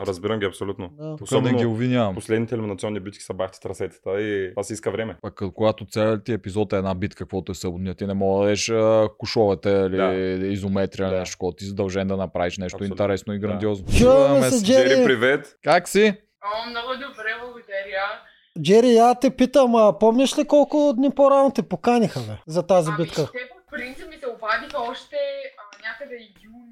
Разбирам ги абсолютно. Да. Тук Тук не Особено ги обвинявам. Последните елиминационни битки са бахти трасетата и това си иска време. Пък когато целият ти епизод е една битка, каквото е събудния, ти не мога да дадеш а, кушовете или Да. да. изометрия или Да. нещо, такова. ти си задължен да направиш нещо Абсолютно. интересно и грандиозно. Чуваме се, Джери, Джери. привет! Как си? О, много добре, благодаря. Джери, я те питам, а помниш ли колко дни по-рано те поканиха бе, за тази Ами, битка? те по принцип ми се обадиха още а, някъде юни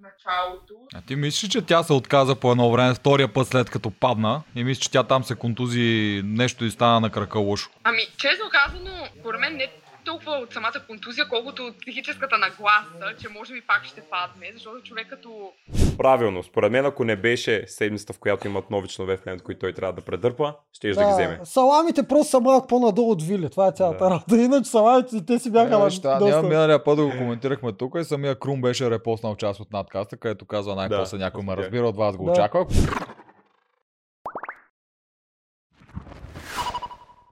началото. А ти мислиш, че тя се отказа по едно време, втория път след като падна и мислиш, че тя там се контузи нещо и стана на крака лошо. Ами, честно казано, според мен не толкова от самата контузия, колкото от психическата нагласа, че може би пак ще падне, защото човек като... Правилно, според мен ако не беше седмицата, в която имат нови членове в племето, които той трябва да предърпа, ще да. да ги вземе. саламите просто са малко по-надолу от Вили, това е цялата Да. работа. Иначе саламите те си бяха Е, на- виж, та, Ние доста. миналия път да го коментирахме тук и самия Крум беше репостнал част от надкаста, където казва най-после Да. някой ме Да. разбира, от вас го Да. очаква.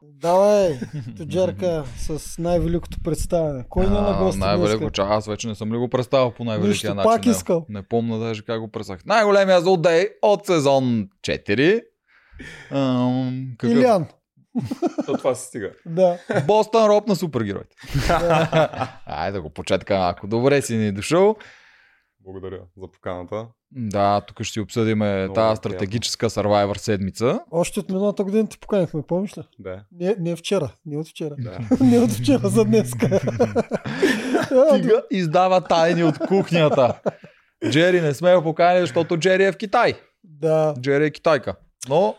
Давай, Тоджерка с най-великото представяне. Кой не е на А, гости Най-велико днеска? ча- Аз вече не съм ли го представил по най-великия Нищо, начин? пак не. искал. Не помня даже как го представих. Най-големия злодей от сезон 4. Ам, какъв? Илян, До това се стига. да. Бостън Роб на супергероите. да. Айде да го почетка. Ако добре си ни е дошъл, Благодаря за поканата. да, тук ще си обсъдим Много тази стратегическа Survivor седмица. Още от миналата година те поканихме, помниш ли? Да. Не, не е вчера, не от вчера. да. не е от вчера за днеска. А, Тига издава тайни от кухнята. Джери не сме го поканили, защото Джери е в Китай. да, Джери е китайка. Но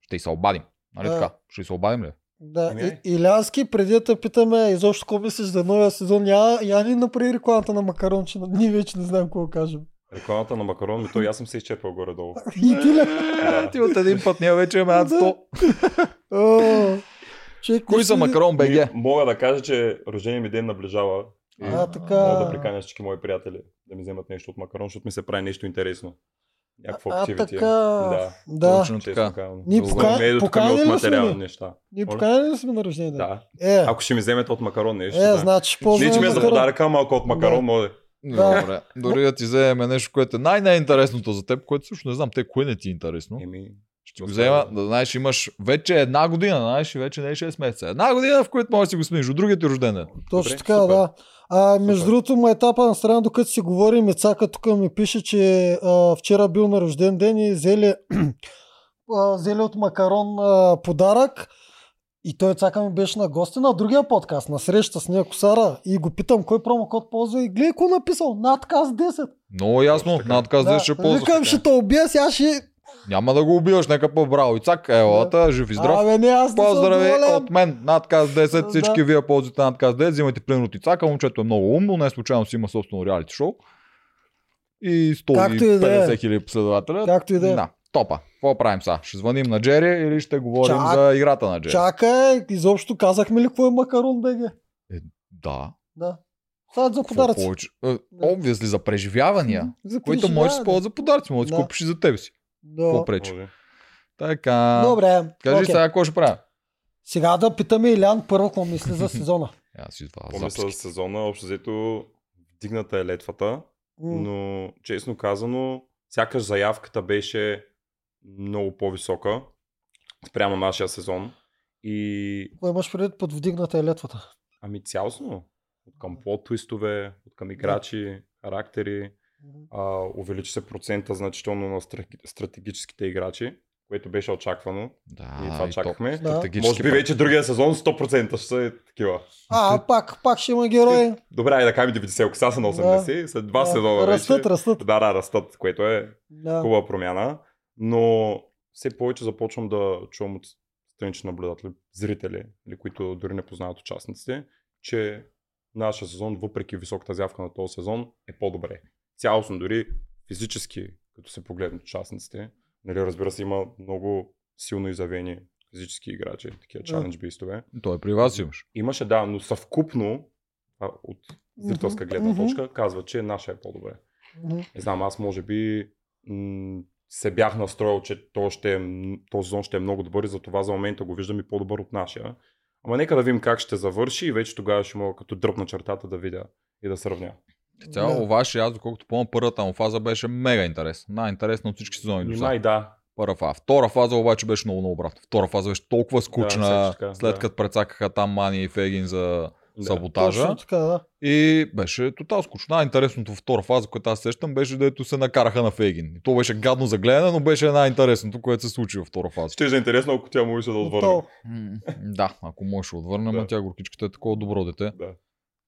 ще й се обадим. Нали Да. така? Ще й се обадим ли? да. Ами, И, Илянски, преди да те питаме изобщо какво мислиш за новия сезон, я, я ни направи рекламата на макарончина. Ние вече не знаем какво кажем. Рекламата на макарон, ми то и аз съм се изчерпал горе-долу. И ти ли? Да. Ти от един път ние вече имаме над 100. О, човек, Кои са мисли- Макарон Ми, БГ? Е, Мога да кажа, че рождения ми ден наближава. И А, така. мога да приканя всички мои приятели да ми вземат нещо от макарон, защото ми се прави нещо интересно. Някакво А, активити. така. Да. Да. Точно Честно така. казвам. Ние Добре. пока... Не е до тук ми поканили от ли сме? материални ни? неща. Ние Моля? поканили ли сме на рождение? ден? Да. Е, Ако ще ми вземете от макарон нещо. е, да. значи Не, ползваме че ми е за макарон. подаръка, малко от макарон, Да. може. Да. Добре. Дори да ти вземем нещо, което е най-най-интересното за теб, което също не знам те кое не ти е интересно. Еми, Ще го взема, да знаеш, имаш вече една година, знаеш, и вече не е 6 месеца. Една година, в която можеш да си го смениш от другия ти рожден ден. Точно Добре, така, супер. да. А, между Супер. другото, на етапа на страна, докато си говорим, и цака тук ми пише, че а, вчера бил на рожден ден и взели, а, взели от Макарон а, подарък. И той цака ми беше на гости на другия подкаст, на среща с нея Косара. И го питам кой промокод ползва и гледай какво е написал. Надказ 10. Много е ясно, Точно така. надказ да. ще ползваш. Викам, ще те убия, сега ще... Няма да го убиваш, нека по-браво. И цак, елата, жив и здрав. Абе, не, аз не съм Поздрави доволен. от мен, надказ 10, всички Да. вие ползвате надказ 10, взимайте пример от Ицака, момчето е много умно, не случайно си има собствено реалити шоу. И Както и да е. 150 хиляди последователя. Както и да е. Да, топа. Какво правим сега? Ще звъним на Джери или ще говорим Чак. за играта на Джери? Чакай, изобщо казахме ли какво е Макарон БГ? Да. Да. Сайт за Какво подаръци. повече? Е, Обвисли за преживявания, За които можеш да преживяване. се ползва за подаръци, може да си Да. купиш и за тебе си. Да. Какво пречи? може. Така. Добре. Кажи окей. сега какво ще правя. Сега да питаме Илян първо какво мисли за сезона. Аз си това Помисля за сезона, общо взето, вдигната е летвата, М, но честно казано, сякаш заявката беше много по-висока спрямо нашия сезон. И Какво имаш предвид под вдигната е летвата? ами цялостно, от към плод-твистове, от към играчи, характери, а, увеличи се процента значително на стра- стратегическите играчи, което беше очаквано. Да, и това и то чакахме. стратегически Може би път. вече другия сезон 100% ще са такива. А, пак, пак ще има герои. Добре, айде да кажем 90, ако сега са на 80, след два сезона Растат, вече. растат. Да, да, растат, което е Да. хубава промяна, но все повече започвам да чувам от странични наблюдатели, зрители, или които дори не познават участниците, че нашия сезон, въпреки високата заявка на този сезон, е по-добре. Цялостно дори физически, като се погледнат участниците, нали, разбира се, има много силно изявени физически играчи, такива Да. чалендж бистове. Той е при вас имаш. Имаше, да, но съвкупно а, от зрителска Мгм, гледна мгм. точка казва, че нашия е по-добре. М, Не знам, аз може би м- се бях настроил, че то ще е, м- този сезон ще е много добър и затова за момента го виждам и по-добър от нашия. Ама нека да видим как ще завърши и вече тогава ще мога като дръпна чертата да видя и да сравня. Цяло Да. да. оваш, аз доколкото помня, първата му фаза беше мега интересна. Най-интересна от всички сезони. до сега. Нима и Ами, да. Първа фаза. Втора фаза обаче беше много наобратно. Втора фаза беше толкова скучна, сещаш така, след да. като прецакаха там Мани и Фегин за Да. саботажа. Точно така, да. И беше тотал скучно. Най-интересното във втора фаза, която аз сещам, беше дето се накараха на Фейгин. И то беше гадно за гледане, но беше най-интересното, което се случи във втора фаза. Ще е интересно, ако тя му се да отвърне. Готово. да, ако можеш да отвърна, Да. ма тя горкичката е такова добро дете. Да.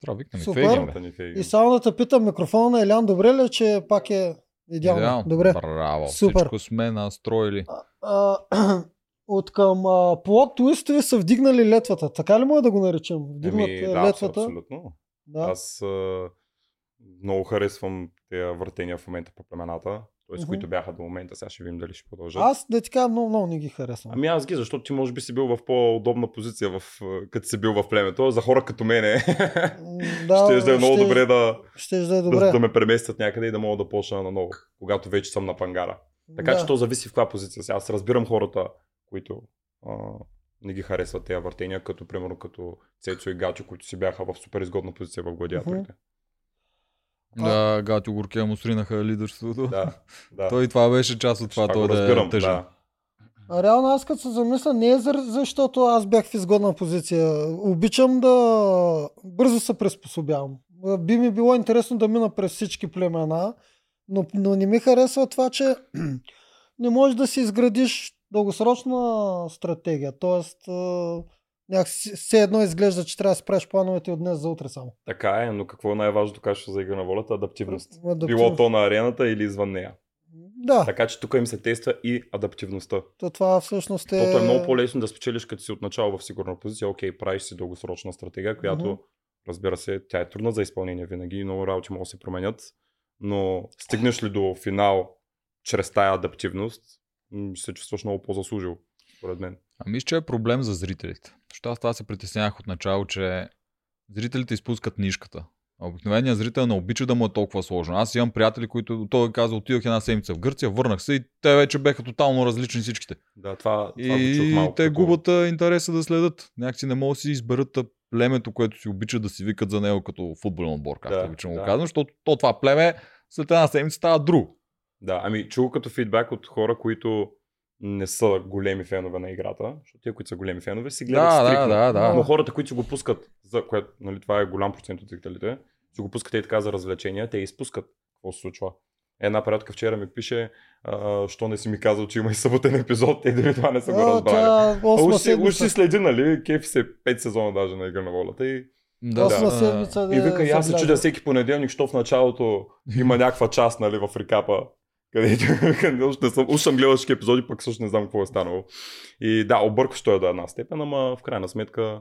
Трябва викна ми Супер. Фейгин, бе. Та ни фейгин. И само да те питам, микрофона на Елян добре ли е, че пак е идеално? Идеално. Добре. Браво. Супер. Всичко сме настроили. А, от към а, плод туистове са вдигнали летвата. Така ли мога да го наречем? Вдигнат Ами, е, да, летвата. абсолютно. Да. Аз а, много харесвам тези въртения в момента по племената, т.е. Мгм. които бяха до момента, сега ще видим дали ще продължат. Аз да ти кажа, много, много не ги харесвам. Ами аз ги, защото ти може би си бил в по-удобна позиция, в, а, като си бил в племето. За хора като мене М, ще ще е много добре, да, Ще да е добре. Да, добре. да ме преместят някъде и да мога да почна наново, когато вече съм на пангара. Така да. да. че то зависи в каква позиция си. Аз разбирам хората, които а, не ги харесват тези въртения, като примерно като Цецо и Гачо, които си бяха в супер изгодна позиция в гладиаторите. А. Да, Гатю Горкия му сринаха лидерството. Да, да. Той и това беше част от това, Това той го да е разбирам, тъжен. да. А реално аз като се замисля, не е зар- защото аз бях в изгодна позиция. Обичам да бързо се приспособявам. А, Би ми било интересно да мина през всички племена, но, но не ми харесва това, че не можеш да си изградиш дългосрочна стратегия. Тоест, а, някакси, все едно изглежда, че трябва да си правиш плановете от днес за утре само. Така е, но какво е най-важното кажеш за игра на волята? Адаптивност. Било Адаптивност. то на арената или извън нея. Да, Така че тук им се тества и адаптивността. то това всъщност е... Защото е много по-лесно да спечелиш като си отначало в сигурна позиция. Окей, правиш си дългосрочна стратегия, която, Мгм. разбира се, тя е трудна за изпълнение винаги и много работи могат да се променят. Но стигнеш ли до финал чрез тая адаптивност, м, се чувстваш много по-заслужил, според мен. А мисля, че е проблем за зрителите. Защото аз това се притеснявах от начало, че зрителите изпускат нишката. А Обикновеният зрител не обича да му е толкова сложно. Аз имам приятели, които той е казал, отидох една седмица в Гърция, върнах се и те вече беха тотално различни всичките. Да, това, това го чух И малко. те като- губят а, интереса да следят. Някакси не могат да си изберат а, племето, което си обичат да си викат за него като футболен отбор, както Да, обичам го да. казвам, защото то това племе след една седмица става друго. Да, ами чул като фидбак от хора, които не са големи фенове на играта, защото те, които са големи фенове, си гледат Да, да, стрикно. да, да. Но хората, които си го пускат, за което нали, това е голям процент от зрителите, си го пускат и така за развлечения, те изпускат какво се случва. Една приятелка вчера ми пише, а, що не си ми казал, че има и съботен епизод, те дори това не са го А, разбрали. тя е А, осма Уж си, уж седмица. си следи, нали? Кефи се 5 сезона даже на Игра на волята и Да, Осма да. седмица. и вика, и аз се вляза. чудя всеки понеделник, що в началото има някаква част, нали, в рекапа, където където още не съм, уж съм гледал всички епизоди, пък също не знам какво е станало. И да, объркващо е до една степен, ама в крайна сметка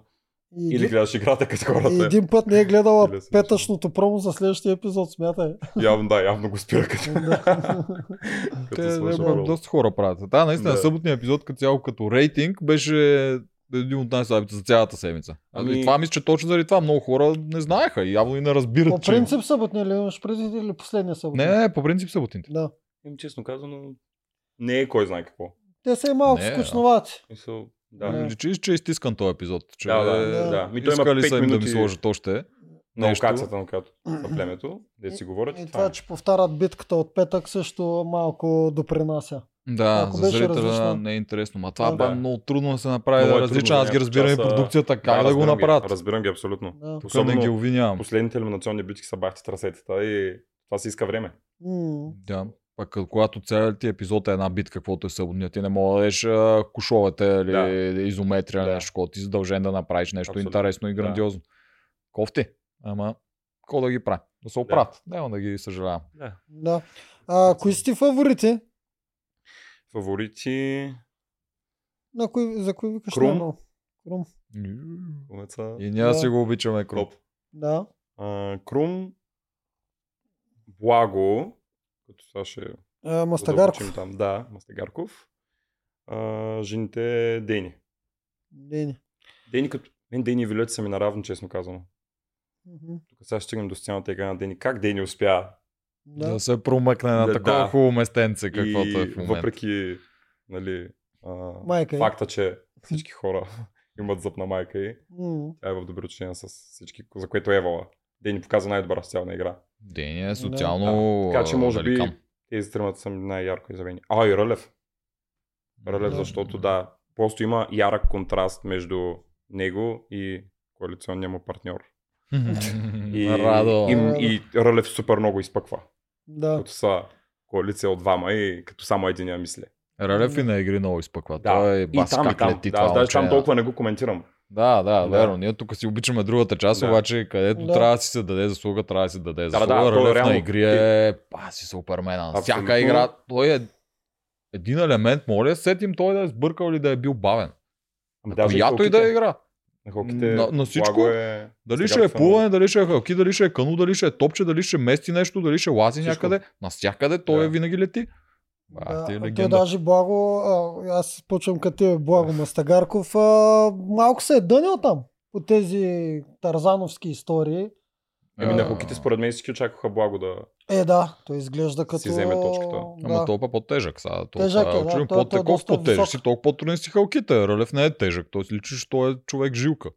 И или ги- гледаш играта като И хората. един път не е гледала Или да се петъчното промо за следващия епизод, смятай. Явно, да, явно го спира като. като Те, да, свърши бе, ролът. доста хора правят. Да, наистина, Да. съботния епизод като цяло като рейтинг беше един от най-слабите за цялата седмица. Ами... Ами- И това мисля, че точно заради това много хора не знаеха и явно и не разбират, По че... принцип съботния ли имаш преди или последния съботния? Не, не, не, по принцип съботните. Да. Им честно казано, не е кой знае какво. Те са и малко Не, скучновати. Мисъл, да. Не. Да. Личиш, че е изтискан този епизод. Че е- Да, да, да, да. Ми той има Искали пет са им да ми минути сложат още. На нещо. локацията, на която на племето, де си говорят. И и това, е. че повтарят битката от петък също малко допринася. Да, Ако за беше зрителя различно. не е интересно. Ма това Да. да. много трудно да се направи Много е да е различен. трудно, Аз ги да. разбирам и Часа- продукцията как да, го разбирам ги, направят. Разбирам ги абсолютно. Да. Тук не ги овинявам. Последните елиминационни битки са бахти трасетата и това си иска време. М. Да. Пък а, когато целият ти епизод е една битка, каквото е събудния, ти не мога да дадеш а, кушовете или Да. да. изометрия или Да. нещо, такова. ти си задължен да направиш нещо Абсолютно. интересно и Да. грандиозно. Кофти. Ама, какво да ги прави? Да се оправят. Няма да ги съжалявам. Да. Да. А, кои са ти фаворити? Фаворити. На кои, за кои викаш? Крум. най-много? Кумеца. И ние да. Да. си го обичаме круп. Топ. Да. А, Крум. Благо. Като сега ще А, задълбочим Мастагарков. Там. Да, Мастагарков. А, жените Дени. Не, не. Дени като... Мен Дени и Вилет са ми наравно, честно казано. Мгм. Тук сега ще стигнем до сцената игра на Дени. Как Дени успя? Да. Да. да се промъкне на Да, такова да. хубаво местенце, каквото и е в момента. въпреки нали, а, Майка ѝ. факта, че всички хора имат зъб на майка и М. тя е в добри отношения с всички, за което е Евала. Дени показа най-добра социална игра. Дени е Не. социално. Така че може а, би великан. тези тримата са най-ярко изявени. А, и Рълев. Рълев, Да. защото да, просто има ярък контраст между него и коалиционния му партньор. И, Радо. И, и Рълев супер много изпъква. Да. Като са коалиция от двама и като само единия мисли. Ралев и на игри много изпъква. Да. Той е бас и как там. лети да, това аз даже там момче. толкова не го коментирам. Да, Да. да, верно. Ние тук си обичаме другата част, Да. обаче където Да. трябва да си се даде заслуга, трябва да си даде да, заслуга. Да, то Рълев реално- на игри е па, си супермена. На всяка Абсолютно. игра той е един елемент, моля, сетим той да е сбъркал или да е бил бавен. Ами Даже Която и да е игра. На хоките, На- на всичко, Благо е... сега Дали ще е само- плуване, дали ще е халки, дали ще е кану, дали ще е топче, дали ще мести нещо, дали ще лази Всичко. някъде. Навсякъде той Да. е винаги лети. Да, А, ти е а легенда. той даже Благо, а, аз почвам като тебе, Благо Мастагарков, а, малко се е дънил там по тези тарзановски истории. Еми Ами на А. хоките според мен всички очакваха благо да... Е, да, той изглежда като... вземе точката. Ама Да. той е па по-тежък. Сега, толкова, Тежък е, да, очевидно, той е- той е по-теков, доста по-тежък си, висок. толкова по-труден си халките. Рълев не е тежък. Той си личи, че той е човек жилка.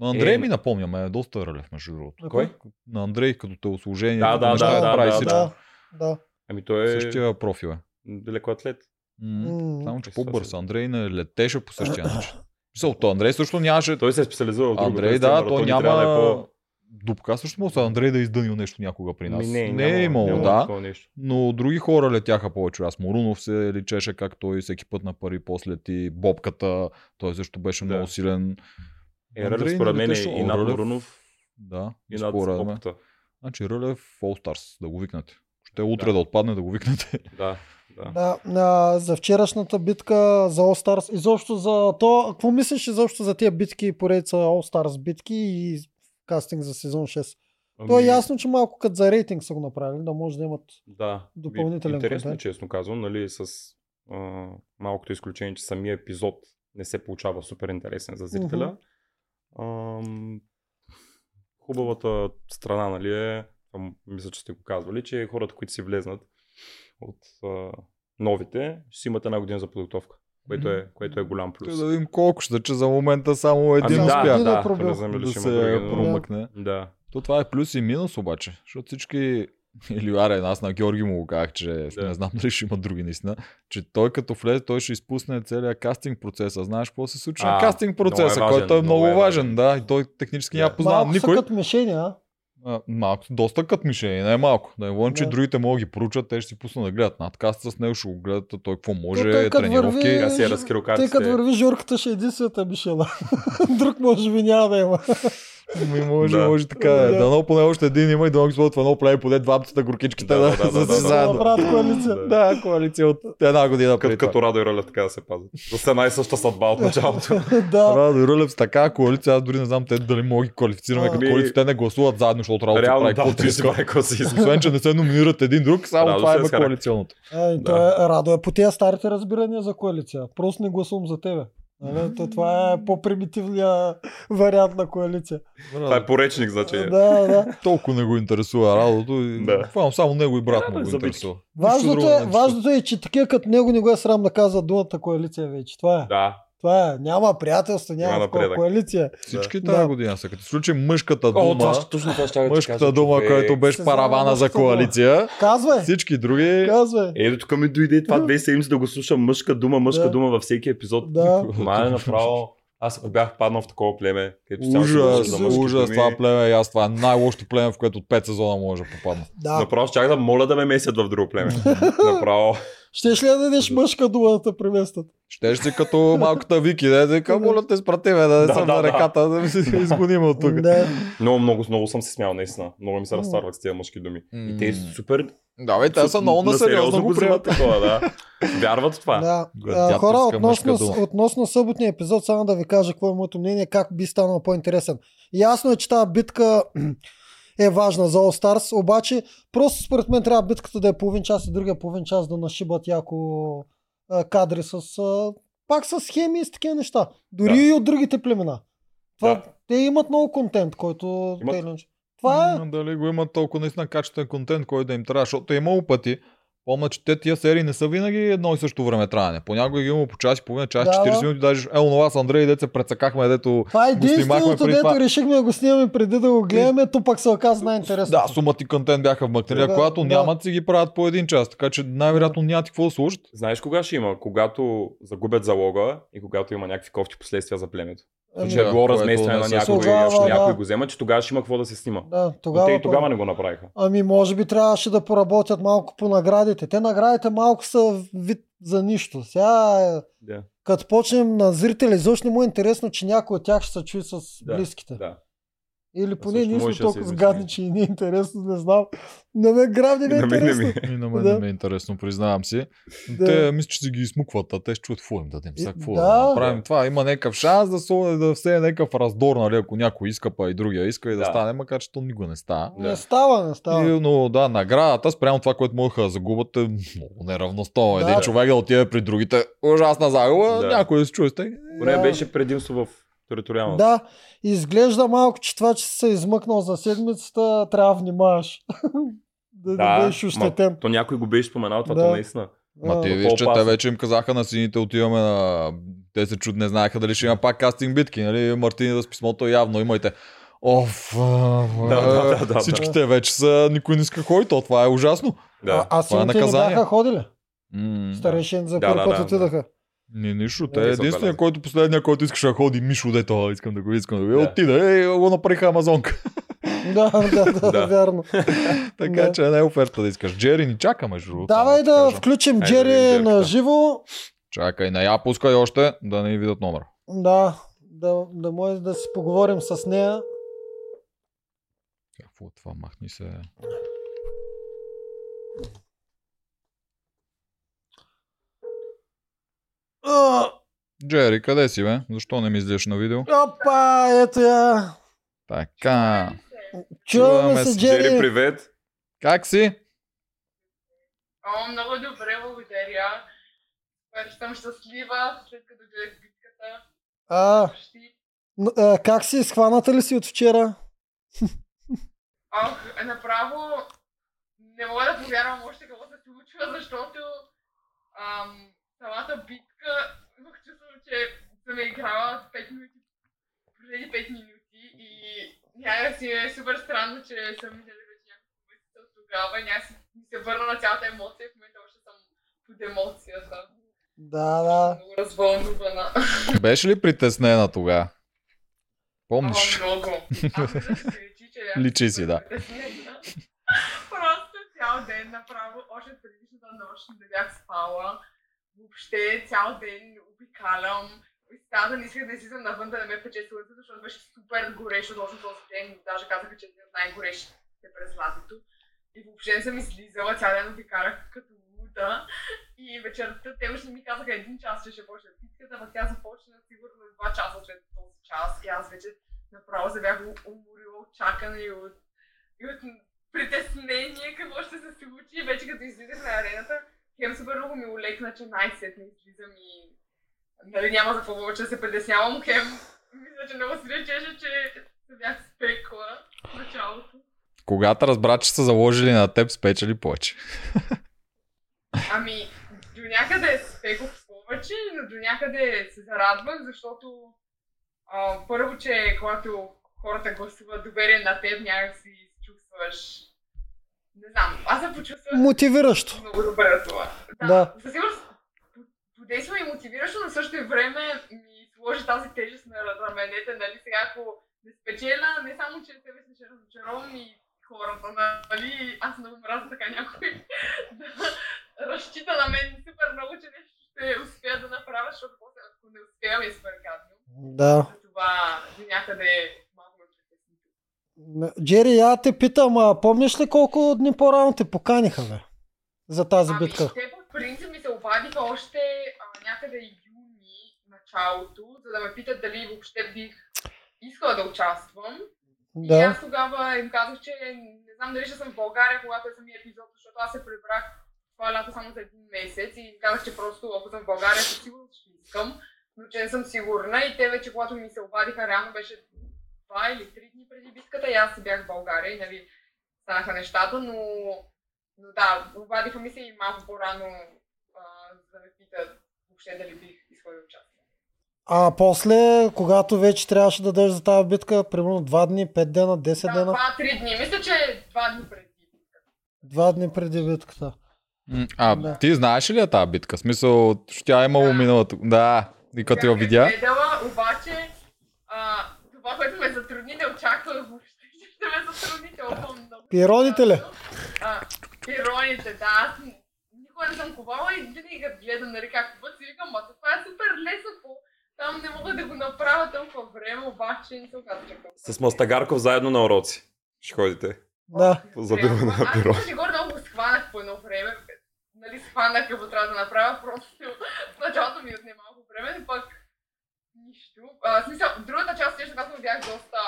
На Андрей Е, ми напомня, ме е доста рълев, между другото. Ако- Кой? На Андрей, като те услужение, Да, да, да, неща да, прави да, всичко. да, да. Ами той е Същия... Същия профил е. далеко атлет. М, М. Само, че Е, сега по-бърз. се- Андрей не летеше по същия начин. Мисъл, то Андрей също нямаше... Той се е специализирал в друго. Андрей, Тоест, да, маратони той трябва да е няма... по- Дупка също му се Андрей да е издънил нещо някога при нас. Ми, не е Ами няма- имало, няма да. такова нещо. Но други хора летяха повече. Аз Морунов се личеше как той всеки път на пари после ти бобката. Той също беше Да. много силен. Е, Андрей Рълев според не мен е летеше, и о, над Рълев. Морунов, Да, и над според мен. Попката. Значи Рълев All Stars, да го викнете. Ще утре да, Да. отпадне да го викнете. Да, да. Да, а, за вчерашната битка за All Stars, изобщо за то, какво мислиш изобщо за тия битки, поредица All Stars битки и кастинг за сезон 6? То е Ами, ясно, че малко като за рейтинг са го направили, да може да имат... Да. Ми, допълнителен Интересно, е, контент. честно казвам, нали, с а, малкото изключение, че самия епизод не се получава супер интересен за зрителя. Ам, хубавата страна, нали, е, ам, мисля, че сте го казвали, че хората, които си влезнат от а, новите, ще си имат една година за подготовка, което е, което е голям Ще плюс. да видим колко ще, че за момента само един Ами да, успя да, да, е проблем. да, знам, да дали ще има се други, но- промъкне. да, То това е плюс и минус обаче, защото всички... Или аре, аз на Георги му го казах, че да. Да. не знам дали ще има други наистина, че той като влезе, той ще изпусне целият кастинг процеса. Знаеш какво се случва на А, кастинг много е процеса, важен, който е много, много е важен, важен. да, и той технически Да. няма познавам малко никой. са като мишения, А, малко, доста кът мишени, не е малко. Да не говорим, че Да. другите могат да ги поручат, те ще си пуснат да гледат надкаст с него, ще го гледат, а той какво може, той като тренировки. върви- Сега си е Ж- разкрил тъй като картите. върви журката ще е единствената мишела. Друг може би няма да има. Ми може, Да. може така. Да. Да. Дано поне още един има и да използват в едно племе поне двамцата горкичките да, да, да, да, да, да. заедно. Направят коалиция. Да. Да, коалиция от една година преди Като, това. като Радо и Роля така да се пазят. Да са една и съща съдба от началото. да, Радо и Рълев с така коалиция, аз дори не знам те дали мога ги квалифицираме А. като Ми- коалиция. Те не гласуват заедно, защото Радо се Реално, прави да, каквото ти си иска. прави какво си иска. Освен, че не се номинират един друг, само Радо това се има изхаракта. коалиционното. Е, и Да. той е, Радо е по тия старите разбирания за коалиция. Просто не гласувам за тебе. Нали? То, това е по-примитивният вариант на коалиция. Това е поречник, значи. е. Да, да. Толкова не го интересува Радото и Да. да. само него и брат Да, му бе, го за интересува. Нищо Важното друго не е, интересува. важното е, че такива като него не го е срам да казва думата коалиция вече. Това е. Да. Това е. Няма приятелство, няма, Няма такова напредък. коалиция. Всички Да. тази Да. година са. Като изключим мъжката О, това дума, ще точно това ще мъжката дума, която Се беше знае паравана за мъжката дума. коалиция, Казвай! всички други... Казвай! Ето Е, тук ми дойде това две седмици да го слушам мъжка дума, мъжка Да. дума във всеки епизод. Да. Мале направо. Аз ако бях паднал в такова племе, където ще Ужас, за мъжки ужас, това племе и аз това е най-лошото племе, в което от 5 сезона може да попадна. Да. Направо ще чак да моля да ме месят в друго племе. Направо. Щеш ли да дадеш мъжка дума да те преместят? Ще си като малката Вики, да вика, моля те спрати ме, да не Да, съм да, на да. реката, да ми се изгоним от тук. Да. Много, много, много съм се смял, наистина. Много ми се разтарват с тези мъжки думи. И те М. супер... Да, бе, те са много на сериозно го вземат приемат. такова, да. Вярват в това. Да. Гадятелска А, хора, мъжка относно, дума. относно съботния епизод, само да ви кажа какво е моето мнение, как би станал по-интересен. Ясно е, че тази битка е важна за All Stars, обаче просто според мен трябва битката да е половин час и другия половин час да нашибат яко а, кадри с а, пак с схеми и с такива неща. Дори Да. и от другите племена. Това, Да. Те имат много контент, който Имат. те иначе- Това е. М, Дали го имат толкова наистина качествен контент, който да им трябва, защото е имало пъти, Помня, че те тия серии не са винаги едно и също време траяне. Понякога ги има по час и половина, час, Да, 40 бе. минути, даже е, онова с Андрей, дете се прецакахме, дето Това е Го снимахме единственото, преди дето това. Ами, решихме да го снимаме преди да го гледаме, то пък се оказа най-интересно. Да, сумата и контент бяха вмъкнали, а Да, когато да. нямат си ги правят по един час, така че най-вероятно нямат и какво да слушат. Знаеш кога ще има? Когато загубят залога и когато има някакви кофти последствия за племето. Ами, Че е Да, било което разместване не на се някой, случва. ще Тогава, някой да. го взема, че тогава ще има какво да се снима. да, Но тогава. те и тогава пък- не го направиха. Ами, може би трябваше да поработят малко по наградите. Те наградите малко са вид за нищо. Сега, е, Да. като почнем на зрители, изобщо не му е интересно, че някой от тях ще се чуи с Да, близките. да. Или поне също ние сме можеше да се толкова измисли сгадни, нещо. че и не е интересно, не знам. На мен грав не ми е На мен не ми интересно. е. И на мен Да. не ми е интересно, признавам си. Да. Да. Те мисля, че си ги измукват, а те ще чуят какво им дадем. Е, Сега какво да. да. да направим това? Има някакъв шанс да, со, да все е някакъв раздор, нали, ако някой иска, па и другия иска и да, Да. стане, макар че то никога не става. Да. Не става, не става. И, но да, наградата спрямо това, което могаха да загубят е много неравностойно. Да. Един човек да отиде при другите, ужасна загуба, Да. някой да се чуе. сте- Поне Да. беше предимство в териториалната. Да, изглежда малко, че това, че си се е измъкнал за седмицата, трябва да внимаваш. да, да, Да, бъдеш ощетен. То някой го беше споменал това, Да. то наистина. А, Ма ти Много виж, че те по-опасно. вече им казаха на сините, отиваме на... Те се чуд, не знаеха дали ще има пак кастинг битки, нали? Мартини да с писмото явно имайте. Оф, Да, да, да, да, всичките вече са, никой не иска кой, то това е ужасно. а, Да. а това е сините не наказание. бяха ходили. М, Старешен за Да, първи да, път да, отидаха. Не, нищо. Да, Те не е се единствения, отбелязва. който последния, който искаше да ходи, Мишо, дето, «А, искам да го искам да го. Да. Отида, е, го направиха Амазонка. Да, да, да, да, Да. вярно. Да. така че не е оферта да искаш. Джери ни чака, между другото. Давай само ти да кажа. включим Хайде да видим Джери Джерката. на живо. Чакай, не я пускай още, да не видят номера. Да, да, да може да си поговорим с нея. Какво е това? Махни се. А, Джери, къде си, бе? Защо не ми излиш на видео? Опа, ето я. Така. Чуваме Чуваме се, се, Джери, Джери. привет! Как си? О, много добре, благодаря. Супер, съм щастлива, след като гледах битката. А, Почти. н- а, как си? Схваната ли си от вчера? Ох, е, направо не мога да повярвам още какво се случва, защото ам, самата битка имах чувство, че съм я играла 5 минути, преди 5 минути и някак си е супер странно, че съм излезла вече няколко месеца от тогава и някак ми се върна на цялата емоция, в момента още съм под емоцията. Да, да. Много развълнувана. Беше ли притеснена тогава? Помниш? О, много. Аз мисля, че се личи, че бях Личи си, да. Просто цял ден направо, още от предишната нощ не бях спала. Въобще цял ден обикалям. И стана не исках да излизам навън да не ме пече слънце, защото беше супер горещо точно този ден. Даже казаха, че е най-горещите през лятото. И въобще не съм излизала, цял ден обикарах като луда. И вечерта те още ми казаха един час, че ще почне битката, но тя започна сигурно два часа след този час. И аз вече направо се бях у- уморила от чакане и от, и от притеснение какво ще се случи. И вече като излизах на арената, хем супер много ми улекна, че най-сетне излизам и нали, няма за какво повече да се притеснявам. Хем, мисля, че много се речеше, че се бях спекла в началото. Когато разбра, че са заложили на теб, спечели повече. Ами, до някъде спекох повече, но до някъде се зарадвах, защото а, първо, че когато хората гласуват доверие на теб, някак си се чувстваш... Не знам, аз се почувствах Мотивиращо. много добре от това. Да. Със сигурност по- подейства и мотивиращо, но в същото време ми сложи тази тежест на раменете, нали? Сега ако не спечеля, не само, че себе си ще разочаровам и хората, нали? Аз много мразя така някой да разчита на мен супер много, че нещо ще успея да направя, защото после, ако не успея, ми е супер гадно. Да. Затова до някъде малко ме притесни. М, Джери, я те питам, а помниш ли колко дни по-рано те поканиха, бе? За тази Ами, битка. те по принцип ми се обадиха още а, някъде юни началото, за да ме питат дали въобще бих искала да участвам. И Да. аз тогава им казах, че не знам дали ще съм в България, когато е самия епизод, защото аз се прибрах това лято само за един месец и им казах, че просто ако съм в България, със сигурност ще искам, но че не съм сигурна. И те вече, когато ми се обадиха, реално беше два или три дни преди битката и аз си бях в България и нали, станаха нещата, но Но да, обадиха ми се и малко по-рано, а, за да ме питат въобще дали бих изходил участие. А после, когато вече трябваше да дадеш за тази битка, примерно 2 дни, 5 дена, 10 Да, дена, два-три дни. Мисля, че два дни преди. 2 дни преди битката. М, А, Да. ти знаеш ли я тази битка? В смисъл, що тя е имало Да. миналата... Да, и като я Бях видя. Гледала, обаче, а, това, което ме затрудни, не очаквах въобще, че ще ме затрудни толкова много. Пироните ли? А, пироните, да. Аз н- никога не съм кувала и винаги като гледам, нали, как куват, си викам, а това е супер лесно, по там не мога да го направя толкова време, обаче не се оказа, че е толкова С Мастагарков заедно на уроци. Ще ходите. Да. Задъване на Аз пиро. даже горе-долу го схванах по едно време. Нали, схванах какво трябва да направя, просто в началото ми отне малко време, но пък нищо. А, в смисъл, другата част, нещо, когато бях доста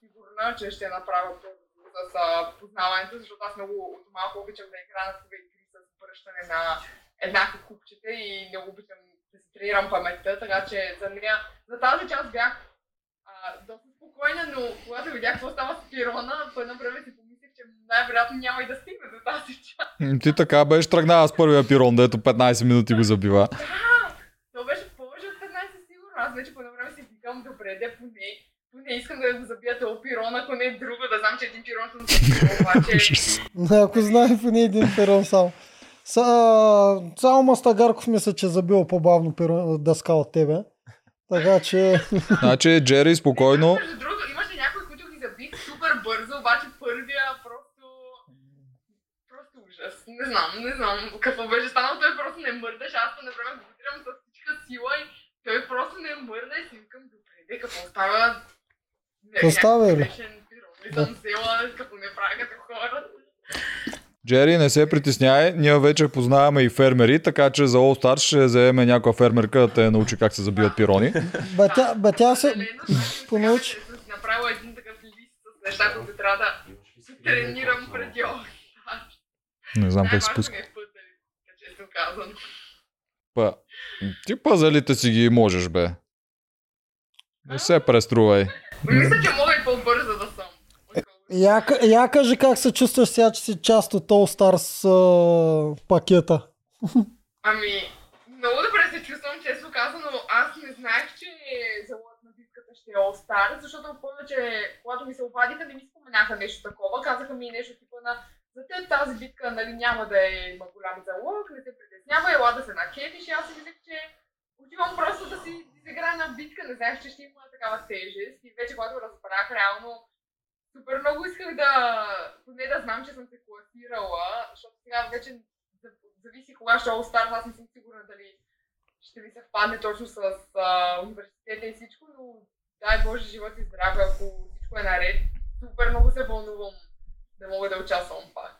сигурна, че ще я направя просто с а, познаването, защото аз много от малко обичам да игра на такива игри с връщане на еднакви купчета и много обичам да си тренирам паметта, така че за нея, за тази част бях а, доста спокойна, но когато видях какво става с пирона, по едно време си помислих, че най-вероятно няма и да стигне до тази част. М, Ти така беше тръгнала с първия пирон, дето 15 минути го забива. То беше повече от 15 сигурно. Аз вече по едно време си викам, добре, де поне, поне искам да го забия този пирон, ако не е друго, да знам, че един пирон съм забила, обаче... Ако знаех поне един перон само. Са, а, само Мастагарков мисля, че е забил по-бавно перон, дъска от тебе. Така че... Значи, Джери, спокойно. Между другото, имаше някои, които ги забих супер бързо, обаче първия просто... Просто ужас. Не знам, не знам какво беше станало. Той просто не мърдаше. Аз по едно време го удрям с всичка сила и той просто не мърда и си викам, добре, де, какво става? Какво става, бе? Не съм взела, като не правя като хората. Джери, не се притесняй. Ние вече познаваме и фермери, така че за All Star ще вземем някоя фермерка да те научи как се забиват пирони. Бе, тя, бе, тя се... Зелено, значи, понауч. сега вече съм си направила един такъв лист с неща, които трябва да се тренирам преди още. Не знам как се Най-важно пуска. ми е пъзели, честно казано. Па, ти пазалите си ги можеш, бе. Не се преструвай. Мисля, че мога и по-бърза да съм. отколкото- Я, к- я кажи как се чувстваш сега, че си част от All Stars а, пакета. Ами, много добре се чувствам, честно казано. Аз не знаех, че залът на битката ще е All Star, защото повече, когато ми се обадиха, не ми споменаха нещо такова. Казаха ми нещо типа на за теб тази битка нали, няма да е, има голям залог, не се притеснява, ела да се накепиш. И аз си мислех, че отивам просто да си изигра на битка, не знаех, че ще има такава тежест. И вече когато разбрах реално, супер много исках да, поне да знам, че съм се класирала, защото сега вече за- зависи кога ще е All Stars, аз не съм сигурна дали ще ми се впадне точно с а, университета и всичко, но дай Боже живот и здраве, ако всичко е наред. Супер много се вълнувам да мога да участвам пак.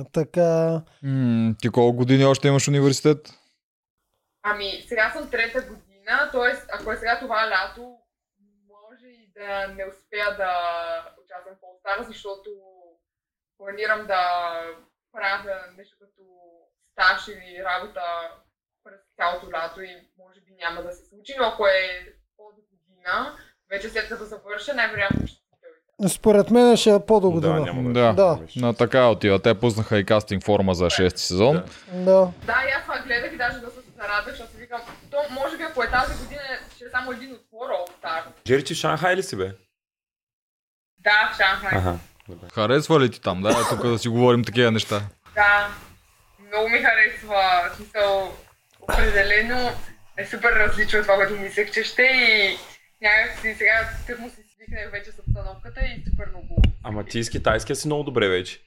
Е, Така... М, ти колко години още имаш университет? Ами, сега съм трета година, т.е. ако е сега това лято, може и да не успея да участвам в All Stars, защото планирам да правя нещо като стаж или работа през цялото лято и може би няма да се случи, но ако е по-до година, вече след като завърша, най-вероятно ще се дойде. Според мен ще е по-до Да, година. няма Да. да. Да. На така отива. Те пуснаха и кастинг форма за 6 сезон. Да. Да. Да, и аз това гледах и даже да се зарадах, защото си викам, то може би ако е тази година, ще е само един отбор All Star. Джери, ти в Шанхай ли си, бе? Да, в Шанхай. Аха. Харесва ли ти там? Да, е, тук да си говорим такива неща. Да, много ми харесва. В Смисъл, определено е супер различно от това, което мислех, че ще и някакси сега тъкмо си свикнах вече с обстановката и супер много. Ама ти с китайския си много добре вече.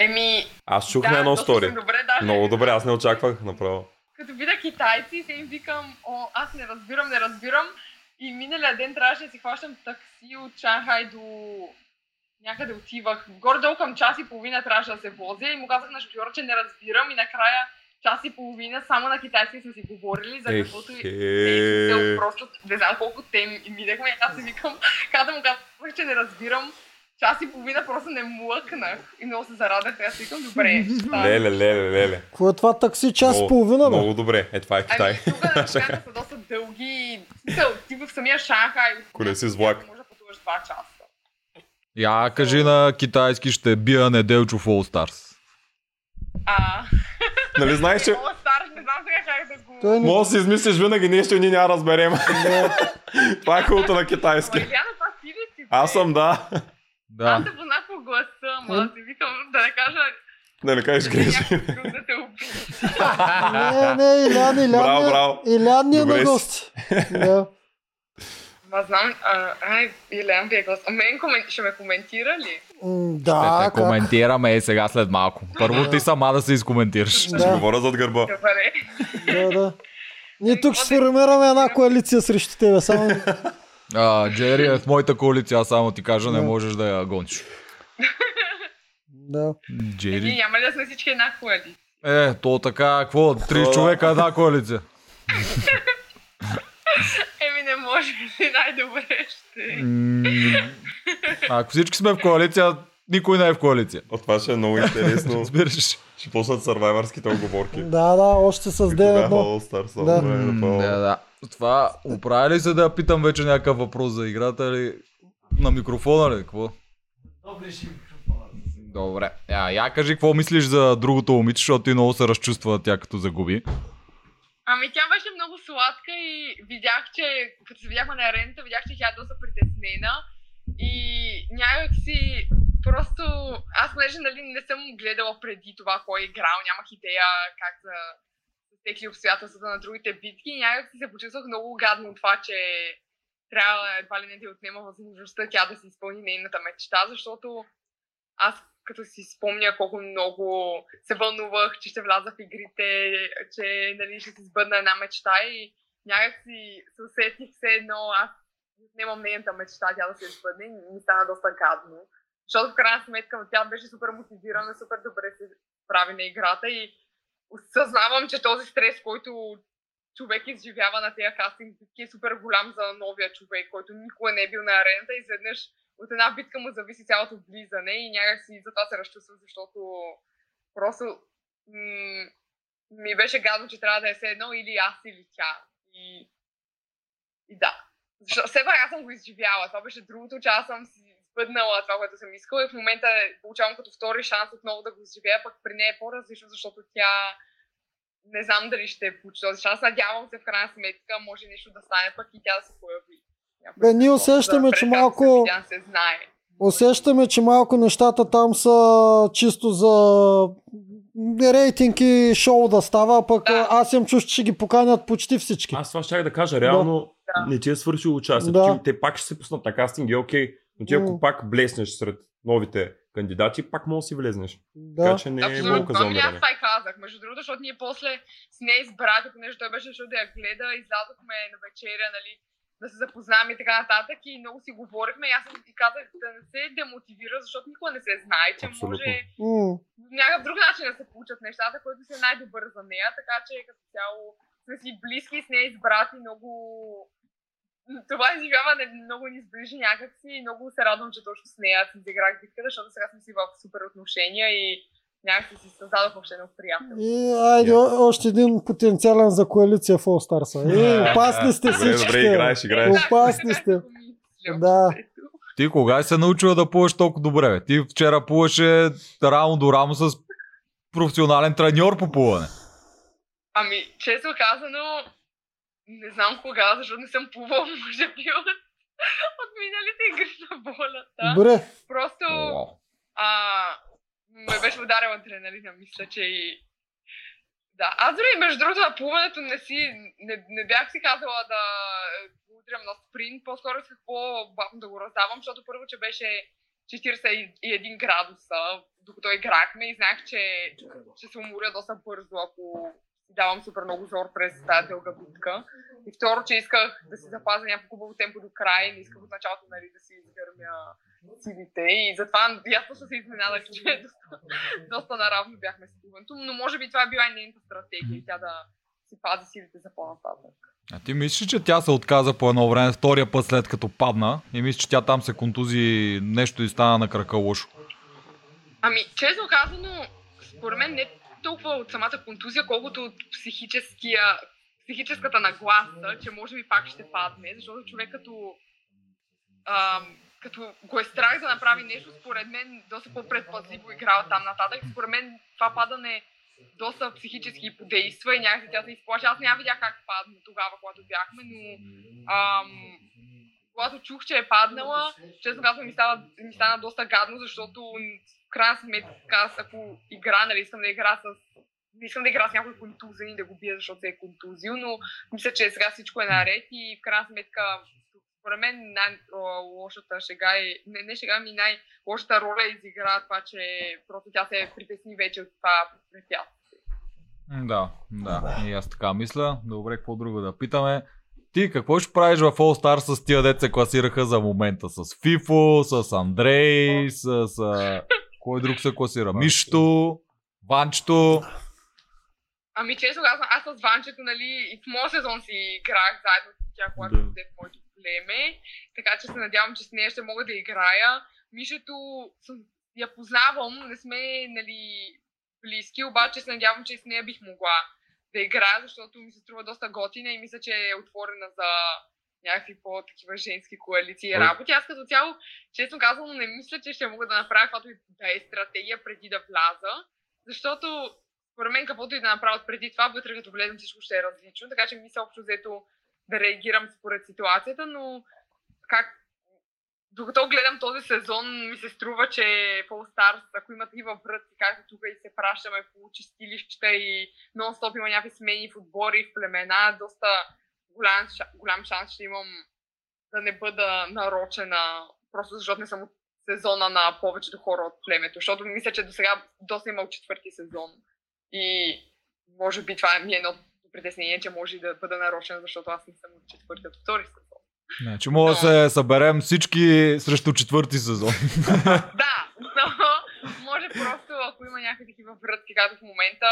Еми, Аз чух да, на едно доста съм стори. Добре, да. Много добре, аз не очаквах направо. Като видя китайци, се им викам, о, аз не разбирам, не разбирам. И миналия ден трябваше да си хващам такси от Шанхай до някъде отивах. Горе-долу към час и половина трябваше да се возя и му казах на шофьора, че не разбирам и накрая час и половина само на китайски сме си говорили за Ех, каквото и е. Е, просто не знам колко теми минахме. и Аз си викам, когато му казах, че не разбирам, час и половина просто не млъкнах и много се зарадах. и Аз си викам, добре. става. Леле, леле, леле. Кое е това такси час и Много- половина, бе? Много добре. Е, това е Китай. Ами, тук разстоянията са доста дълги. В Смисъл, ти в самия Шанхай. Коле си с влак. Може да пътуваш 2 часа. Я кажи на китайски ще бия Неделчо в All Stars. А, Нали знаеш, че О, стар, не знам сега как да го... Той не... може да си измислиш винаги нещо и ние няма да разберем. Това е хубавото на Ама, китайски. Илиана, това ти ли си? бе? Аз съм, да. Аз Да. те познах по гласа, ма си викам да не кажа Да не кажеш грешно. някой друг да те убие. не, не, Илян, Илян, Браво, е- браво. Илян ни е Добре на си. гости. Да. Ма знам, а, ай, Илиан ви е глас. А мен комен... ще ме коментира ли? М, Ще Да, те как? коментираме е сега след малко. Първо ти сама да се изкоментираш. Ще Да, говоря зад гърба. Добре. да, да. Ние тук ще сформираме една коалиция срещу тебе. Само... А, Джери е в моята коалиция, аз само ти кажа, не Да. можеш да я гониш. Да. Ние Джери. няма ли да сме всички нали? една коалиция? Е, то така, какво? Три човека, една коалиция. Еми не може би най-добре ще. М, Ако всички сме в коалиция, никой не е в коалиция. От това ще е много интересно. Разбираш? ще почнат сървайвърските оговорки. да, да, още Е, с Бяха 9-1. All Star Song. Да. бе, направо. Да, да. Това оправя ли се да я питам вече някакъв въпрос за играта ли? На микрофона ли? Какво? Добре. Я, я кажи какво мислиш за другото момиче, защото ти много се разчувства тя като загуби. Ами тя беше много сладка и видях, че като се видяхме на арената, видях, че тя е доста притеснена и някак си просто аз понеже нали, не съм гледала преди това кой е играл, нямах идея как да текли обстоятелствата на другите битки, някак си се почувствах много гадно от това, че трябва едва ли не да й отнема възможността тя да си изпълни нейната мечта, защото аз като си спомня колко много се вълнувах, че ще вляза в игрите, че нали, ще си сбъдна една мечта и някак си се усетих все едно, аз отнемам нейната мечта, тя да се сбъдне и ми стана доста гадно. Защото в крайна сметка тя беше супер мотивирана, супер добре се прави на играта и осъзнавам, че този стрес, който човек изживява на тези кастинг битки е супер голям за новия човек, който никога не е бил на арената и изведнъж от една битка му зависи цялото влизане и някакси затова се разчувствам, защото просто м- ми беше гадно, че трябва да е все едно или аз, или тя. И, и да. Защо, все пак аз съм го изживяла. Това беше другото, че аз съм си сбъднала това, което съм искала и в момента получавам като втори шанс отново да го изживея, пък при нея е по-различно, защото тя не знам дали ще получи този шанс. Надявам се в крайна сметка, може нещо да стане пък и тя да се появи. Бе, ние усещаме, че Напред, малко- както се видя, се знае. Усещаме, че малко нещата там са чисто за рейтинг и шоу да става, а пък Да. аз им чуш, че ще ги поканят почти всички. Аз това ще да кажа, реално Да. не ти е свършил участието. Да. Ти- Те пак ще се пуснат на кастинг и е окей. Но ти ако М. пак блеснеш сред новите кандидати, пак може да си влезнеш. Така Да. че не е Абсолютно, болка за това ми аз умиране. това и казах. Между другото, защото ние после с нея избрахме, понеже той беше решил да я гледа, излязохме на вечеря, нали, да се запознаем и така нататък и много си говорихме и аз съм- и казах да не се демотивира, защото никога не се знае, че Абсолютно. може М, по някакъв друг начин да се получат нещата, които са най-добър за нея, така че като цяло сме си близки с нея избрати много... Това изживяване много ни сближи някакси и много се радвам, че точно с нея си изиграх битката, защото сега сме си в супер отношения и някакси си създадох въобще едно приятел. И айде, о- още един потенциален за коалиция в All Stars. Е, опасни сте Добре, добре, всичките. играеш, играеш. Опасни сте. Да. Ти кога е се научила да плуваш толкова добре? Бе? Ти вчера плуваше рамо до рамо с професионален треньор по плуване. Ами, честно казано, не знам кога, защото не съм плувал, може би от, от миналите игри на волята. Добре. Просто... Уау. А, ме беше ударил адреналина, мисля, че и... Да, аз дори между другото на плуването не си, не, не бях си казала да е, го удрям на спринт, по-скоро с какво бавно да го раздавам, защото първо, че беше 41 градуса, докато играхме и знаех, че ще се уморя доста бързо, ако си давам супер много зор през тази дълга битка. И второ, че исках да си запазя някакво хубаво темпо до края и не исках от началото нали, да си изгърмя силите и затова ясно се изненадах, че доста, доста наравно бяхме с Куването, но може би това е била и нейната стратегия, тя да си пази силите за по-нататък. А ти мислиш, че тя се отказа по едно време, втория път след като падна и мислиш, че тя там се контузи нещо и стана на крака лошо? Ами, честно казано, според мен не толкова от самата контузия, колкото от психическия, психическата нагласа, че може би пак ще падне, защото човек като, ам, като го е страх да направи нещо, според мен доста по-предпазливо играл там нататък. Според мен това падане доста психически подейства и някакси тя се изплаши. Аз не видях как падна тогава, когато бяхме, но ам, когато чух, че е паднала, честно казвам, ми стана, ми стана доста гадно, защото в крайна сметка, аз ако игра, нали, искам да игра с не искам да игра с някой контузен и да го бия, защото се е контузил, но мисля, че сега всичко е наред и в крайна сметка, според мен, най-лошата шега е, не, не шега ми, най-лошата роля е изигра това, че просто тя се притесни вече от това препятствие. М, Да, да. И аз така мисля. Добре, какво друго да питаме? Ти какво ще правиш в All Star с тия деца се класираха за момента? С Фифо, с Андрей, с... а, Кой друг се класира? Мишто, Ванчето. Ами честно казвам, аз с Ванчето, нали, и в моят сезон си играх заедно с тях, когато Да. взе в моето племе. Така че се надявам, че с нея ще мога да играя. Мишето съм, я познавам, не сме, нали, близки, обаче се надявам, че с нея бих могла да играя, защото ми се струва доста готина и мисля, че е отворена за някакви по-такива женски коалиции и Ой. работи. Аз като цяло, честно казано, не мисля, че ще мога да направя каквато и да е стратегия преди да вляза, защото според мен каквото и да направят преди това, вътре като влезем всичко ще е различно, така че мисля общо взето да реагирам според ситуацията, но как докато гледам този сезон, ми се струва, че Пол Старс, ако има такива връзки, както тук и се пращаме по чистилища и нон-стоп има някакви смени в отбори, в племена, доста голям, ша- голям шанс ще имам да не бъда нарочена, просто защото не съм от сезона на повечето хора от племето, защото мисля, че до сега доста имал четвърти сезон и може би това ми е едно притеснение, че може и да бъда нарочена, защото аз не съм от четвърти, от втори сезон. Значи мога да се съберем всички срещу четвърти сезон. Да, но може просто, ако има някакви такива врътки, както в момента,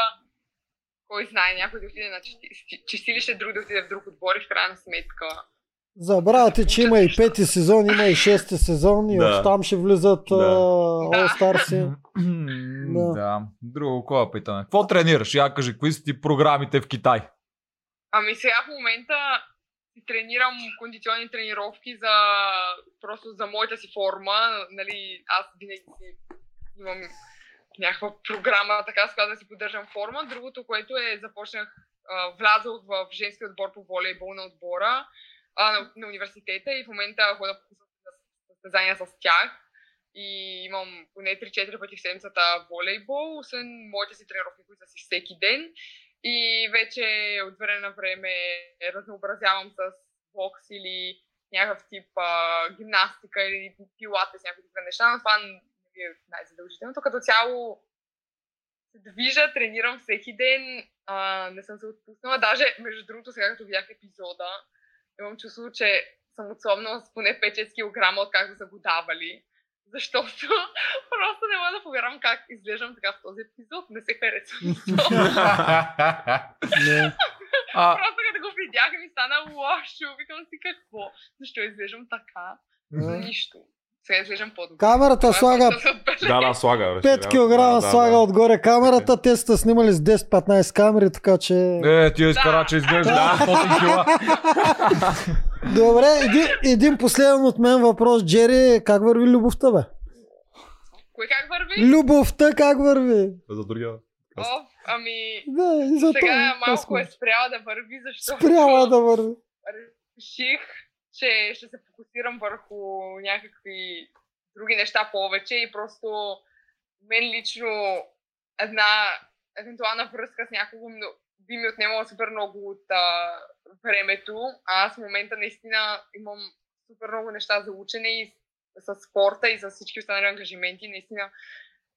кой знае, някой да отиде на чисти- чистилище, друг да отиде в друг отбор и в крайна сметка. Забравяте, че има и пети сезон, има и шести сезон и Да. оттам ще влизат Да. All Stars. да. Друго, е кога питаме? Какво тренираш? Я кажи, какви са ти програмите в Китай? Ами сега в момента си тренирам кондиционни тренировки за просто за моята си форма. Нали, аз винаги си имам някаква програма, така с която да си поддържам форма. Другото, което е започнах, а, влязох в женски отбор по волейбол на отбора а, на, на университета и в момента ходя по състезания с тях. И имам поне 3-4 пъти в седмицата волейбол, освен моите си тренировки, които са си всеки ден. И вече от време на време разнообразявам с бокс или някакъв тип а, гимнастика или пилата с някакви такива неща, но това не ми е най-задължителното. Като цяло се движа, тренирам всеки ден, а, не съм се отпуснала. Даже, между другото, сега като видях епизода, имам чувство, че съм отслабнала с поне 5-6 кг, откакто са го давали. Защото просто не мога да повярвам как изглеждам така в този епизод. Не се харесвам. Не. а, Просто като го видях ми стана лошо. Викам си какво? Защо изглеждам така? За Да. нищо. Сега изглеждам по-добре. Камерата слага Това е просто забележка. Да, да, слага. 5 разширява. кг, слага отгоре камерата, те са снимали с 10-15 камери, така че... е, ти я изкара, че изглежда да. 100 кила. Добре, един, един последен от мен въпрос, Джери, как върви любовта, бе? Кой как върви? Любовта как върви? За другия. О, ами... Да, и за Сега това. малко е спряла да върви, защото Спряла да върви. реших, че ще се фокусирам върху някакви други неща повече и просто мен лично една евентуална връзка с някого мно- би ми отнемала супер много от а, времето. А аз в момента наистина имам супер много неща за учене и с, с спорта и с всички останали ангажименти. Наистина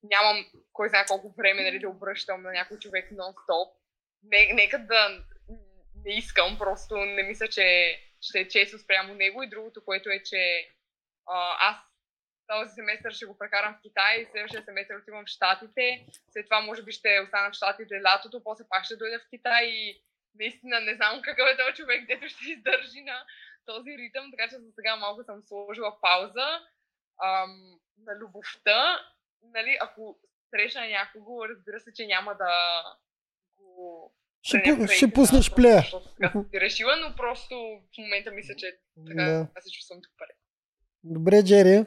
нямам кой знае колко време нали, да обръщам на някой човек нон-стоп. Не, нека да не искам, просто не мисля, че ще е честно спрямо него. И другото, което е, че а, аз този семестър ще го прекарам в Китай, следващия семестър отивам в Штатите, след това може би ще остана в Штатите лятото, после пак ще дойда в Китай и наистина не знам какъв е този човек, дето ще издържи на този ритъм, така че за сега малко съм сложила пауза ам, на любовта. Нали, ако срещна някого, разбира се, че няма да го Ще, да не пу- прейде, ще да, пуснеш просто плея. защото Нали, е така съм си решила, но просто в момента мисля, че е така Да. аз се чувствам добре. Добре, Джери.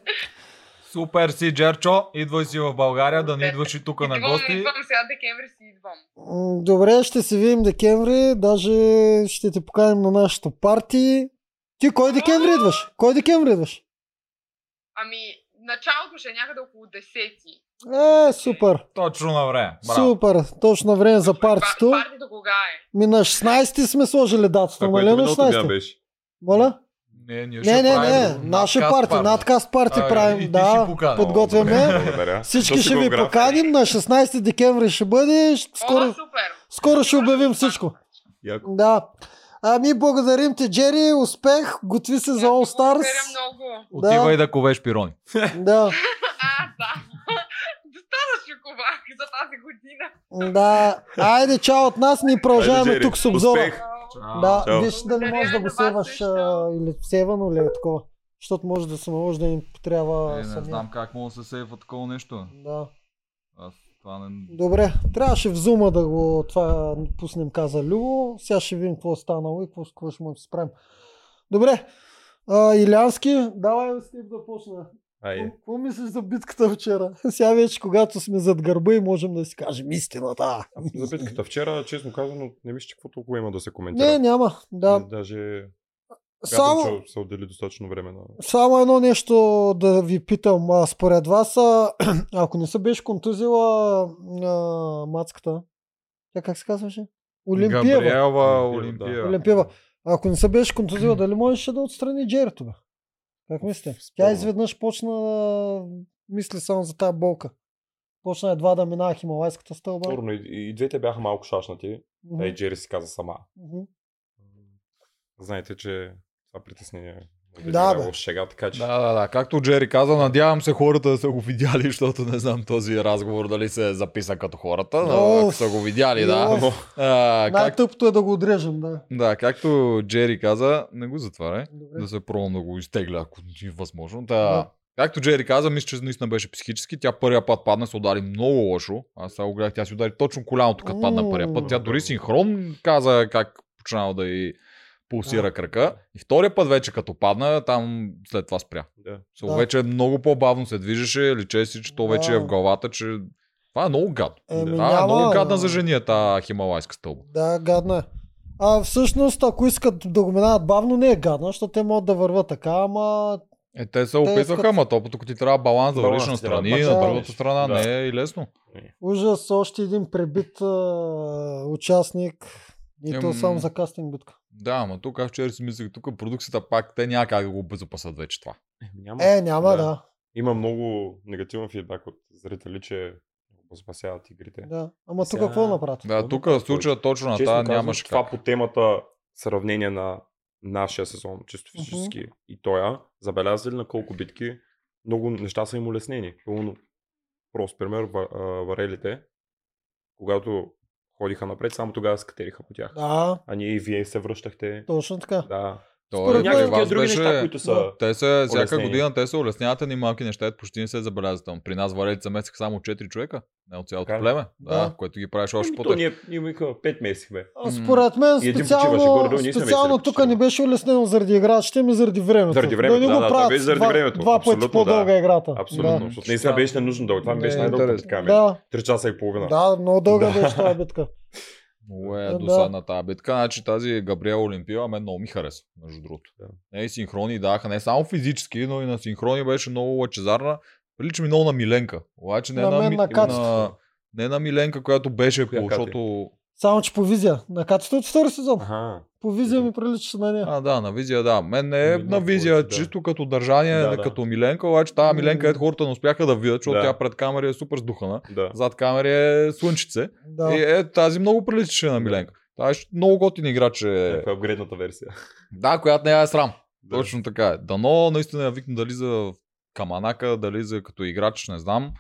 Супер си, Джерчо. Идвай си в България, да не идваш и тук на Идвам, гости. идвам, сега декември си идвам. М, Добре, ще се видим декември. Даже ще те поканим на нашото парти. Ти кой декември идваш? Кой декември идваш? Ами, началото ще е някъде около 10. Е, супер. Точно на време. Браво. Супер. Точно време за партито. Пар- Партито кога е? Ми на 16 сме сложили датата, Това, нали? което На миналото бя 16. беше. Моля? Не, ние Не, ще не, правим не. Наше надкаст парти, надкаст парти А, и- и правим. ти Да, ще поканим. подготвяме. Благодаря. Всички Защо ще го ви граф? поканим. На 16 декември ще бъде. Ще- О, Скоро, супер! скоро ще обявим всичко. Яко. Да. Ами, благодарим ти, Джери. Успех. Готви се за All Stars. Благодаря много. Отивай да ковеш пирони. Да. А, да. Достатъчно ковах за тази година. Да. Айде, чао от нас. Ние продължаваме Айде, тук с Джери, обзора. успех! Да, Чао. виж да не Благодаря можеш да го на вас севаш също. а, или севано или такова. Защото може да се наложи да им Е, трябва не самия. знам как мога да се сейфа такова нещо. Да. Аз това не... Добре, трябваше в зума да го това пуснем, каза Любо. Сега ще видим какво е станало и какво, какво ще му се справим. Добре, а, Илянски, давай с теб да почна. Ай, Какво мислиш за битката вчера? Сега вече, когато сме зад гърба и можем да си кажем истината. за битката вчера, честно казано, не мисля, че какво толкова има да се коментира. Не, няма. Да. Даже Само, Само... че се отдели достатъчно време на... Само едно нещо да ви питам. А, според вас, а, ако не се беше контузила а, мацката, тя как се казваше? Олимпиева. Габриела Олимпиева, да. Олимпия. Олимпиева. Ако не се беше контузила, дали можеше да отстрани Джерито? Бе? Как мислите? Тя Спорно. изведнъж почна да мисли само за тази болка. Почна едва да минава Хималайската стълба. Спорно, и, и двете бяха малко шашнати. Мгм. Mm-hmm. Ей, Джери си каза сама. Мгм. Знаете, че това притеснение Да, да, бе. бе. шега, така че... Да. Да, да, да. Както Джери каза, надявам се хората да са го видяли, защото не знам този разговор дали се записа като хората, но Оф. ако са го видяли, да. Йо. Но, а, как, Най-тъпото е да го отрежем, да. да, както Джери каза, не го затваряй. Добре. Да се пробвам да го изтегля, ако ни е възможно. Да. Да. Както Джери каза, мисля, че наистина беше психически. Тя първия път падна, се удари много лошо. Аз сега го гледах, тя си удари точно коляното, като падна първия път. Тя дори синхрон каза как починала да й пулсира крака. И втория път вече като падна, там след това спря. Да. Со Да. вече много по-бавно се движеше, личеше си, че то вече Да. е в главата, че това е много гадно. Еми, Това е много гадна а. за жения, та хималайска стълба. Да, гадно е. А всъщност, ако искат да го минават бавно, не е гадно, защото те могат да върват така, ама Е, те се искат- опитваха, ама то пък ти трябва баланс да Баланс вървиш на ти трябва, страни, пак ще на вървиш. другата страна Да. не е и лесно. ужас, още един пребит а, участник и Ем, то само за кастинг битка. Да, ама тук аз вчера си мислех, тук продукцията пак, те няма как да го обезопасат вече това. Няма. Е, няма, Да. да. Има много негативен фидбак от зрители, че го спасяват игрите. Да. да. Ама тук Сега- какво направят? Да, Трудно тук е, в случая точно на Честно тази казвам, нямаше това как. по темата сравнение на нашия сезон, чисто физически и тоя, забелязали на колко битки много неща са им улеснени. Пълно. Просто пример, ва- а, варелите, когато ходиха напред, само тогава се катериха по тях. Да, А ние и вие се връщахте. точно така. Да. То според мен е, Някакви някакви такива вас други неща, беше... които са... Да. Те се, всяка улеснения. година те се улесняват ни малки неща, ето почти не се забелязват. там. При нас варелица замесиха само 4 човека, не от цялото Така ли? племе. Да. Да, което ги правиш още Ами, то по-тъп. ние, ние имаха 5 месеца, бе. А, Според мен И един специално, почиваше горе-долу, ние сме специално вечери тук почти. не беше улеснено заради играчите, ми заради времето. Заради времето, не да, го да, правят това беше заради два, времето. Два пъти Абсолютно, по-дълга е да. игрото. Абсолютно. Да. Защото наистина беше ненужно дълго. Това ми беше Не, най-дълго интересно. така, бе. Да, 3 часа и половина. да, много дълга Да. беше тази битка. Много Да. е досадна тази битка. Значи тази Габриел Олимпио, мен много ми хареса, между другото. Да. Не и Нали, синхрони даха, не само физически, но и на синхрони беше много лъчезарна. Прилича ми много на Миленка. Обаче не На на, мен Ми- на Катя. не на Миленка, която беше Коя по, Катя? защото... Само, че по визия. На катите от втори сезон. Аха. По визия ми приличаше на нея. А, да, на визия, да. Мен не е Ми, на да, визия, повече, да. чисто като държание, Да, не да. като Миленка, обаче тази Миленка, М. ето хората не успяха да видят, защото Да. тя пред камера е супер сдухана. Да. Зад камера е слънчице. Да. И е, тази много приличаше на Да. Миленка. Тази много готин играч е. Някаква апгрейдната версия. Да, която не я е срам. Да. Точно така е. Дано наистина я викна дали за Каманака, дали за като играч, не знам.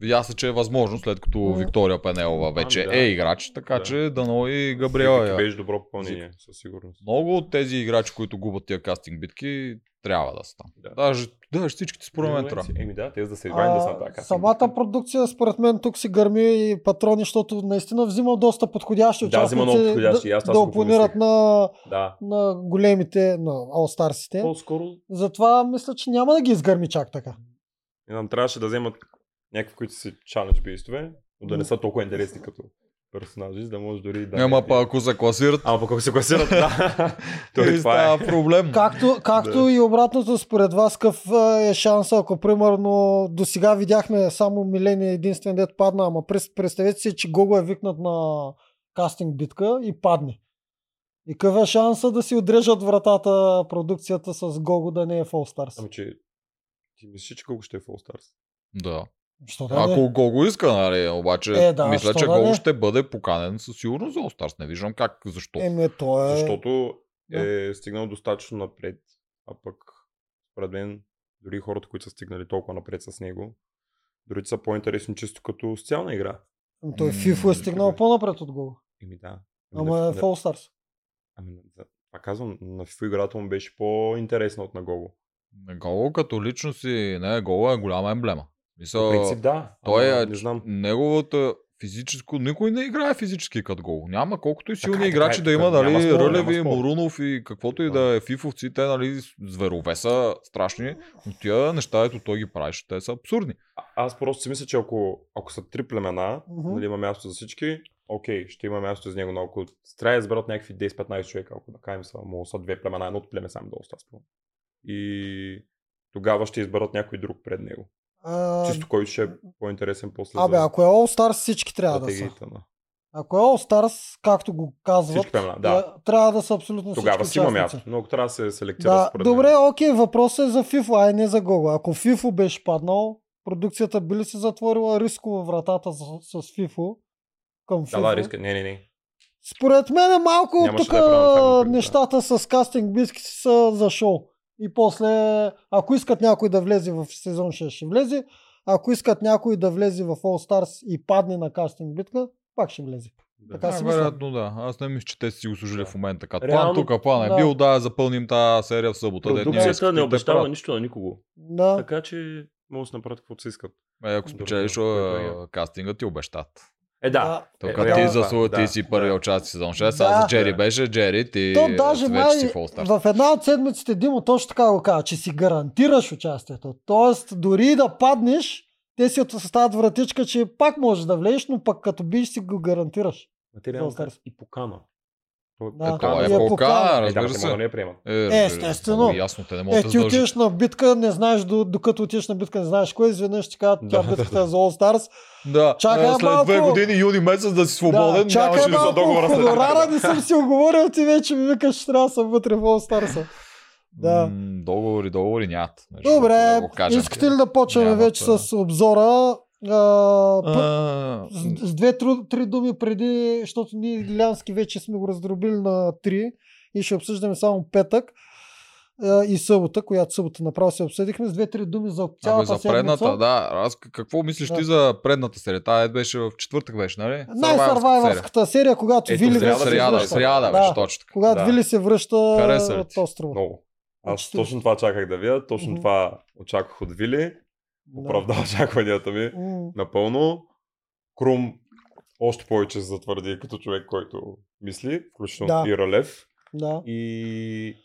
Видя се, че е възможно, след като Мгм. Виктория Пенелова вече Ами да. е играч, така Да. че дано и Габриела Ти я. Беше добро попълнение, със сигурност. Много от тези играчи, които губят тия кастинг битки, трябва да са там. Да. Даже, даже всичките според мен трябва. Еми да, те за да се избавим е, да са А, така. самата продукция, според мен, тук си гърми и патрони, защото наистина взима доста подходящи Да, взима много подходящи, и да, аз това да си го опонират помислих. на, Да. на големите, на All Stars-ите. По-скоро Затова мисля, че няма да ги изгърми чак така. И нам трябваше да вземат някакви, които си чалендж бейстове, но да не са толкова интересни като персонажи, за да може дори да... е- Ама па ако се класират, Ама пък ако се класират, да. и Той това е. става проблем. Както, както и обратното, според вас, какъв а, е шанса, ако примерно до сега видяхме само Милени единствен дет падна, ама през- представете си, че Гого е викнат на кастинг битка и падне. И какъв е шанса да си отрежат вратата продукцията с Гого да не е Fall Stars? Ами че ти мислиш, че колко ще е Fall Stars? Да. Що да не? Ако го го иска, нали, обаче Е, да, мисля, що че да не? Гого ще бъде поканен със сигурност за All Stars. Не виждам как, защо. Еме, то е... Защото е стигнал достатъчно напред, а пък според мен дори хората, които са стигнали толкова напред с него, дори са по-интересни чисто като социална игра. Ами Той FIFA е стигнал добре. по-напред от Гого. Еми да. Ами Ама е на, на, Fall Stars. ами, на- да, пак казвам, на FIFA играта му беше по-интересна от на Гого. Гого като личност и не, Гого е голяма емблема. По Мисъл, принцип да. той ама е, не знам. неговото физическо, никой не играе физически като гол. Няма колкото и силни Така е, така е, играчи да така има, е. Няма нали, спор, няма Рълеви, спор. Морунов и каквото и да е фифовци, те, нали, зверове са страшни, но тия неща, ето той ги правиш, те са абсурдни. А- Аз просто си мисля, че ако, ако са три племена, Мгм. mm-hmm. нали, има място за всички, окей, ще има място за него, но ако трябва да изберат някакви 10-15 човека, ако да кажем са, му са две племена, едното племе само да остава. И тогава ще изберат някой друг пред него. А, Чисто кой ще е по-интересен после Абе, за ако е All Stars, всички трябва да са. стратегията на... Ако е All Stars, както го казват, е, Всички племена, да. трябва да са абсолютно Тогава всички си има участници. място, но ако трябва да се селектира Да, според добре, мен. окей, въпросът е за FIFA, а не за Гого. Ако FIFA беше паднал, продукцията би ли си затворила рисково вратата с, с FIFA към FIFA? Да, да, риска. Не, не, не. Според мен е малко Нямаше тук да е правилно това, което нещата с кастинг битки са за шоу. И после, ако искат някой да влезе в сезон 6, ще влезе. Ако искат някой да влезе в All Stars и падне на кастинг битка, пак ще влезе. Да. Така си а, мисля. вероятно, да. Аз не мисля, че те си го служили в момента. Като план Реално, тук, план е да. бил да запълним тази серия в събота. дето ние Продукцията е не искаме да те обещава правят. нищо на никого. Да. Така че могат да си направят каквото си искат. Е, ако Добре, спечелиш добре, е, добре. кастинга, ти обещат. Е, да. Тук Е, ти да, заслуга, да, ти си да. първия участник в сезон 6, а за Да. Джери беше Джери, ти То даже вече май си в All Stars. в една от седмиците Димо точно така го казва, че си гарантираш участието. Тоест, дори и да паднеш, те си оставят вратичка, че пак можеш да влезеш, но пък като биш си го гарантираш. Материално All Stars. и покана. Да. Е, това е И е покана, покана. Е, да, разбира те могат да се. не я приемат. Е, разбира се, естествено. много Ясно, те не могат Е, да ти задължат. отиваш на битка, не знаеш, до- докато отиваш на битка, не знаеш кой, изведнъж ти казват, тя Да, битката е за All Stars. Да, Чакай е, след малко. две години, юни месец да си свободен, Да, чакай нямаше за малко, договора след хонорара не съм си оговорил, ти вече ми викаш, че трябва да съм вътре в All Stars. Да. М, Договори, договори нямат. Нещо, да Добре, го кажем. искате ли да почваме Няма вече това. с обзора? А, пъ- А, С, с две тру, три думи преди, защото ние Лянски вече сме го раздробили на три и ще обсъждаме само петък а, и събота, която събота направо се обсъдихме. С две-три думи за Абе, цялата е за предната, седмица. да. Аз к- какво мислиш Да. ти за предната серия? Тая е беше в четвъртък беше, нали? серия. Най-сървайвърската серия, когато Ето, Вили в вече сряда, се Сряда, връща. сряда да. беше точно така. Когато Да. Вили се връща Хареса ли от ти? острова. Много. Аз Значи- точно това чаках да видя, точно Мгм. това очаквах от Вили. Да. Оправда очакванията ми М, напълно. Крум още повече се затвърди като човек, който мисли, включително Да. и Ралев. Да. И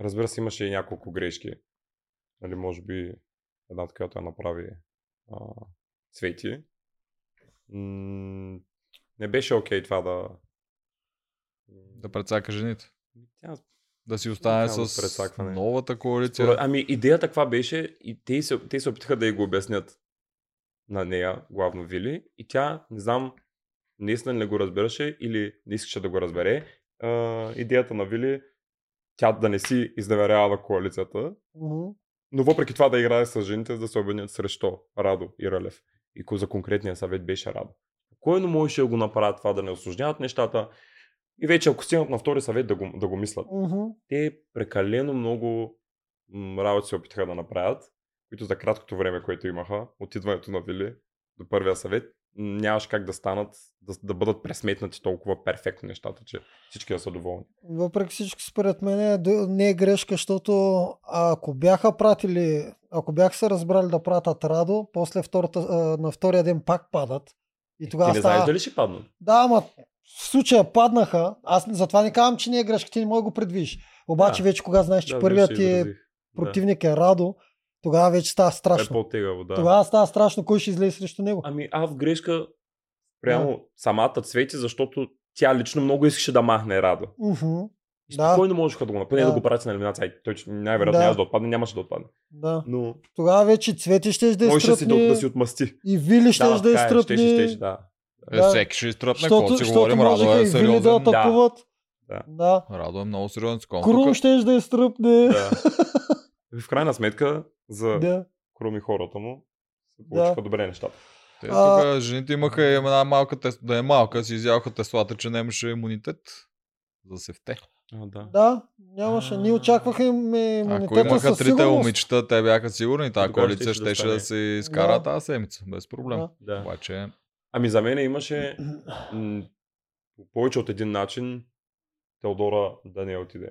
разбира се, имаше и няколко грешки. Нали, може би една от която я направи а, Цвети. М- не беше окей това да... Да прецака жените. Тя Да си остане Няма с прецакване. новата Според- коалиция. Ами идеята каква беше и те се, те се опитаха да й го обяснят на нея, главно Вили, и тя, не знам, наистина не го разбираше или не искаше да го разбере. А, идеята на Вили, тя да не си изневерява коалицията, Мгм. но въпреки това да играе с жените, за да се обединят срещу Радо и Ралев. И ко- за конкретния съвет беше Радо. Кой не можеше да го направят това, да не осложняват нещата? И вече ако стигнат на втори съвет, да го, да го мислят Мгм. те прекалено много м, работи се опитаха да направят, които за краткото време, което имаха, от идването на Вили до първия съвет, м, нямаше как да станат, да, да бъдат пресметнати толкова перфектно нещата, че всички да са доволни. Въпреки всичко, според мен е до- не е грешка, защото ако бяха пратили, ако бяха се разбрали да пратят Радо, после втората, а, на втория ден пак падат. И Ти тогава не става... знаеш дали ще паднат. Да, ама в случая паднаха. Аз не- затова не казвам, че не е грешка, ти не можеш да го предвидиш. Обаче Да. вече кога знаеш, че Да, първият виж, ти се е изразих. противник е Радо Тогава вече става Е страшно. по-тегаво, да. Тогава става страшно кой ще излезе срещу него. Ами аз в грешка прямо самата цвети, защото тя лично много искаше да махне Радо. Мгм. И Да. спокойно можеха да го направят, да. Да. да го прати на елиминация. Ай, Той най-вероятно Да. да. нямаше да отпадне, нямаше да отпадне. Да. Но Тогава вече цвети ще да можеше да си да, изтръпне да си отмъсти. и вили ще да, да така е, щеше, щеше, изтръпне. да. Е, Да. всеки ще изтръпне, Защото, какво си защото говорим, Радо можеха и е вили да сериозен. атакуват. Да. да. Радо е много сериозен. такова. Крум Тук- ще да изтръпне. да. В крайна сметка, за да. Да. Кроми хората му, се Да. получиха добре нещата. Те А- тук жените имаха и една малка тес... да е малка, си изяваха теслата, че нямаше имунитет. За да се вте. А, Да, нямаше. Ние очаквахме Ако имунитета имаха със трите сигурност. момичета, те бяха сигурни, тази Тогава колица щеше да щеше стане. да се изкара Да. тази седмица, без проблем. Да. да. Обаче, Ами за мен имаше м, по повече от един начин Теодора да не отиде.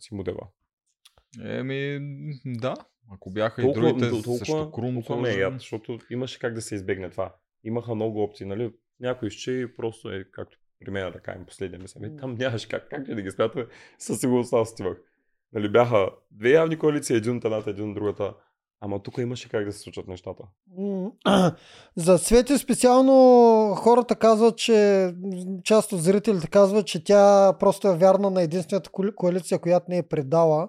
Си му дева. еми, да. Ако бяха и Толкова- другите тол- толкова- срещу Крум, Толкова ме е яд, сложен, защото имаше как да се избегне това. Имаха много опции, нали? Някой ще и просто е, както при мен, да кажем, последния ми съвет. Там нямаше как, как ще да ги смятаме, със сигурност аз отивах. Нали, бяха две явни коалиции, един от едната, един от другата. Ама тук имаше как да се случат нещата. М, За Цвети специално хората казват, че част от зрителите казват, че тя просто е вярна на единствената коали- коалиция, която не е предала.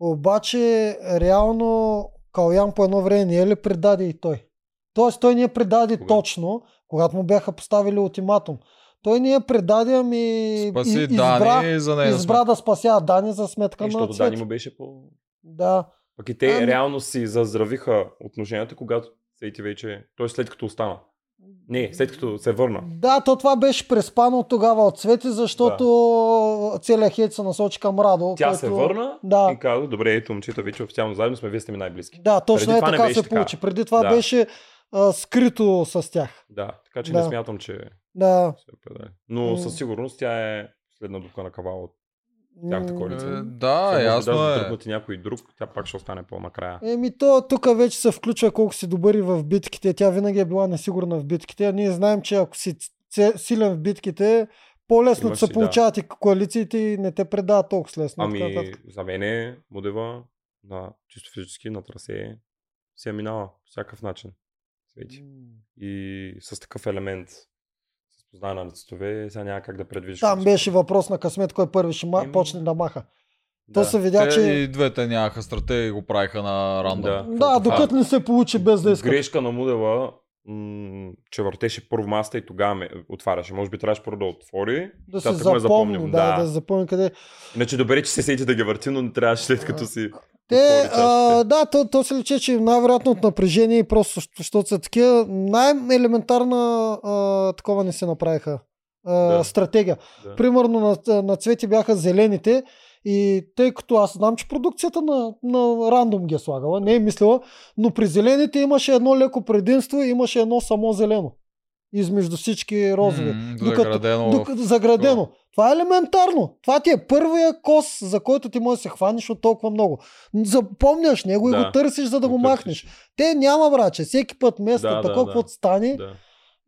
Обаче реално Калян по едно време не е ли предаде и той? Тоест той не е предаде Кога? точно, когато му бяха поставили ултиматум. Той не е предаде, ами и- спаси избра, Дани за нея. избра да спася Дани за сметка И на защото Дани Цвети. му беше по... Да, Пък и те Ами- реално си заздравиха отношенията, когато Сейти вече... Той след като остана. Не, след като се върна. Да, то това беше преспано тогава от Цвети, защото да. целият хейт се насочи към Радо. Тя който... се върна Да. и каза, добре, ето момчета, вече официално заедно сме, вие сте ми най-близки. Да, точно Преди е това не така беше се така. получи. Преди това Да. беше а, скрито с тях. Да, така че Да. не смятам, че Да. се е предали. Но М. със сигурност тя е следна дупка на кавала от тяхната М, коалиция. Да, ясно е. Тръгнати някой друг, тя пак ще остане по-накрая. Еми то тук вече се включва колко си добър и в битките. Тя винаги е била несигурна в битките. А ние знаем, че ако си ц- силен в битките, по-лесно Имаш ти се си, да. получават и коалициите и не те предават толкова лесно. и така Ами, нататък. за мен е модела на чисто физически, на трасе, си я минава по всякакъв начин. Свети. И с такъв елемент, с познаване на цветове, сега няма как да предвидиш. какво Там се беше въпрос на късмет, кой първи ще ма... Еми, почне да маха. случи. То Да. се видя, Те че... и двете нямаха стратегия и го правиха на рандом. Да. Да, докато не се получи без да иска. Грешка на Мудела, м- че въртеше първо маста и тогава ме отваряше. Може би трябваше първо да отвори. Да сега се тръгна и запомни, запомням, да, да се запомни къде. Иначе добре, че се сети да ги върти, но не трябваше след като си... Те, отвори а, чашите. да, то, то се лече, че най-вероятно от напрежение и просто, щ- защото са такива, най-елементарна а, такова не се направиха а, Да. стратегия. Да. Примерно на, на цвети бяха зелените и тъй като аз знам, че продукцията на, на рандом ги е слагала, не е мислила, но при зелените имаше едно леко предимство и имаше едно само зелено. Измежду всички розови. М, Докато- заградено в- Докато заградено. Това е елементарно. Това ти е първия кос, за който ти можеш да се хванеш от толкова много. Запомняш него и Да. го търсиш, за да го Го търсиш. махнеш. Те няма, браче. Всеки път место, Да, да, такова, да. каквото стане Да.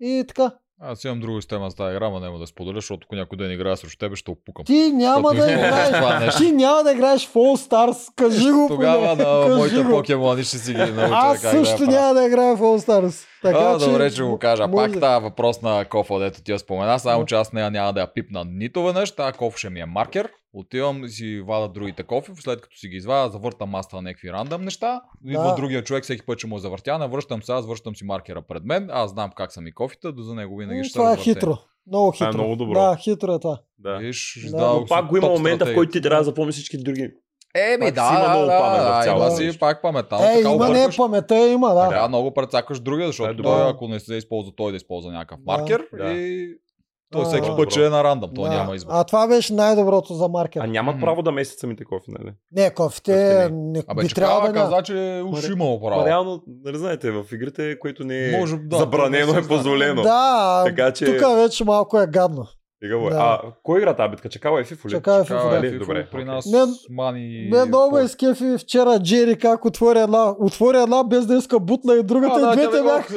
и така. Аз имам друга система за тази игра, но няма да споделя, защото ако някой ден играе срещу тебе, ще опукам. Ти няма Защото да не използваш това играеш. нещо. Ти няма да играеш в All Stars. Кажи го. Тогава поне. на Кажи моите го. покемони ще си ги науча Аз как да я също правя. няма да играя в All Stars. Така, а, че добре, че го кажа. може- Пак тази въпрос на кофа, дето ти я спомена, само Да. че аз нея няма да я пипна нито веднъж. Тази кофа ще ми е маркер. Отивам и си вада другите кофи, след като си ги извадя, завъртам маста на някакви рандъм неща. Идва другия човек, всеки път, че му е завъртя, навръщам се, аз вършам си маркера пред мен. Аз знам как са ми кофите, до за него винаги М, ще са Това е развъртени. хитро. Много хитро. е много добро. Да, хитро е това. да. Виж, Да, издавал но съм Пак го има топ момента, в стратегия. който ти трябва да запомниш всички други. Еми, Пак да, си има да, много памет в да, има цялото си нещо. пак паметта, но Е, така има не, объркваш. Е, паметта има, да. Трябва много прецакаш другия, Това защото е добре. той, ако не се използва, той да използва някакъв Да. маркер Да. и той А, всеки да. път ще е на рандъм, той Да. няма избор. А това беше най-доброто за маркер. А Мгм. нямат право да месят самите кофи, нали? Не, кофите Кофите не, Абе, би че трябвало трябва да каза, каза... че уж Маре- имало Ма право. реално, нали знаете, в игрите, което не е Може, да, забранено, не се е знае. позволено. Да, Така че- тук вече малко е гадно. Стига, да. Да. А кой игра тази битка? Чакава е фифо ли? Чакава е FIFA, Чакай, да. Нали? FIFA Добре. При нас Мен- мани... Мен много ме изкефи вчера Джери как отвори една, отвори една без да иска бутна и другата. и двете бяха,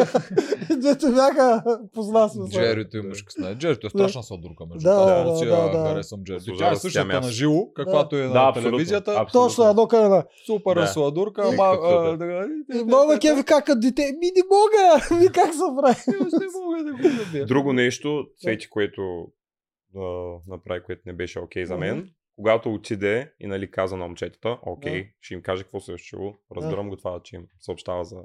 и двете бяха позна смисъл. Джерито и мъжка сна. Джерито Да. е страшна сладурка, между Да, другото. да, Аз да, я да. харесвам Джерито. Служа Тя е с тя същата място. на живо, каквато е на абсолютно, телевизията. абсолютно. Точно едно кърна. Супер Да. сладурка, Да. ама... а, Супер. да, И много ме кефи как като дете. Ми не мога! Ми как се прави? Не мога да го забия. Друго нещо, Цвети, което а, направи, което не беше окей за мен. Когато отиде и нали, каза на момчетата, окей, ще им каже какво се е случило. Разбирам го това, че им съобщава за,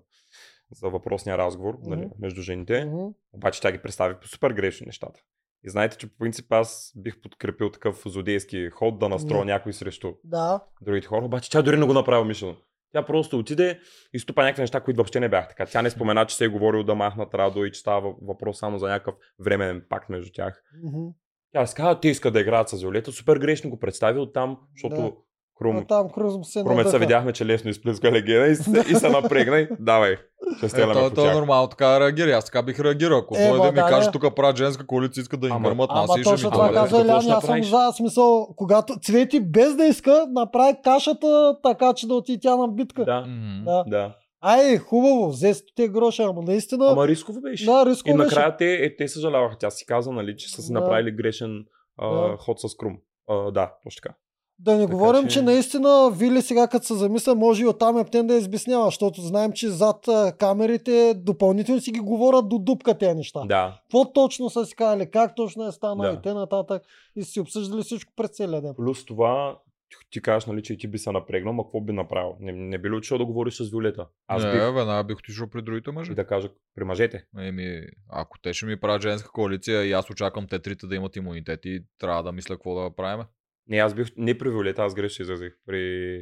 за въпросния разговор нали, Мгм. между жените. Обаче тя ги представи по супер грешни нещата. И знаете, че по принцип аз бих подкрепил такъв злодейски ход да настроя Не. някой срещу Да. другите хора, обаче тя дори не го направи мишлено. Тя просто отиде и стопа някакви неща, които въобще не бяха така. Тя не спомена, че се е говорил да махнат Радо и че става въпрос само за някакъв временен пакт между тях. Мгм. Тя си каза, те искат да играят с Виолета. Супер грешно го представи оттам, защото Да. Крум, А там Круз му се Крумеца надъха. видяхме, че лесно изплеска легена и се, и се напрегна и давай, ще Е, стреляме то, по то е тях. нормално, така реагира. Аз така бих реагирал. Ако Е, дойде ба, ми да, каже, да. тук правят женска коалиция, иска да им Ама- гърмат нас Ама и ще точно ми това добре, казва какво Иляни, ще аз съм направиш? за смисъл, когато Цвети без да иска, направи кашата така, че да отиде тя на битка. Да, Мгм. Да. да. Ай, хубаво, взе те гроша, ама наистина, Ама рисково беше. да, И риско беше. накрая те, е, те съжаляваха. Тя си каза, нали, че са си Да. направили грешен а, Да. ход с Крум. А, да, точно така. Да не Така говорим, че... че наистина Вили сега като се замисля, може и оттам ептен да избеснява, защото знаем, че зад а, камерите допълнително си ги говорят до дупка тези неща. Да. Какво точно са си казали, как точно е станало Да. и те нататък и са си обсъждали всичко през целия ден. Плюс това, ти, ти кажеш, нали, че и ти би се напрегнал, ма какво би направил? Не, не би ли отишъл да говориш с Виолета? Аз не, бих веднага бих отишъл при другите мъже. и да кажа при мъжете. Еми, ако те ще ми правят женска коалиция и аз очаквам те трите да имат имунитет и трябва да мисля какво да правим. Не, аз бих не при Виолета, аз грешно се изразих. При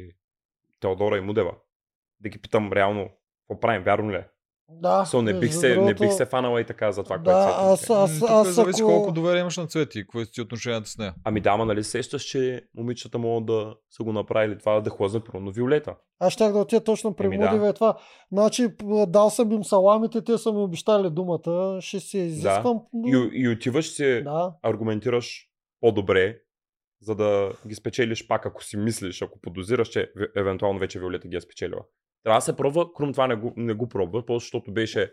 Теодора и Мудева. Да ги питам реално, какво правим, вярно ли? е? Да, Со, не, бих между се, не другото- бих се фанала и така за това, което Да, се аз, аз, М, тук аз, зависи колко ако... доверие имаш на Цвети и какво е си отношенията с нея. Ами да, ма нали сещаш, че момичетата могат да са го направили това, да хлъзнат първо, но Виолета. Аз щях да отида точно при Еми да. Мудива и това. Значи, п- дал съм им саламите, те са ми обещали думата. Ще се изисквам. но- И, и отиваш се, Да, аргументираш по-добре, за да ги спечелиш пак, ако си мислиш, ако подозираш, че ве- евентуално вече Виолета ги е спечелила. Трябва да се пробва, Крум това не го, не го пробва, просто защото беше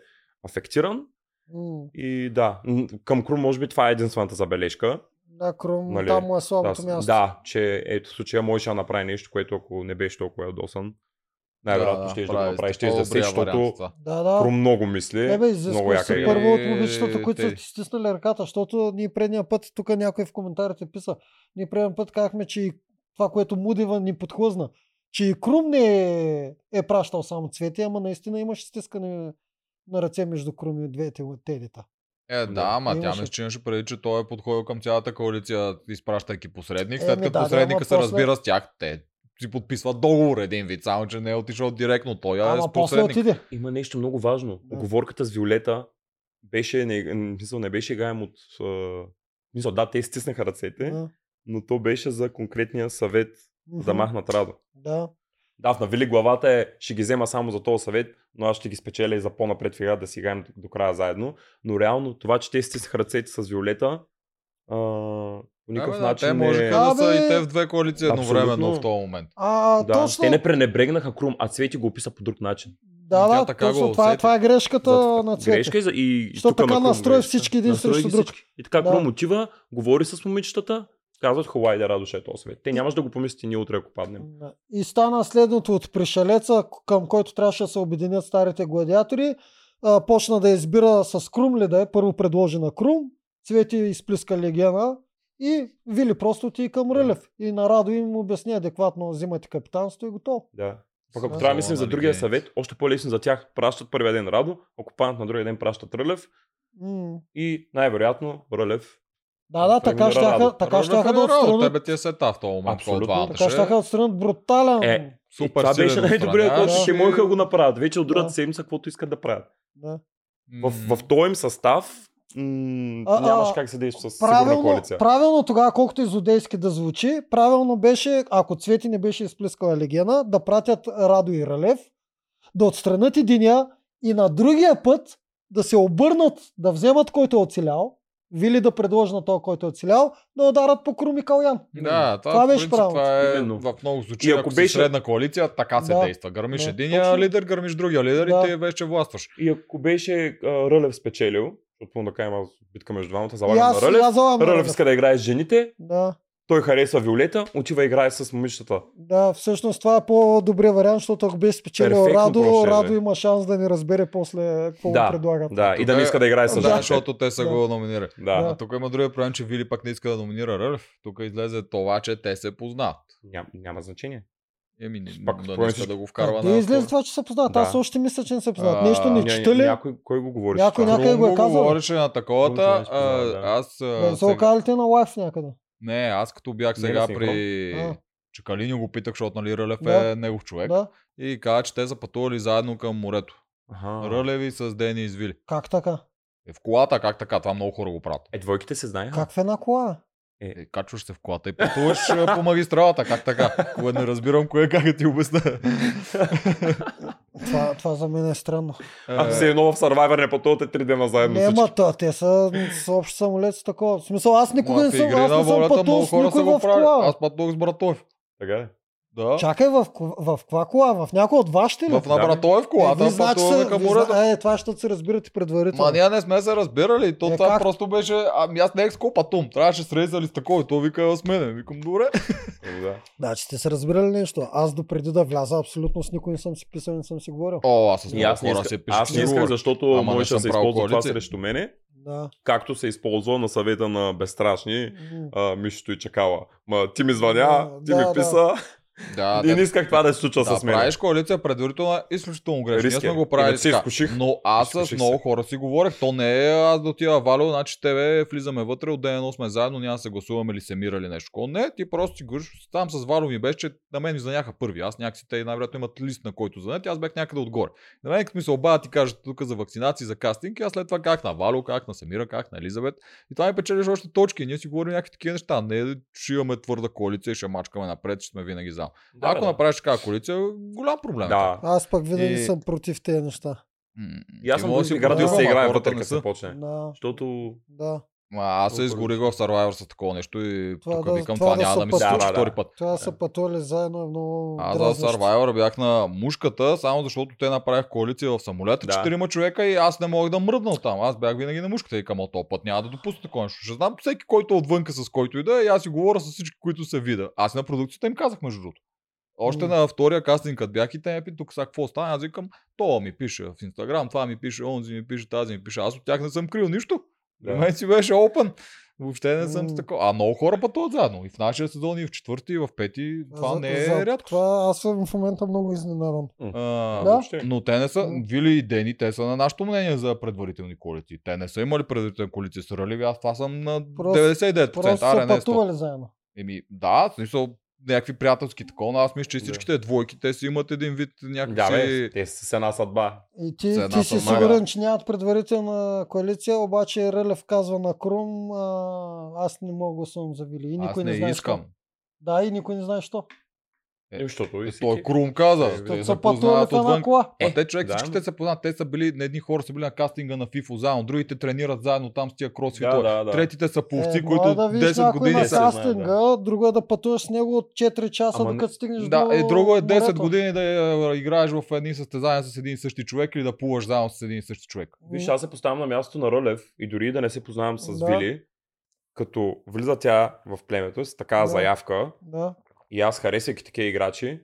афектиран М, и да, м, към Крум може би това е единствената забележка. да Крум, Нали, там му е Да, слабото с- място. да, че ето в случая можеше да направи нещо, което ако не беше толкова ядосан, най-вероятно ще да го направи, ще да се, по-добрия вариант защото това. да. да. Крум много мисли, Е, бе, много изисква яка се игра. първо от момичетата, които са Те- ти стиснали ръката, защото ние предния път, тук някой в коментарите писа, ние предния път казахме, че и това, което Мудева ни подхлъзна, че и Крум не е, е пращал само цвети, ама наистина имаше стискане на ръце между Крум и двете от тедита. Е, да, Да. ама тя Нали? Имаше. ме чинеше преди, че той е подходил към цялата коалиция, изпращайки посредник. Е, След ми като да, да, посредника ама се после- разбира с тях, те си подписват договор един вид, само че не е отишъл директно. Той е ама с после посредник. отиде. Има нещо много важно. Да. Оговорката с Виолета беше, не, мисъл, не беше гаем от... Е, мисъл, да, те стиснаха ръцете, Да. но то беше за конкретния съвет за да Мгм. махнат Радо. Да. Да, в навили главата е, ще ги взема само за този съвет, но аз ще ги спечеля и за по-напред в игра да си играем до, до края заедно. Но реално това, че те стиснаха ръцете с Виолета, а, по никакъв Абе, да, начин те можеха не... е да Абе, са и те в две коалиции едновременно абсолютно. в този момент. А, Да, точно, те не пренебрегнаха Крум, а Цвети го описа по друг начин. да, Тя да, така точно го това, е, усети. това е грешката За- на цвета. Грешка и, за- и Що тук на така Крум настрои грешка. всички един Настрои срещу ги друг. всички. И така Да. да. Крум отива, говори с момичетата, казват хубаво, да радо ще е този свет. Те нямаш да го помислите ние утре, ако паднем. Да. И стана следното от пришелеца, к- към който трябваше да се обединят старите гладиатори. А, почна да избира с Крум ли да е, първо предложи на Крум, Цвети изплиска легена и Вили просто ти към Рълев. И на Радо им обясни адекватно, взимате капитанство и готово. Да. Пък ако Да. нали, трябва да мислим Зона за на другия легендите. съвет, още по-лесно за тях пращат първия ден Радо, ако паднат на другия ден пращат Рълев М. и най-вероятно Рълев. Да, да, Тръгна така щяха, Радо. така Рълев щяха е да Рълев, отстранят. Тебе ти е сета в този момент, кой от Абсолютно, двамата Така щяха да отстранят брутален. Е. И Супер това беше силен най-добрият отбраняш ход, че и- можеха да го направят. Вече от другата Да. седмица, каквото искат да правят. Да. В, М. в този им състав м- А, а, нямаш как се действа с сигурна Правилно, коалиция. правилно тогава, колкото изодейски да звучи, правилно беше, ако Цвети не беше изплескала легена, да пратят Радо и Ралев, да отстранят единия и на другия път да се обърнат, да вземат който е оцелял, Вили да предложи на този, който е оцелял, да ударат по Крум и Калян. Да, това, Това това, беше принцип, правилно. това е Именно. в много случаи. И Ако, ако ако си беше- средна коалиция, така се Да. действа. Гърмиш Да, единия точно. лидер, гърмиш другия лидер Да. и те вече властваш. И ако беше а, Рълев спечелил, защото така има битка между двамата, И залагам аз, на Рълев. аз залагам на Рълев Рълев. иска да играе с жените, Да, той харесва Виолета, отива и играе с момичетата. да, всъщност това е по-добрия вариант, защото ако беше спечелил Перфектно Радо, просто ще Радо е. има шанс да ни разбере после какво Да, му предлагат. Да, и да Тук е- не иска да играе с Да, жените. защото те са Да. го номинирали. Да. Да. А тук има другия проблем, че Вили пък не иска да номинира Рълев. Тук излезе това, че те се познават. Ням, няма значение. Еми, не, Пак, да не според иска си- да го вкарва А, Не на... излезе това, че се познават. Да. Аз още мисля, че не се А, познават. Нещо не ня- чете Ами, ли? някой, кой го говори? Някой- това? някой- го е Крум казал. говореше на таковата. Крум го а, беше познал, да. Аз, а, Да, се сега- окажете на лайф някъде. Не, аз като бях Не, не сега си при А. Чакалини го питах, защото нали Рълев Да. е негов човек. Да. И каза, че те са пътували заедно към морето. Аха. Рълеви с Дени извили. Как така? Е, в колата, как така? Това много хора го правят. Е, двойките се знаеха. Как в една кола? Е, качваш се в колата и пътуваш е, по магистралата. Как така? Кога не разбирам кое, как да ти обясня. Това, това за мен е странно. А все едно в Survivor не пътувате три дена Е, заедно Не, ма, всички. та, те са с общ самолет с такова. В смисъл, аз никога Ма, не в съм, игри аз на не съм волята пътувал много с хора никой са в го правили. кола. Аз пътувах с Братоев. Така ли? Да. Чакай, в, ко- в каква кола? В някоя от вашите ли? В на Да, бе. Братоев колата, Е, вие пътуваме се- към вие морето. зна- Е, това ще се разбирате предварително. Ма ние не сме се разбирали, то Е, това как? просто беше, ами аз не екскопа Том, трябваше срезали с такова и то вика с мене, викам добре. Е, Да. Значи сте се разбирали нещо. Аз допреди да вляза абсолютно с никой не съм си писал, не съм си говорил. О, аз с И много аз не хора исках, се пиша, аз не исках защото Ама не можеше да съм се правил използва това коалиция. срещу мене, Да. както се използва на съвета на Е. безстрашни М, а, Мишето и Чакала. Ма ти ми Да, звъня, ти ми да, писа Да, и да, не исках това да се случва да, с мен. правиш коалиция предварително е изключително грешно. Ние Риск е. сме го правили Иначе се така. изкуших. Но аз с Изкуших много се. хора си говорех. То не е аз да отива Валю, значи тебе влизаме вътре, от ден едно сме заедно, няма да се гласуваме или се мира или нещо. такова. Не, ти просто си говориш. Там с Валю ми беше, че на мен ми заняха първи. Аз някакси те най-вероятно имат лист, на който занят. и Аз бях някъде отгоре. На мен като ми се обадят и кажат тук за вакцинации, за кастинг, и аз след това как на Валю, как на Семира, как на Елизабет. И това ми печелиш още точки. Ние си говорим някакви такива неща. Не, е ще имаме твърда коалиция, и ще мачкаме напред, ще сме винаги за. Да, Ако бе, да. направиш такава коалиция, голям проблем. Да. Аз пък винаги И- съм против тези неща. М, И аз ти съм може да против си играта да против, се ама играе хората вътре, не като са. се почне. Да, Защото да. Ма, аз се Толкова изгорих в Survivor с такова нещо и Това тук да- викам, това това, да няма се да ми се пътува. случи Да, да, втори да. път. Това са пътували заедно е много Аз за дразнещо. Survivor бях на мушката, само защото те направих коалиция в самолета, Да. четирима човека и аз не мога да мръдна от там. Аз бях винаги на мушката и към този път няма да допусна такова нещо. Ще знам всеки, който е отвънка с който и да е, и аз си говоря с всички, които се видя. Аз и на продукцията им казах, между другото. Още М. на втория кастинг, като бях и те ме питат, тук сега какво стане, аз викам, това ми пише в Инстаграм, това ми пише, онзи ми пише, тази ми пише. Аз от тях не съм крил нищо. Да. Да. мен си беше опен. Въобще не съм с М. такова. А много хора пътуват заедно. И в нашия сезон, и в четвърти, и в пети. А, Това за- не за е рядко. Това аз съм в момента много изненадан. А, Да. въобще. Но те не са, М. Вили и Дени, те са на нашето мнение за предварителни коалиции. Те не са имали предварителни коалиции с Ралеви, аз това съм на Просто- 99%. Просто аре, са не 100. пътували заедно. Еми, да, в смисъл, някакви приятелски такова, но аз мисля, че Да. всичките двойки, те си имат един вид Да, някакси... бе, те са с една съдба. И ти, За една ти си сама, сигурен, че нямат предварителна коалиция, обаче Релев казва на Крум, а, аз не мога да съм за Вили. И аз никой не, не, знае искам. Що. Да, и никой не знае що. Е, Е, защото и Е, Той всеки. Крум каза, Е, те Защото се са пътували познават в една отвън. кола. Е, Е, те човек, да. всичките се познават. Те са били, на едни хора са били на кастинга на FIFA заедно, другите тренират заедно там с тия кросфито. Да, да, да. Третите са пловци, Е, които може да видиш 10 някой години на са- са. кастинга, друго е да пътуваш с него от 4 часа, Ама не- докато стигнеш Да, до е, друго е 10 морето. години да е, играеш в едни състезания с един и същи човек или да плуваш заедно с един и същи човек. Виж, аз се поставям на мястото на Рълев и дори да не се познавам с Да. Вили, като влиза тя в племето с такава Да. заявка Да. и аз харесвайки такива играчи,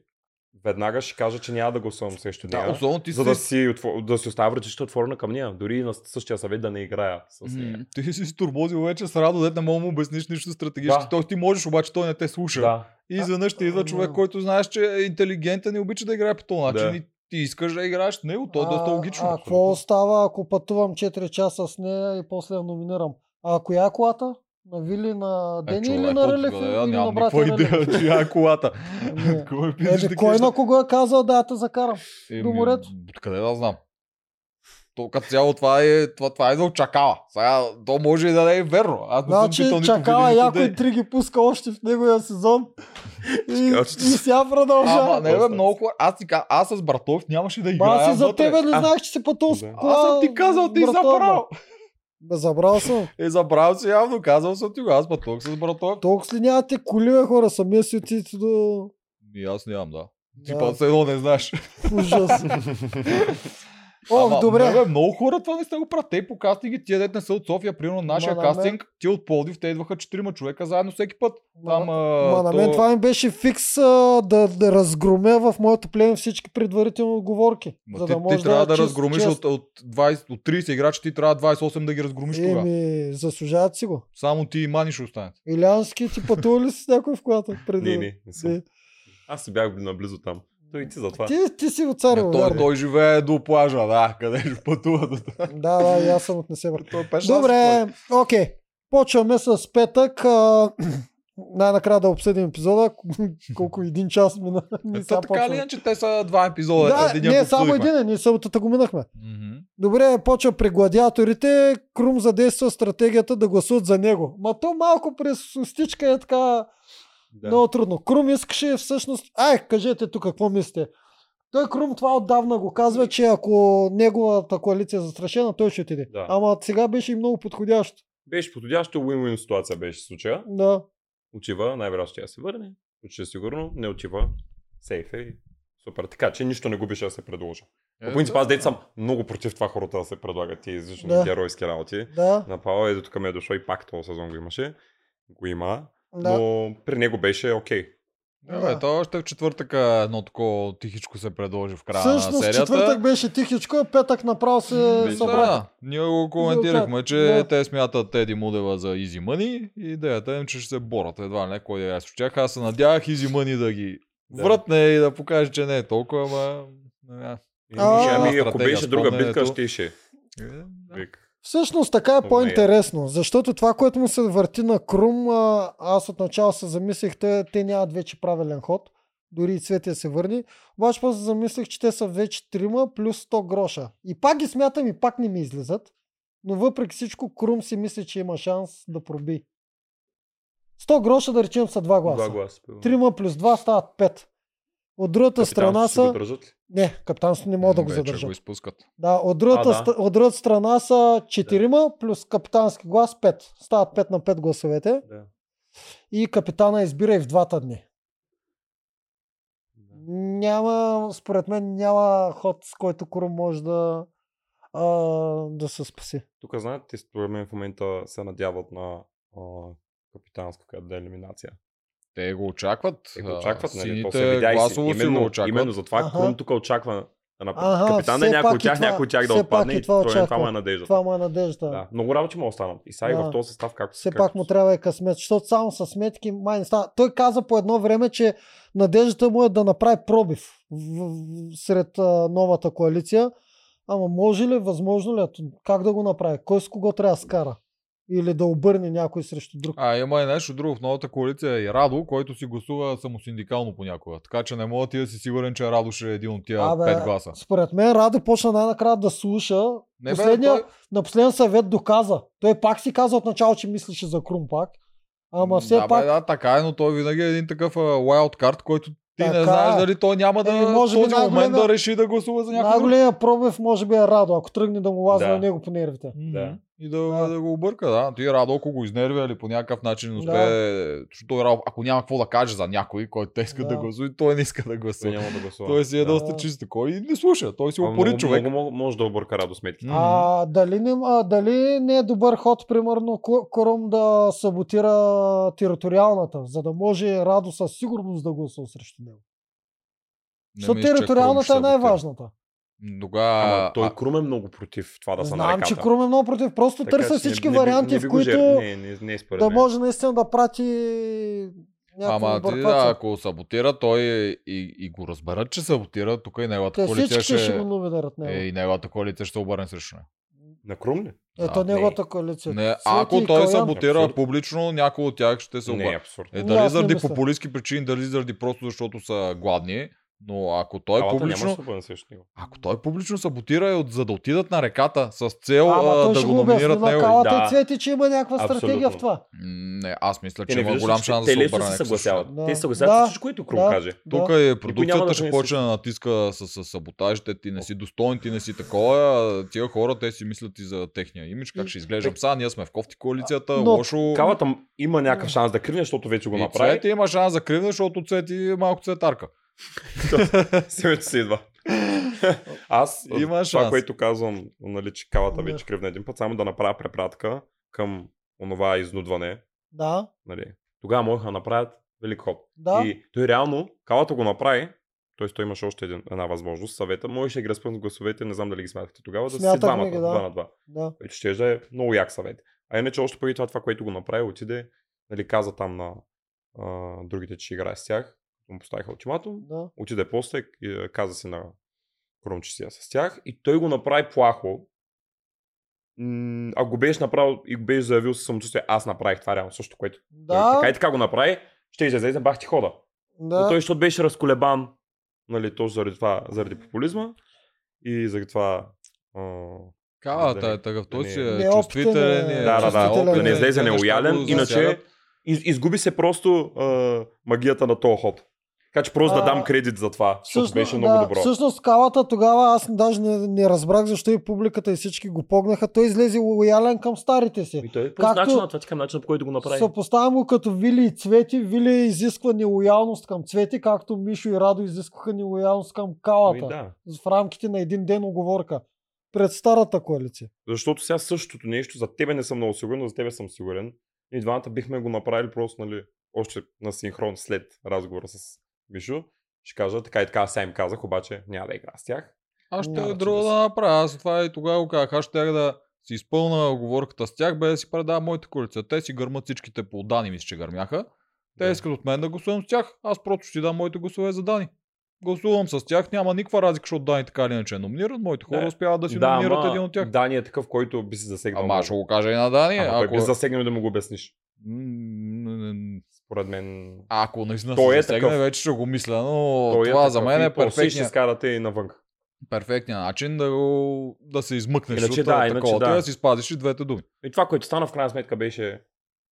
веднага ще кажа, че няма да гласувам срещу Да, нея. особено ти за да си... си, отво... да си оставя вратичка отворена към нея. Дори и на същия съвет да не играя с нея. М, Ти си турбозил вече с радо, дет не мога да му обясниш нищо стратегически. Да. Той ти можеш, обаче той не те слуша. Да. И изведнъж ти идва човек, М. който знаеш, че е интелигентен и обича да играе по този начин. Да. И ти искаш да играеш с него. То е доста логично. А, а какво става, ако пътувам 4 часа с нея и после я номинирам? А коя е колата? На Вили, на Е, Дени или човек, на Релев? от или да, на нямам брата никаква Релев? идея, че я е колата. Ами, Какво е ме питаш Еми, такива кой на неща? кого е казал да я те закарам? Еми, до морето? Откъде да знам? То като цяло това е, това, това е за очакава. Сега, то може и да не е верно. Аз не съм Значи питал нито е. чакава Вили, нито яко Дени. и три ги пуска още в неговия сезон. И, кажа, че и сега Ама продължава. не бе, Просто. много хора. Аз, ти, ка- аз с Братов нямаше да Ба, играя аз и за вътре. тебе не А, знаех, че си пътувал с да. кола. Аз съм ти казал, ти братове. забрал. Бе, забрал съм. Е, забрал си явно, казал съм ти го, аз па толкова се забрал това. Толкова ли нямате коли, бе, хора? Самия си отидете до... И аз нямам, да. Ти Да, па се едно не знаеш. Ужас. О, Ама, добре. Много, е, много хора това не сте го правят. Те по кастинги, тия дете не са от София, примерно нашия на мен- кастинг, тия от Пловдив, те идваха четирима човека заедно всеки път. Ма Там, а, Ма на мен то- това ми беше фикс а, да, да разгромя в моето племе всички предварителни отговорки. Ма за ти, да ти може трябва да чист- разгромиш чист. от, от, 20, от 30 играчи, ти трябва 28 да ги разгромиш тогава. Еми, заслужават си го. Само ти и Мани ще останат. Илянски, ти пътува ли си с някой в колата преди? Не, не, не съм. Ти, Аз си бях наблизо там. Той и ти за това. ти, ти си го царил, Е, той, вярно. той живее до плажа, да, къде ще пътува до там. Да, да, и аз съм от Несебър. Той пеше Добре, Ами окей. Почваме с петък. а, Най-накрая да обсъдим епизода. Колко един час мина. Е, Ние са сега така ли, почваме. иначе те са два епизода. Да, един не, само един, е, ние съботата го минахме. Mm-hmm. Добре, почва при гладиаторите. Крум задейства стратегията да гласуват за него. Ма то малко през устичка е така да. много трудно. Крум искаше всъщност... Ай, кажете тук какво мислите. Той Крум това отдавна го казва, че ако неговата коалиция е застрашена, той ще отиде. Да. Ама сега беше и много подходящо. Беше подходящо, win-win ситуация беше в случая. Да. Отива, най-вероятно ще я се върне. Почти сигурно, не отива. Сейф е. Супер. Така че нищо не губеше да се предложа. Е, По принцип, аз дете съм много против това хората да се предлагат тези излишни Да. геройски работи. Да, На Павел е до тук ми е дошло и пак този сезон го имаше. Го има. да. Но при него беше окей. Е, бе, то още в четвъртък а, едно такова тихичко се предложи в края на Всъщност серията. четвъртък беше тихичко, а петък направо се Ми, събра. Да, ние го коментирахме, че Да. те смятат Теди Мудева за Easy Money и идеята им, че ще се борят. Едва ли не, кой да я с тях. Аз се надявах Easy Money да ги Да. вратне и да покаже, че не е толкова, ама... а, А, Иначе, ами, ако стратегия, беше друга битка, спомнянето. щеше. е, да. Вик. Всъщност така е Добре. по-интересно, защото това, което му се върти на Крум, а, аз отначало се замислих, те, те нямат вече правилен ход, дори и Цветия се върни, обаче после се замислих, че те са вече трима плюс 100 гроша. И пак ги смятам и пак не ми излизат, но въпреки всичко Крум си мисли, че има шанс да проби. 100 гроша да речем са 2 гласа. Два гласа. пълно. Трима плюс 2 стават 5. От другата Капитанството страна ще го са... държат ли? Не, капитанството не могат да го Вече задържат. го изпускат. Да, от другата, А, да. ст- от другата страна са 4 плюс капитански глас 5. Стават 5 на 5 гласовете. Да. И капитана избира и в двата дни. Няма, според мен, няма ход, с който Курум може да, а, да се спаси. Тук знаете, според мен в момента се надяват на а, капитанска къде да е елиминация. Те го очакват. Те го а, очакват, нали? То Сините се видя и си- гласово си го именно, очакват. именно затова Аха. Крум тук очаква да направи. Аха, Капитана е все някой от пак и тях, това- някой от тях да все пак отпадне и и това това, това, очаква. е надеждата. Това му е надеждата. Да. Много работи му останат. И сега и Да. в този състав, както Все както пак му трябва и късмет, защото само с сметки май не става. Той каза по едно време, че надеждата му е да направи пробив в, в, сред а, новата коалиция. Ама може ли, възможно ли е? Как да го направи? Кой с кого трябва да скара? Или да обърне някой срещу друг? А, има и нещо друго в новата коалиция е и Радо, който си гласува самосиндикално понякога. Така че не мога ти да си сигурен, че Радо ще е един от тия Абе, пет гласа. Според мен Радо почна най-накрая да слуша. Не, последния- бе, той... На последен съвет доказа. Той пак си каза отначало, че мислеше за Крум пак. Ама все да, бе, пак... да, така е, но той винаги е един такъв уайлд карт, който ти Така не знаеш е. дали той няма да Еми, може би в този момент най-големия- да реши да гласува за някого. друг. Най-големия пробив може би е Радо, ако тръгне да му лаза Да. на него по нервите. Да. Да. И да, да. го обърка, да. Ти Радо, ако го изнервя или по някакъв начин не успее, защото той Радо, ако няма какво да каже за някой, който те иска да, Да. гласува, той не иска да той гласува. няма да гласува. Той си е Да. доста чист такой и не слуша. Той си Ама много- упори човек. Много, много, може да обърка радост сметките. А, дали, не, а, дали не е добър ход, примерно, Ку- Курум да саботира териториалната, за да може Радо със сигурност да гласува срещу него? Не Защото мисля, че Крум ще териториалната е саботира. най-важната. Тогава... Ама той Крум е много против това да са на Знам, реката. че Крум е много против. Просто Така че търся не- всички не би- варианти, не би в го жер- които Не, не, не, според да мен. може наистина да прати някаква Ама ти, да, бъркаца. ако саботира, той и, и го разберат, че саботира, тук и неговата Те коалиция всички ще, ще... го номинират него. е, и неговата коалиция ще се обърне срещу него. На Крум ли? Ето не. неговата коалиция. Не, Свети ако и той е Калян. саботира Абсурд. публично, някой от тях ще се Не, обърне. абсурд. Е, Не, дали аз не заради мисля. популистски причини, дали заради просто защото са гладни, Но ако той Алата публично, няма супа срещу него. ако той публично саботира, е от, за да отидат на реката с цел Ама а, той да ще го го номинират обясни на него. калата Да. и цвети, че има някаква Абсолютно. стратегия в това. М, Не, аз мисля, Те че не има виждаш, голям че шанс да те се лесно обърне се някакво съгласяват. също. Да. Те се съгласяват Да, с всичко, което Крум да. каже. Тук е няма да продукцията, ще го почне да натиска с, с саботаж, те ти не си достоен, ти не си такова. а Тия хора, те си мислят и за техния имидж, как ще изглеждам сега, ние сме в кофти коалицията, Но лошо. Калата м- има някакъв шанс да кривне, защото вече го И направи. Цвети има шанс за кривда, защото Цвети е малко цветарка. Сега се идва. Аз Има има това, шанс. което казвам, нали, че калата Да. вече кривне един път, само да направя препратка към онова изнудване. Да, Нали. Тогава можеха да направят велик хоп. да. И той реално, калата го направи, т.е. той имаше още един, една възможност, съвета, можеше да ги разпънат гласовете, не знам дали ги смятате тогава, да си Смятахме двамата, ги, да. два на два. да. Което ще да е много як съвет. А иначе още преди това, това, което го направи, отиде, нали, каза там на а, другите, че играе с тях, му поставиха ултиматум, да. отиде после, и, а, каза си на Крум, че си е с тях и той го направи плахо. М, Ако го беше направил и го беше заявил със самочувствие, аз направих това реално също, което той Е, така и Да, така го направи, ще излезе, бах ти хода. Но да. той, защото беше разколебан, нали, точно заради това, заради популизма и заради това а, Калата Да е не- такъв, да той не- си Не е е опитен, чувствителен. е. е Да, да, да, чувствителен, да не е, излезе неща нелоялен, го иначе засягат. из, изгуби се просто а, магията на този ход. Така че просто А, да дам кредит за това, защото Всъщност, беше много да, добро. Всъщност калата тогава аз даже не, не разбрах защо и публиката и всички го погнаха. Той излезе лоялен към старите си. И той е Както- по начина, това ти към начина, по който го направи. Съпоставям го като Вили и Цвети. Вили изисква нелоялност към Цвети, както Мишо и Радо изискваха нелоялност към Ами Калата. да. В рамките на един ден оговорка. Пред старата коалиция. Защото сега същото нещо, за тебе не съм много сигурен, но за тебе съм сигурен. И двамата бихме го направили просто, нали, още на синхрон след разговора с Мишо. Ще кажа, така и така, сега им казах, обаче няма да игра с тях. Аз ще Няма е да друго се- да направя. Аз това и тогава го казах. Аз ще да си изпълна оговорката с тях, бе да си предавам моите коалиция. Те си гърмат всичките по Дани, мисля, че гърмяха. Те Да. искат от мен да гласувам с тях. Аз просто ще дам моите гласове за Дани. Гласувам с тях, няма никаква разлика, защото Дани така или иначе е номиниран. Моите хора Значи Да. успяват да си номинират един от тях. Дани е такъв, който би се засегнал. Ама много. аз ще го кажа и на Дани. Ама ако... ако... би се засегнал да му го обясниш. М, м, м, Според мен. Ако наистина Той се е засегне, такъв. вече ще го мисля, но той това за такъв мен и е после Ще перфектният, скарате и навън. перфектният начин да, го, да се измъкнеш Иначе от да, а, иначе такова. да. Ти да си спазиш и двете думи. И това, което стана в крайна сметка беше,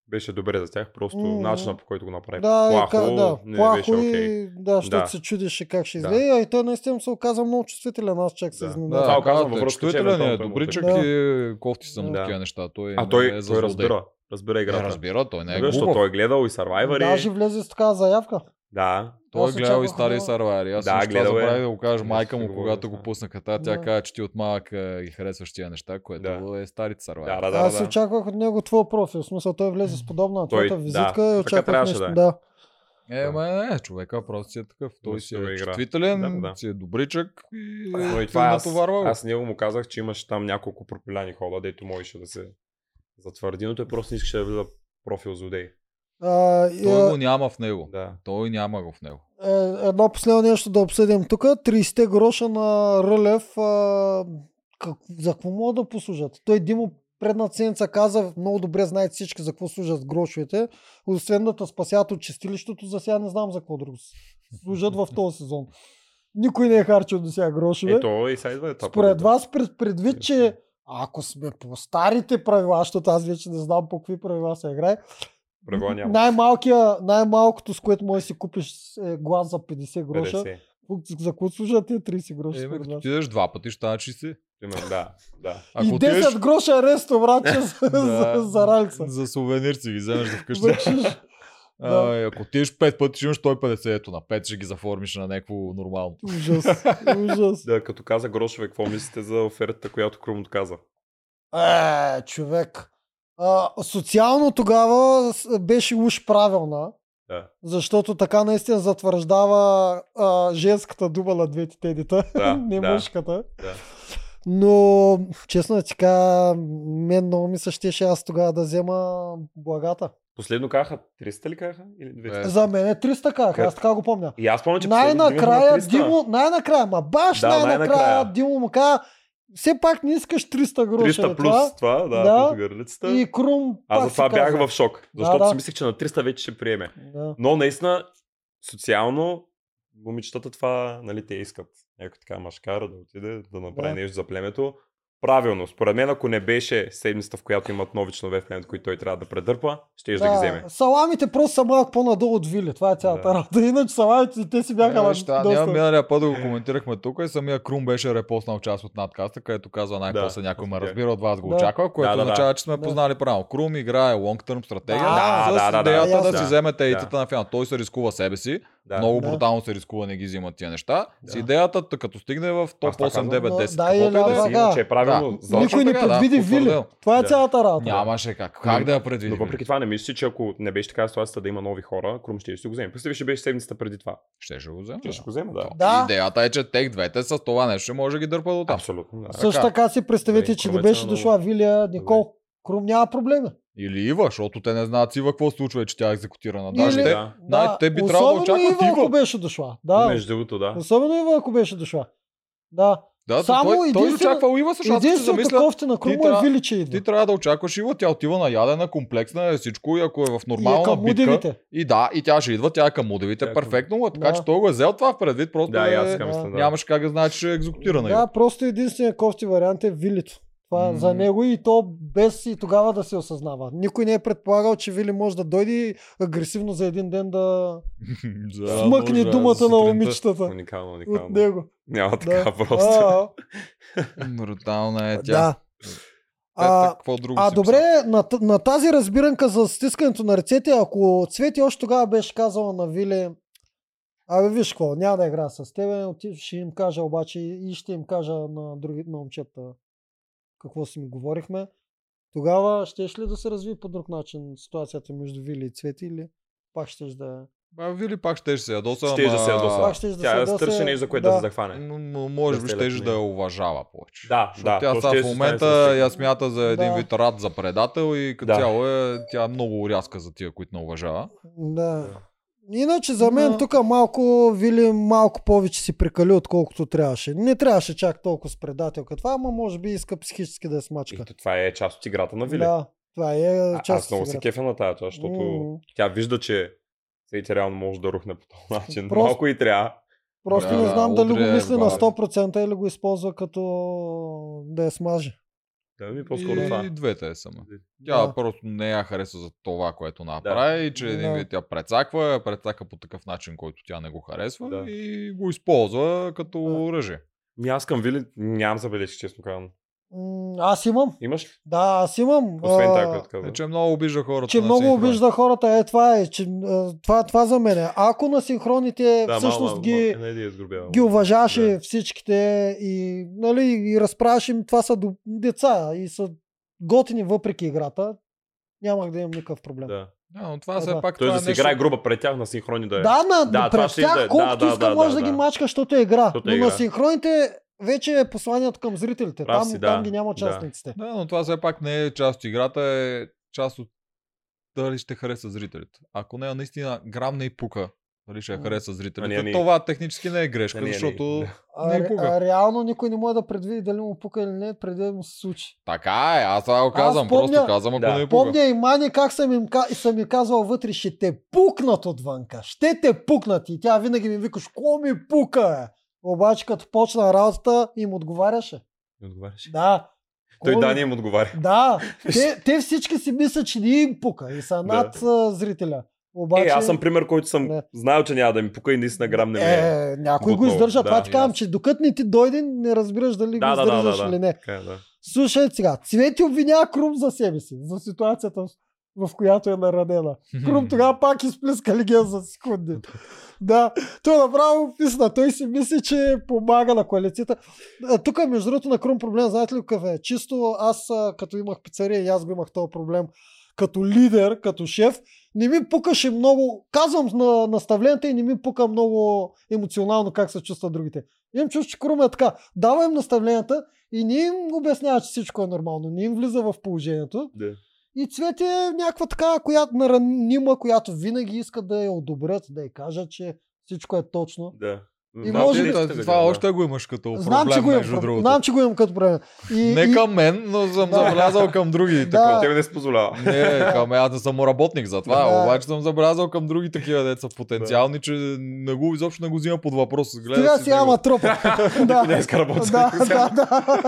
беше добре за тях, просто М. начина по който го направи. Да, Е, плахо, ка, да, не плахо беше и окей. да, защото Да. се чудеше как ще Да. излезе. А и той наистина се оказа много чувствителен. Аз чак се Да. изненадах. Да, Това го казвам казвате, във връзка, че чувствителен е, евентуално той добричък може да и кофти са му Да. такива неща. Той А не е той, за той злодей. разбира. Разбира Е, играта. разбира, той не е Разбира, защото глупав. той е гледал и Survivor. Даже Даже... влезе с такава заявка. Да. Той е Аз се гледал и чаках стари да- сарвари. Аз Да, да, това гледал е. забравих да го кажа Ние майка сме му, говорили когато за го това. пуснаха. Тя, тя Да. каза, че ти от малък а, ги харесваш тия неща, което е старите сарвари. Да, да, да. Аз да, да. очаквах от него твой профил. В смисъл, той влезе с подобна на Той- твоята да, визитка и така очаквах трябваше нещо. да е. Да. Е, Да. ма не, човека просто си е такъв. Той си Мъжкава е игра. чувствителен, Да, да. си е добричък и, е Но и и това аз, натоварва го. аз него му казах, че имаше там няколко пропиляни хода, дето можеше да се затвърди, но той просто не искаше да влиза профил злодей. А, и, Той а, го няма в него. Да. Той няма го в него. е, едно последно нещо да обсъдим тук. 30 гроша на Рълев. А, как, за какво могат да послужат? Той Димо предната седмица каза, много добре знаете всички за какво служат грошовете. Освен да те спасят от чистилището, за сега не знам за какво друго служат в този сезон. Никой не е харчил до сега грошове. Ето и сега идва етапа. Според да. вас, пред, предвид, че ако сме по старите правила, защото аз вече не знам по какви правила се играе, Правила няма. най-малкия, най-малкото, с което можеш да си купиш е глас за 50 гроша, 50. за какво служат тия 30 гроша? Е, бе, според като вас? отидеш два пъти, ще стане чисти. Примерно, да. да. И 10 гроша аресто, врача, за, Да. за, за Значи, ралица. За сувенир си ги вземеш за вкъщи. Вършиш. А, и ако отидеш пет пъти, ще имаш 150. Ето на 5 ще ги заформиш на някакво нормално. Ужас, ужас. Да, като каза Грошове, какво мислите за офертата, която Крум каза? Е, човек. А, социално тогава с- беше уж правилна. Да. Защото така наистина затвърждава а, женската дума на двете тедита, Да, не да. мъжката. Да. Но, честно ти кажа, мен много ми се щеше аз тогава да взема благата. Последно каха 300 ли каха? Или 200? Е. За мен е 300 как, Как? аз така го помня. И аз помня, че последно Най-накрая Димов на 300. Димо, най-накрая, ма баш Да, най-накрая най-накрая. Димо му каза, все пак не искаш 300 гроша. 300 бе, плюс това, да, е Да. да. плюс гърлицата. И Крум Аз пак за това си бях каза. в шок, защото да. си мислех, че на 300 вече ще приеме. Да. Но наистина, социално, момичетата това, нали, те искат някой така машкара да отиде, да направи да. нещо за племето. Правилно, според мен, ако не беше седмицата, в която имат нови членове в племето, които той трябва да предърпа, ще да. да ги вземе. Саламите просто са малко по-надолу от Вили. Това е цялата Да. работа. Иначе саламите те си бяха Е, на- виж, та, доста. Ние миналия път да го коментирахме тук и самия Крум беше репостнал част от надкаста, където казва най-после Да, някой ме успях. разбира, от вас го Да. очаква, което Да, да, да. означава, че сме Да. познали правилно. Крум играе лонг-търм стратегия Да, с да, да, да, идеята да, ясно. си вземе тейтата Да. на финал. Той се рискува себе си, Да. много Да. брутално се рискува, не ги взима тия неща. С Да. идеята, тъ- като стигне в топ Аз така 8, 9, 10, казвам. Да, и каквото и Елян да е, Да, Вага. си, иначе е правилно. Да. за- Точно Никой не така, да, предвиди Вили. потвърдил. Това е Да. цялата работа. Нямаше как. Как да я Но предвидим? въпреки това не мислиш, ли, че ако не беше така ситуацията да има нови хора, Крум ще си го вземе. Представи, ще беше седмицата преди това. Ще ще го вземе. Ще да. ще го вземе, да. Да. Идеята е, че тех двете с това нещо ще може да ги дърпа до там. Абсолютно. Да. Също Така. така си представете, Добре, че не информация беше много. дошла Вилия Никол. Крум няма проблеми. Или Ива, защото те не знаят с Ива какво се случва и че тя е екзекутирана. Или- Даже те, Да. Да, те би трябвало да Особено очакват Ива, ако Ива. беше дошла. Да, Между другото, да. особено Ива, ако беше дошла. Да. Да, Само Само той, той единствено- очаква Ива, защото аз като се Единственото замисля, кофти на Крум е трябва- Вили, че идва. ти трябва да очакваш Ива, тя отива на ядена, комплексна е всичко и ако е в И е нормална към битка. удивите. И да, и тя ще идва, тя е към удивите, Тя е към- перфектно, му е, така Да. че той го е взел това в предвид, просто Да, и аз е... така мисля, да. нямаш как да знаеш, че е екзекутирана Ива. Да, просто единствения кофти вариант е Вилито. Това е за М. него и то без и тогава да се осъзнава. Никой не е предполагал, че Вили може да дойде и агресивно за един ден да За смъкне ужас, думата на сутринта. момичетата Уникално, уникално. от него. Няма така Да. просто. А, Брутална е тя. е Да. А, А, какво друго а си добре, на, т- на тази разбиранка за стискането на ръцете, ако Цвети още тогава беше казала на Вили, абе виж какво, няма да е игра с тебе, оти- ще им кажа обаче и ще им кажа на други на момчета какво си ми говорихме, тогава щеш ли да се разви по друг начин ситуацията между Вили и Цвети или пак щеш да... Ба, Вили пак ще се ядоса. Щеш да ама- се ядоса. пак щеш да Тя се... да да търси се- нещо, за което да, се захване. М- м- Може би Да се ще да лепне. я уважава повече. Да, Защото да. тя то сега ще в си момента остане я с- смята за един Да. вид рад за предател и като Да. цяло е, тя е много рязка за тия, които не уважава. Да. Иначе за мен Да. тук малко Вили малко повече си прекали, отколкото трябваше. Не трябваше чак толкова с предателка това, ама може би иска психически да я смачка. Ето, това е част от играта на Вили. Да, това е А, част аз от много се играта. кефя на тази част, защото М, тя вижда, че Сейти реално може да рухне по този начин. Просто- Малко и трябва. Просто Да, не знам дали го е удря мисли на бавно. 100% или го използва като да я смаже. Да ми по-скоро и, това. и двете е само. Тя Да. да. просто не я хареса за това, което направи, и че един Да. вид тя прецаква, я прецака по такъв начин, който тя не го харесва Да. и го използва като Да. оръжие. Е, Ми аз към Вили нямам забележки, честно казвам. М, Аз имам. Имаш ли? Да, аз имам. Освен А, тази, която каза. Е, че много обижда хората. че на много синхрон. обижда хората. Е, това е. Че, а, това, това за мен е. Ако на синхроните Е, всъщност ги... Не, не, изгрубява. ги уважаваше Да. всичките и, нали, и разправяше им, това са до... деца и са готини въпреки играта. Нямах да имам никакъв проблем. Да, Да. Да, но Е, това все да. пак Той това да е си нещо... играе груба пред тях на синхрони да е. да на да, Да, това пред ще тях да е. Да, колкото да, иска, да, може да, да, ги да. мачка, защото е игра. Защото е Но на игра. синхроните вече е посланието към зрителите. Прав Там, си, да, там ги няма да. частниците. Да, но това все пак не е част от играта, е част от дали ще хареса зрителите. Ако не, наистина грам не и пука дали ще я М. хареса А, не, зрителите. не. Това технически не е грешка, А, не, не. защото... А, Не ре- пука. а, реално никой не може да предвиди дали му пука или не, преди да му се случи. Така е, аз това го казвам, помня- просто казвам, ако Да. не и пука. Помня и Мани как съм им, ка- съм им казвал вътре, ще те пукнат отвънка. Ще те пукнат. И тя винаги ми викаш, ко ми пука е? Обаче като почна работата им отговаряше. Не отговаряш. Да. Той Ко да ми- не им отговаря. Да, те, те всички си мислят, че не им пука и са над а, зрителя. Обаче... Е, аз съм пример, който съм Не. знаел, че няма да ми пука и наистина грам не ми е. Е, някой го бутнал. издържа. Да, Това ти казвам, ясно. че докато не ти дойде, не разбираш дали Да, да, го да, издържаш да, да. или не. Така е, да. Слушай сега, Цвети обвинява Крум за себе си, за ситуацията, в която е наранена. Крум тогава пак изплиска легия за секунди. Да, той направо писна. Той си мисли, че помага на коалицията. А, Тук, между другото, на Крум проблем, знаете ли какъв е? Чисто аз, а, като имах пицария, и аз го имах този проблем като лидер, като шеф, не ми пукаше много, казвам на наставленията и не ми пука много емоционално как се чувстват другите. Имам чувство, че Крум е така. Дава им наставленията и не им обяснява, че всичко е нормално. Не им влиза в положението. Да. И Цвет е някаква така, която наранима, която винаги иска да я одобрят, да я кажат, че всичко е точно. Да. И Да, може те сте би- това, го това гледали. още го имаш като Знам, че проблем, го имам, между проблем. другото. знам, че го имам като проблем. И, Не и- към мен, но съм Да. забелязал към другите. Да. такова. Тебе не се позволява. Не, към мен, аз не съм работник за това, Да. обаче съм забелязал към други такива деца потенциални, че не го, изобщо не го взима под въпрос. Гледа Стига си сега него. ма трупа. Никой не да, иска работа. да, да, да.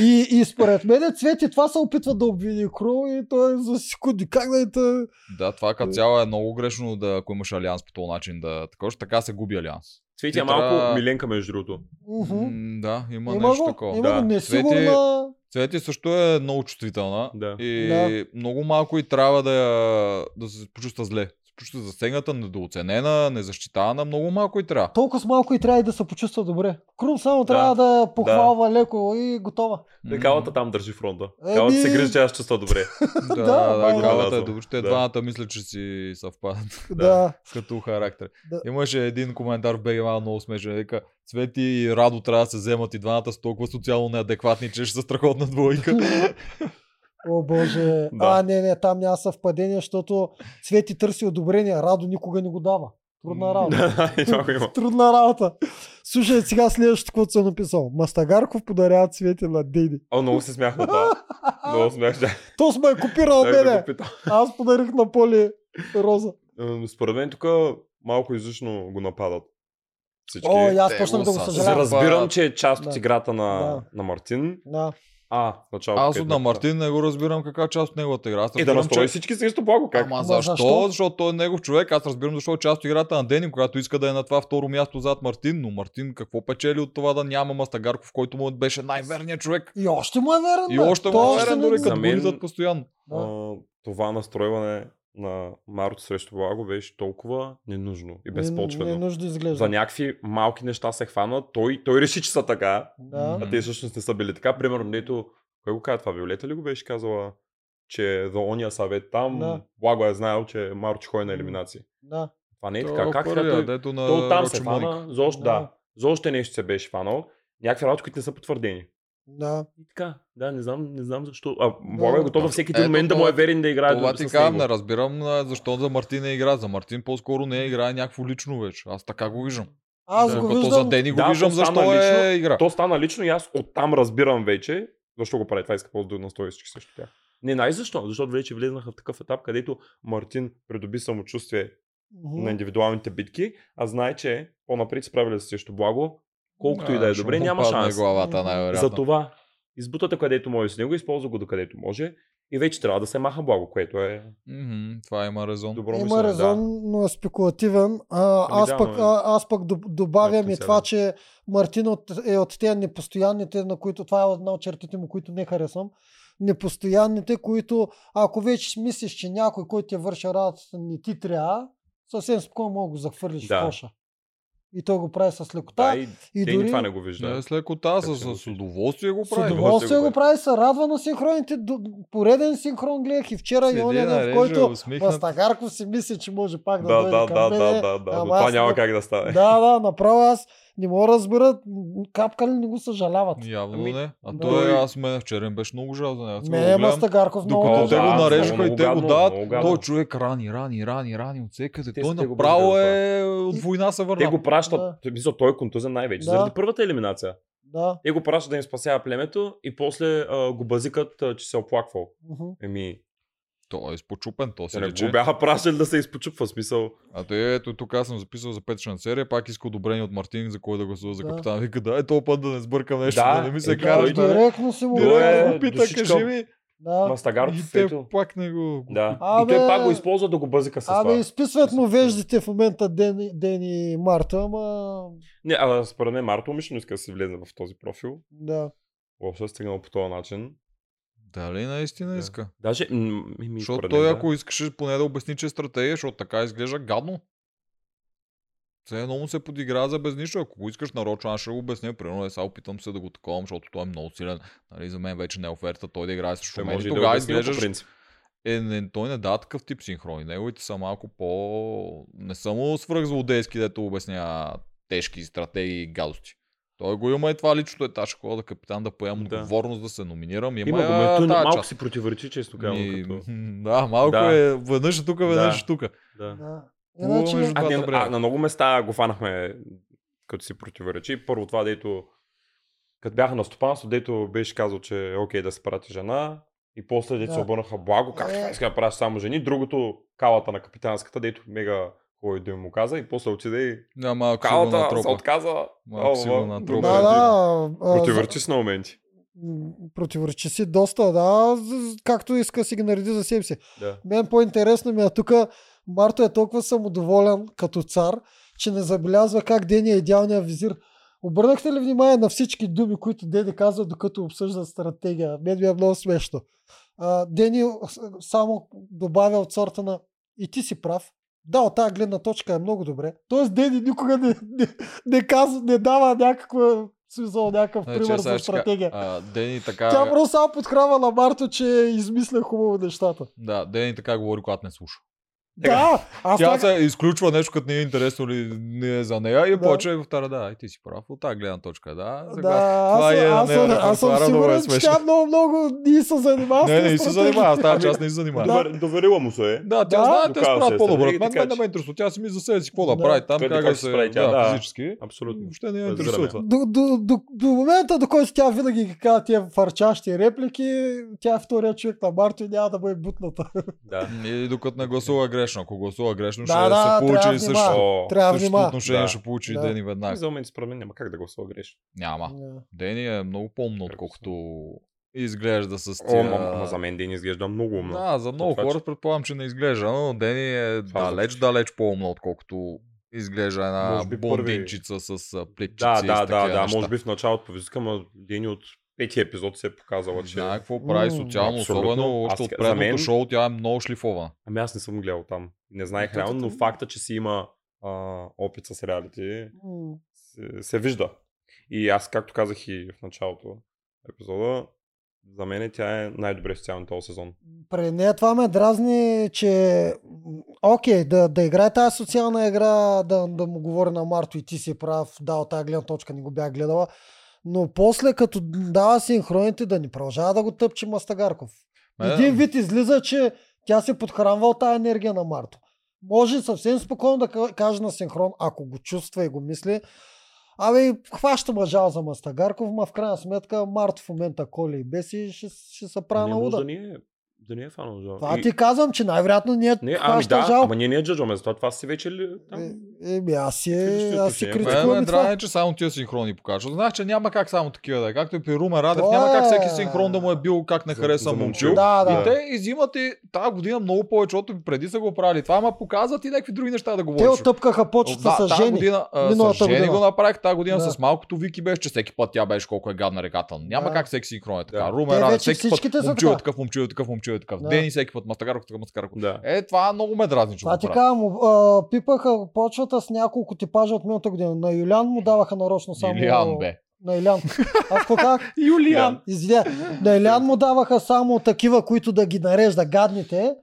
И, и според мен Цвети това се опитва да обвини Кро и той за секунди. Как да е тъ... Да, това като цяло е много грешно, да, ако имаш алианс по този начин, да такова, ще така се губи алианс. Цвети Ти е малко трябва- Миленка, между другото. Уху. М, Да, има, Има нещо го, такова. има Да. го несигурна. Цвети също е много чувствителна Да. и Да. много малко и трябва да, я- да се почувства зле. Се почувства засегната, недооценена, незащитавана, много малко и трябва. Толкова с малко и трябва и да се почувства добре. Крум само трябва да, я похвалва леко и готова. М, Калата Е, там държи фронта. Еми- Калата се грижи, че аз чувства добре. Да, да, Да, май- да, калата е Забелязвам. добре. Те Да. двамата мисля, че си съвпадат Да. да. като характер. Да. Имаше един коментар в БГ малко много смешен. Вика, Цвети и Радо трябва да се вземат и двамата с толкова социално неадекватни, че ще са страхотна двойка. О, Боже. Да. А, не, не, там няма съвпадение, защото Цвети търси одобрение. Радо никога не го дава. Трудна М, работа. И това го има. Трудна работа. Слушай, сега следващото, което съм написал. Мастагарков подарява цвете на Деди. О, много се смях на това. Много смях. Да, То сме е копирал да, да мене. го питам. Аз подарих на Поли роза. М, Ами, Според мен тук малко излишно го нападат. Всички. О, и аз те почнах го да го са- За съжалявам. раз- разбирам, че е част от Да. играта на, Да. на Мартин. Да. А, в началото. Аз където от на е- Мартин не го разбирам каква част от неговата игра. Аз И да разбирам, настрои че- всички срещу Благо. Как? Ама Ама защо? защо? Защото той е негов човек. Аз разбирам защо е част от играта на Дени, когато иска да е на това второ място зад Мартин. Но Мартин какво печели от това да няма Мастагарков, който му беше най-верният човек? И още му е верен. И бе. още Той му е верен, не го- дори За като го мен- лизат постоянно. Да. а, това настройване на Марто срещу Благо беше толкова ненужно и Не, не е безпочвено. нужда да изглежда. За някакви малки неща се хвана, той, той реши, че са така, Да. а те всъщност не са били така. Примерно, дето, кой го каза това? Виолета ли го беше казала, че е за ония съвет там, Да. Благо е знаел, че Марто ще ходи на елиминации. да. Това не е Той така. Как сега първия, той, дето на той оттам Рочи се Моник. хвана, за още, да. за още нещо се беше хванал, някакви работи, които не са потвърдени. Да. И така, да, не знам, не знам защо. А, Благо е готов във всеки един Ето момент да му това- е верен да играе Това до- ти с казвам, него. не разбирам а, защо за Мартин не игра. За Мартин по-скоро не играе някакво лично вече. Аз така го виждам. Аз Да. го Докато за виждам. Дени го Да, виждам то стана защо е лично. игра. То стана лично и аз оттам разбирам вече защо го прави. Това иска просто да настои всички срещу тях. Не, най защо? Защото вече влезнаха в такъв етап, където Мартин придоби самочувствие Мгм. на индивидуалните битки, а знае, че по-напред справили се срещу благо, колкото и да е ще добре, му няма падне шанс. главата, най-вероятно. Затова избутате където може с него, използва го докъдето може и вече трябва да се маха благо, което е Мгм, Това има резон. добро Има мислене, Да. резон, но е спекулативен. А, Ами аз, да, пък, но е. а, аз пък доб- добавям и Вместо това, сега. че Мартин от, е от тези непостоянните, на които това е една от чертите му, които не харесвам. Непостоянните, които ако вече си мислиш, че някой, който ти върши работата, не ти трябва, съвсем спокойно мога да го захвърлиш Да. в коша. И той го прави с лекота. Да, и, и те и дори това не го вижда. Не, с лекота, Как с, ще го с удоволствие го с прави. бе. удоволствие го го прави, се радва на синхроните. До- Пореден синхрон гледах и вчера, Седи и оня ден, в нарежа, нали, който усмихнат. Мастагарков си мисли, че може пак Е, да, Да, дойде да, към да, мене. да, да, да. Но Ама това аз няма не- как да стане. Да, да, направо аз не мога да разбера капка ли не го съжаляват. Явно Ами, не. А да. той, аз мен вчера им беше много жал за него. Аз го Не, гледам, Мастагарков е много Докато О, те да, го много, нарежаха и много те го гадно, дават, много гадно. той човек рани, рани, рани, рани от всекъде. Те Той са те го направо бъдали, е от война се Те върна. го пращат, Да. да. мисля, той е контузен най-вече, Да. да. заради първата елиминация. Да. Те го пращат да им спасява племето и после а, го базикат, а, че се е оплаквал. мгм. Еми, Той е изпочупен, то те се не лечи. го бяха пращали да се изпочупва, смисъл. А той ето тук аз съм записал за петъчна серия, пак иска одобрение от Мартин, за кой да гласува за Да. капитан. Вика, да, е този път да не сбъркам нещо, Да, да не ми се е, той караш. Да, не- Директно си му Той е- Директно казва. го пита, душичка. кажи ми. Да. И Мастагаров, те ето. пак не го... Да. Абе- И той пак го използва да го базика с Абе, това. изписват му веждите в момента Ден, Ден и Марта, ама... Не, а според мен Марто умишлено иска да се влезе в този профил. Да. Въобще е стигнал по този начин. Дали наистина Да. иска? Даже, м- ми, ми, Защото според той, мен, да. ако искаше поне да обясни, че е стратегия, защото така изглежда гадно. Все едно му се подигра за без нищо. Ако го искаш нарочно, аз ще го обясня. Примерно, е, сега опитам се да го таковам, защото той е много силен. Нали, за мен вече не е оферта той да играе срещу Той мен. може И и да го Тогава изглежда по изглеждаш... принцип. Е, не, той не дава такъв тип синхрони. Неговите са малко по... Не са му свръхзлодейски, дето обясня тежки стратегии и гадости. Той го има и това личното е таш хода капитан да поемам Да. отговорност да се номинирам. Има, Има го, Ами, я ме, той тая малко част. си противоречи, честно Ми, казвам. Като... м, Да, малко Да. е веднъж е тук, веднъж Да. е тук. Да. да. Хубаво, Иначе... между- А, не, Добре. а, на много места го фанахме като си противоречи. Първо това, дето като бяха на стопанство, дето беше казал, че е окей да се прати жена. И после дето Да. се обърнаха благо, как Е. това иска да праща само жени. Другото, калата на капитанската, дето мега хубаво да му каза. И после отиде и Да, малко си го калата се натропа. отказа. Малко О, си го о, натропа. друго Да, е. да. а, Противоречи с на моменти. м, противоречи си доста, да, з- както иска си ги нареди за себе си. Да. Мен по-интересно ми е тук, Марто е толкова самодоволен като цар, че не забелязва как Дени е идеалният визир. Обърнахте ли внимание на всички думи, които Дени казва, докато обсъждат стратегия? Мен ми е много смешно. А, Дени с- само добавя от сорта на и ти си прав. Да, от тази гледна точка е много добре. Тоест Дени никога не, не, не, казва, не дава някаква смисъл, някакъв Е, че пример сега за ще кажа, стратегия. а, Дени така... Тя просто само подхрава на Марто, че измисля хубаво нещата. Да, Дени така говори, когато не слуша. Да, аз Тя така... се изключва нещо, като не е интересно или не е за нея и Да. почва и повтаря, да, и ти си прав, от тази гледна точка, да. съгласен. Да, Това аз, е аз, на нея аз, аз съм репертоара, много сигурен, е че смешно. тя много, много ни се занимава. с Не, тези не, и се стратегии. занимава, с тази част не се занимава. Довер- Доверила му се е. Да, тя Да. знае, те Доказва се справят е по-добре. От стратегия, мен, така мен не че- ме интересува. Тя си ми за себе си какво да Да. прави там, Къде, как как да ще се справи тя, да, да. физически. Абсолютно. Въобще не я Разбираме. интересува това. До, до, до, до момента, до който тя винаги ги казва тия фарчащи реплики, тя е втория човек на Марто и няма да бъде бутната. Да. И докато не гласува грешно. Ако гласува грешно, Да, ще да, се трябва получи да и също. внимава. О, Трябва да Същото внима. отношение Да. ще получи и Да. Дени веднага. за момент според мен няма как да гласува грешно. Няма. Дени е много по-умно, Как отколкото изглежда с О, тия... ама, ама за мен Ден изглежда много умно. Да, за много Това, че- хора предполагам, че не изглежда, но Дени е Това далеч, далеч по-умно, отколкото изглежда една Може би първи- блондинчица с а, пликчици да, и да, с да, такива да, неща. може би в началото по визитка, но Дени от петия епизод се е показала, Не че... Знае какво прави М, социално, абсолютно. особено още Аз- от за предното мен- шоу тя е много шлифова. Ами аз не съм гледал там. Не знаех Тук- реално, но тук- факта, че си има а, опит с реалити, М, се, се вижда. И аз, както казах и в началото на епизода, за мен тя е най-добре социален този сезон. При нея това ме дразни, че м, окей, да, да играе тази социална игра, да, да му говори на Марто и ти си прав, да, от тази гледна точка не го бях гледала, но после като дава синхроните да ни продължава да го тъпче Мастагарков. Е, Един вид излиза, че тя се подхранва от тази енергия на Марто. Може съвсем спокойно да ка- каже на синхрон, ако го чувства и го мисли. Абе, хваща мъжал за Мастагарков, ма в крайна сметка Марто в момента коли и беси ще, ще се прави не на може луда. да ни е, да ни е фанал жал. Това ти казвам, че най-вероятно ние Не, ами хваща да, жал. ама ние не я джаджваме, затова това си вече ли... Там... Е, Еми, аз си, Критични аз си отношения. Мен ме критикувам и това. драе, че само тия синхрони покажат. Знаеш, че няма как само такива да е. Както и при Румен Радев, То няма как всеки е. синхрон да му е бил как не За- хареса за момчил. момчил. Да, да. И те изимат и тази година много повече, от преди са го правили. Това ма показват и някакви други неща да Те говориш. отъпкаха почта Да, с тази жени. година, а, с миналата жени година. го направих, тази година Да. с малкото Вики беше, че всеки път тя беше колко е гадна реката. Няма Да. как всеки синхрон е така. Да. Румен Те Радев, вече всеки всичките път са момчил е така. такъв, момчил е такъв, момчил е такъв. Да. Дени всеки път, мастагарко, такъв, мастагарко. Да. Е, това много ме дразни, че Това го ти правят. казвам, а, пипаха почвата с няколко типажа от миналата година. На Юлян му даваха нарочно само... Илиан, бе. На Илян. Аз какво казах? Юлиан. Извиня. На Илян му даваха само такива, които да ги нарежда гадните.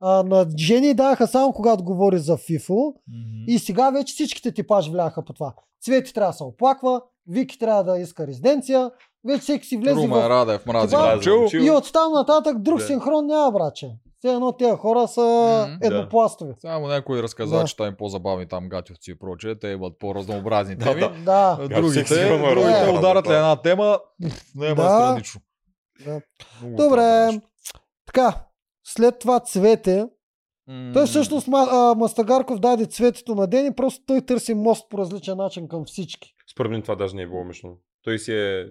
А, на Жени даваха само когато говори за Фифо. И сега вече всичките типаж вляха по това. Цвети трябва да се оплаква, Вики трябва да иска резиденция, вече всеки си влезе Румен в... Радев, мрази Това- момчил. Момчил. И от там нататък друг Да. синхрон няма, браче. Все едно тези хора са Мгм. Да. еднопластови. Само някой разказа, Да. че там по-забавни там гатевци и прочее, те имат по-разнообразни Да, теми. да. Да. А, всеки си Другите, има другите разнообразни ударят теми. една тема, пф, не е Да. странично. Да. Е, Много странно Добре. нещо. Така, след това Цвете, М, той всъщност Ма- а, Мастагарков даде цветето на ден и просто той търси мост по различен начин към всички. Според мен това даже не е било мишно. Той си е...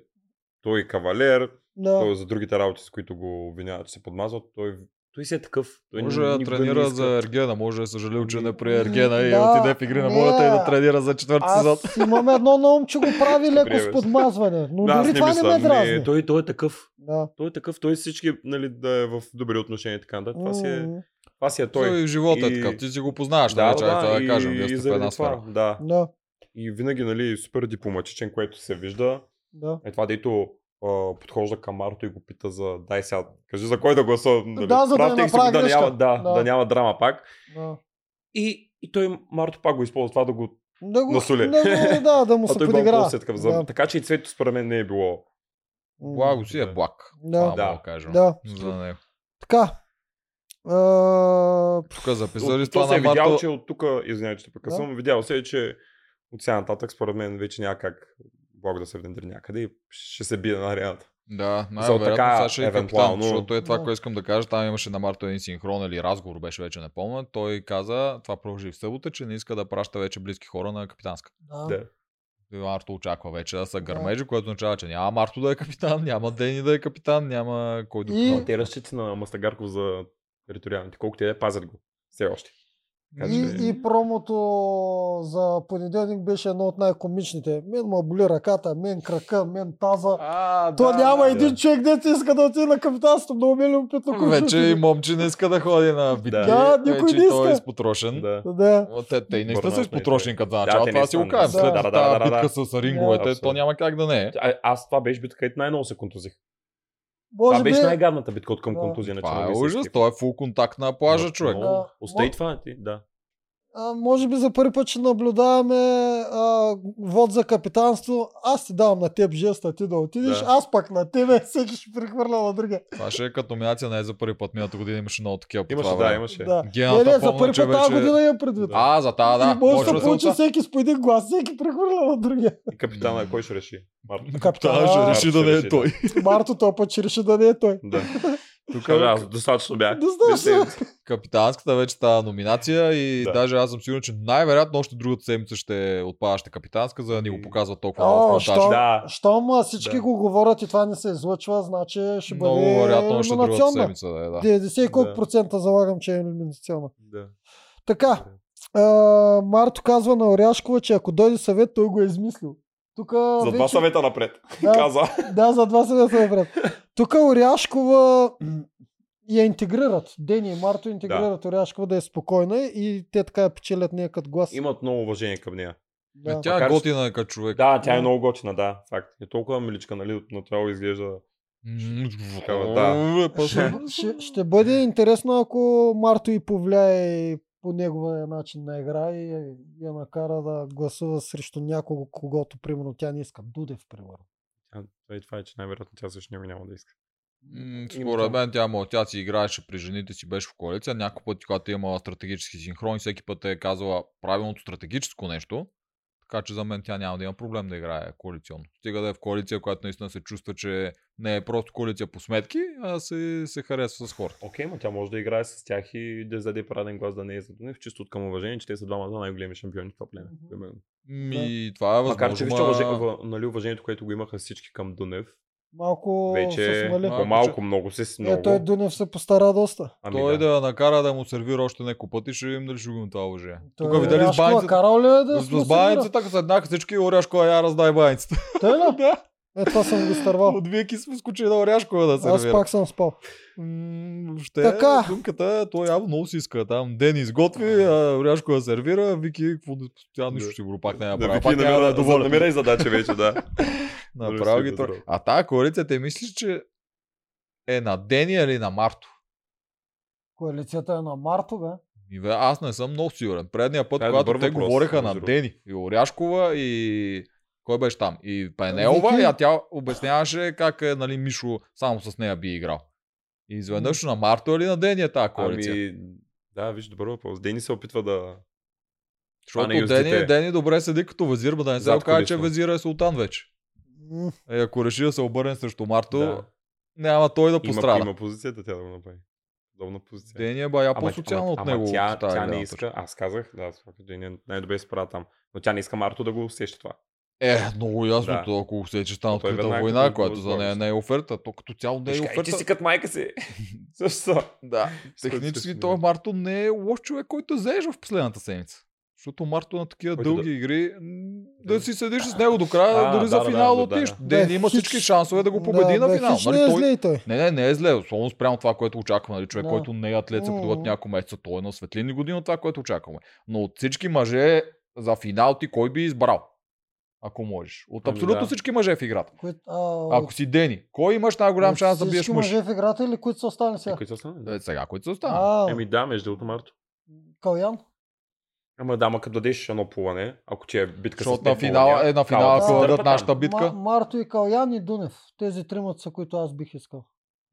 Той е кавалер, Да. той е за другите работи, с които го обвиняват, че се подмазват. Той, той си е такъв. Той Може ни- да никога не тренира иска. за Ергена, може да е съжалил, че не прие Ергена и Да, отиде в игри на не. волята и да тренира за четвърти сезон. Аз имам едно на ум, че го прави леко с Приеме. подмазване, но Да, аз дори не това не мисля. ме Не, дразни. Той, той е такъв. Да. Той е такъв, той всички нали, да е в добри отношения и така. Да, това, си е, М, това си е той. Той и живота е И- така. Ти си го познаваш, да, да, вече, да, да, и, да кажем, вие сте в заради една това, сфера. да. Да, И винаги нали, супер дипломатичен, което се вижда. да. Е това, дето а, подхожда към Марто и го пита за дай сега, кажи за кой да гласувам. нали, Да, за да прав не текст и направи да, грешка. няма, да, Да. да. да няма драма пак. да. И, и той Марто пак го използва това да го Да го, На соле. да, го, да, да му а се той бал подигра. после е такъв за... Да. Така че и цвето според мен не е било. М, Благо си е благ. Да. Да, Да. да. кажем. Да. За него. Така. А, Тук записали От- това то се на е видял, Марто. че от тук, извинявай, че те прекъсвам, видял се е, че от сега нататък, според мен, вече някак Благ да се внедри някъде и ще се бие на арената. Да, така, най-вероятно сега ще е капитан, евентуално. защото е това, Да. което искам да кажа. Там имаше на Марто един синхрон или разговор, беше вече не помня. Той каза, това продължи в събота, че не иска да праща вече близки хора на капитанска. Да. Да. Марто очаква вече да са гърмежи, което означава, че няма Марто да е капитан, няма Дени да е капитан, няма кой друг. е. И- И... Но те разчитат на Мастагарков за териториалните. Колко те е, пазят го. Все още. Така че- И, и промото за понеделник беше едно от най-комичните. Мен ма боли ръката, мен крака, мен таза. А, То няма да. един човек, дето иска да отиде на капитанство. Много ми е любопитно. кой ще Вече отиде. и момче не иска да ходи на битки. Да, никой вече не и Той е иска. изпотрошен. Да. Да. О, Те, те и не са Бърнат с не са. изпотрошен като Да, начало, те не това са, си го не казвам. са. След Да, да, тази да, да, битка с ринговете, то Абсолютно. няма как да не е. А, аз това беше битка, където най-много се контузих. Може това би... е- беше най-гадната битка от към Да. контузия. иначе Това не е ми се ужас, изкефи. той е фул контакт на плажа, Да, човек. много. Да. Остави Мо- това, ти. Да. А, може би за първи път ще наблюдаваме а, вод за капитанство. Аз ти давам на теб жеста, ти да отидеш, Да. аз пък на тебе всеки ще прехвърля на другия. Това ще е като номинация, не е за първи път миналата година имаше много такива по Имаше, да, това време. имаше. Да. Гената не, не, за помня, първи че път тази беше- година я предвид. А, за тази, И да. може да Почва се се от получи това. всеки с по един глас, всеки прехвърля на другия. И капитана, кой ще реши? Марто. Та Капитана ще Марто реши ще да не реши, е той. Марто той път ще реши да не е той. Да. Тук Кажа, аз достатъчно бях. Достатъчно. Десет. капитанската вече става номинация и Да. даже аз съм сигурен, че най-вероятно още другата седмица ще е отпадаща капитанска, за да ни го показва толкова О, много в монтажа. що? Да. Щом а, всички Да. го говорят и това не се излъчва, значи ще бъде Много вероятно още другата номинационна. седмица да е, да. 90 и колко Да. процента залагам, че е номинационна. Да. Така, а, Марто казва на Оряшкова, че ако дойде съвет, той го е измислил. Тук За два съвета напред. Да, Каза. да, за два съвета напред. Тук Оряшкова м, я интегрират. Дени и Марто интегрират Оряшкова да е спокойна и те така я печелят нея като глас. Имат много уважение към нея. Е, Да. Тя е Макар че- готина е като човек. Да, тя е много готина, да. Факт. Е толкова миличка, нали? На това изглежда. М, Такава, да. после- Ще, ще бъде интересно, ако Марто и повлияе по неговия начин на игра и я накара да гласува срещу някого, когато, примерно, тя не иска. Дудев, примерно. Тя- И това е, че най-вероятно тя също няма, няма да иска. М, Има Според това. мен тя, му, тя си играеше при жените си, беше в коалиция. Няколко пъти, когато е имала стратегически синхрон, всеки път е казала правилното стратегическо нещо. Така че за мен тя няма да има проблем да играе коалиционно. Стига да е в коалиция, която наистина се чувства, че не е просто коалиция по сметки, а се, се харесва с хората. Окей, ма тя може да играе с тях и да заде параден глас да не е за Дунев, чисто от към уважение, че те са двамата най-големи шампиони в това племе. Мгм. примерно. М, И това е възможно. Макар че вижте уважение, ва- нали, уважението, което го имаха всички към Дунев, Малко се вече смали. Малко, по-малко, че- много се с Е, той много. Дунев се постара доста. Ами Той да. да. я накара да му сервира още няколко пъти, ще видим дали ще го има това уважение. Той Тук видя ли с Оряшкова баницата? Карал ли е да С- се С баницата, като седнаха всички, Оряшкова я раздай баницата. Той ли? Е, това съм го изтървал. От вие сме скочи на Оряшкова да се Аз пак съм спал. М, Въобще, Така. така. думката, той явно много си иска. Там Ден изготви, а Ряшко я сервира, Вики, какво да тя нищо Да. сигурно пак не Да, направи. Вики Пак няма да е намира, за- доволен. намира и задача вече, да. Направи ги Да, това. да. А тая коалиция, те мислиш, че е на Дени или на Марто? Коалицията е на Марто, бе. И бе, аз не съм много сигурен. Предния път, Това е когато добър те въпрос, говореха между на другото. Дени и Оряшкова и кой беше там? И Пенелова, Вики. и а тя обясняваше как е, нали, Мишо само с нея би играл. И изведнъж на Марто или на Дени е тази коалиция? Ами, да, виж, добър въпрос. Дени се опитва да... Защото Ане Юздите. Дени, Дени добре седи като везир, ба да не се Зад окаже, че колисно. везира е султан вече. М, Е, ако реши да се обърне срещу Марто, да. да. няма той да Има, пострада. има позицията, тя да го направи. Удобна позиция. Дени е бая Ама- по-социално ама- от ама него. е Тя, от тази тя гледна не точка. иска, аз казах, да, смятам, че не- най-добре се правя там. Но тя не иска Марто да го усеща това. Е, много ясно, Да. да. ако се е, че стана Но той открита веднага война, като която за отговори. нея не е оферта. То като цяло не е Виж, кай, оферта. ти си като майка си. Също. Да, Също технически си, той да. Марто не е лош човек, който заежда в последната седмица. Защото Марто на такива Който дълги игри, м, да си седиш с него до края, А, дори да, за да, да, финал да, да, да. отиш. Бе, Дени има хич- всички шансове да го победи да, на бе, финал. хич нали? не е Той- зле и той. Не, не, не е зле. Особено спрямо това, което очакваме. Нали? Човек, Да. който не е атлет, се подуват Мгм. няколко месеца. Той е на светлини години от това, което очакваме. Но от всички мъже за финал ти кой би избрал? Ако можеш. От Ами абсолютно да. всички мъже в играта. Кои- а, Ако си Дени, кой имаш най-голям от шанс да биеш всички мъж? мъже в играта или които са останали сега? Кои са останали? Е, сега, които са останали. А, Еми да, между другото Марто. Калян. Ама да, ма като дадеш едно плуване, ако ти е битка с Защото пет на финала, плувания, е, калата на финала, се ако дърпа дадат там. нашата Ма- битка. Марто и Калян и Дунев. Тези тримата са, които аз бих искал.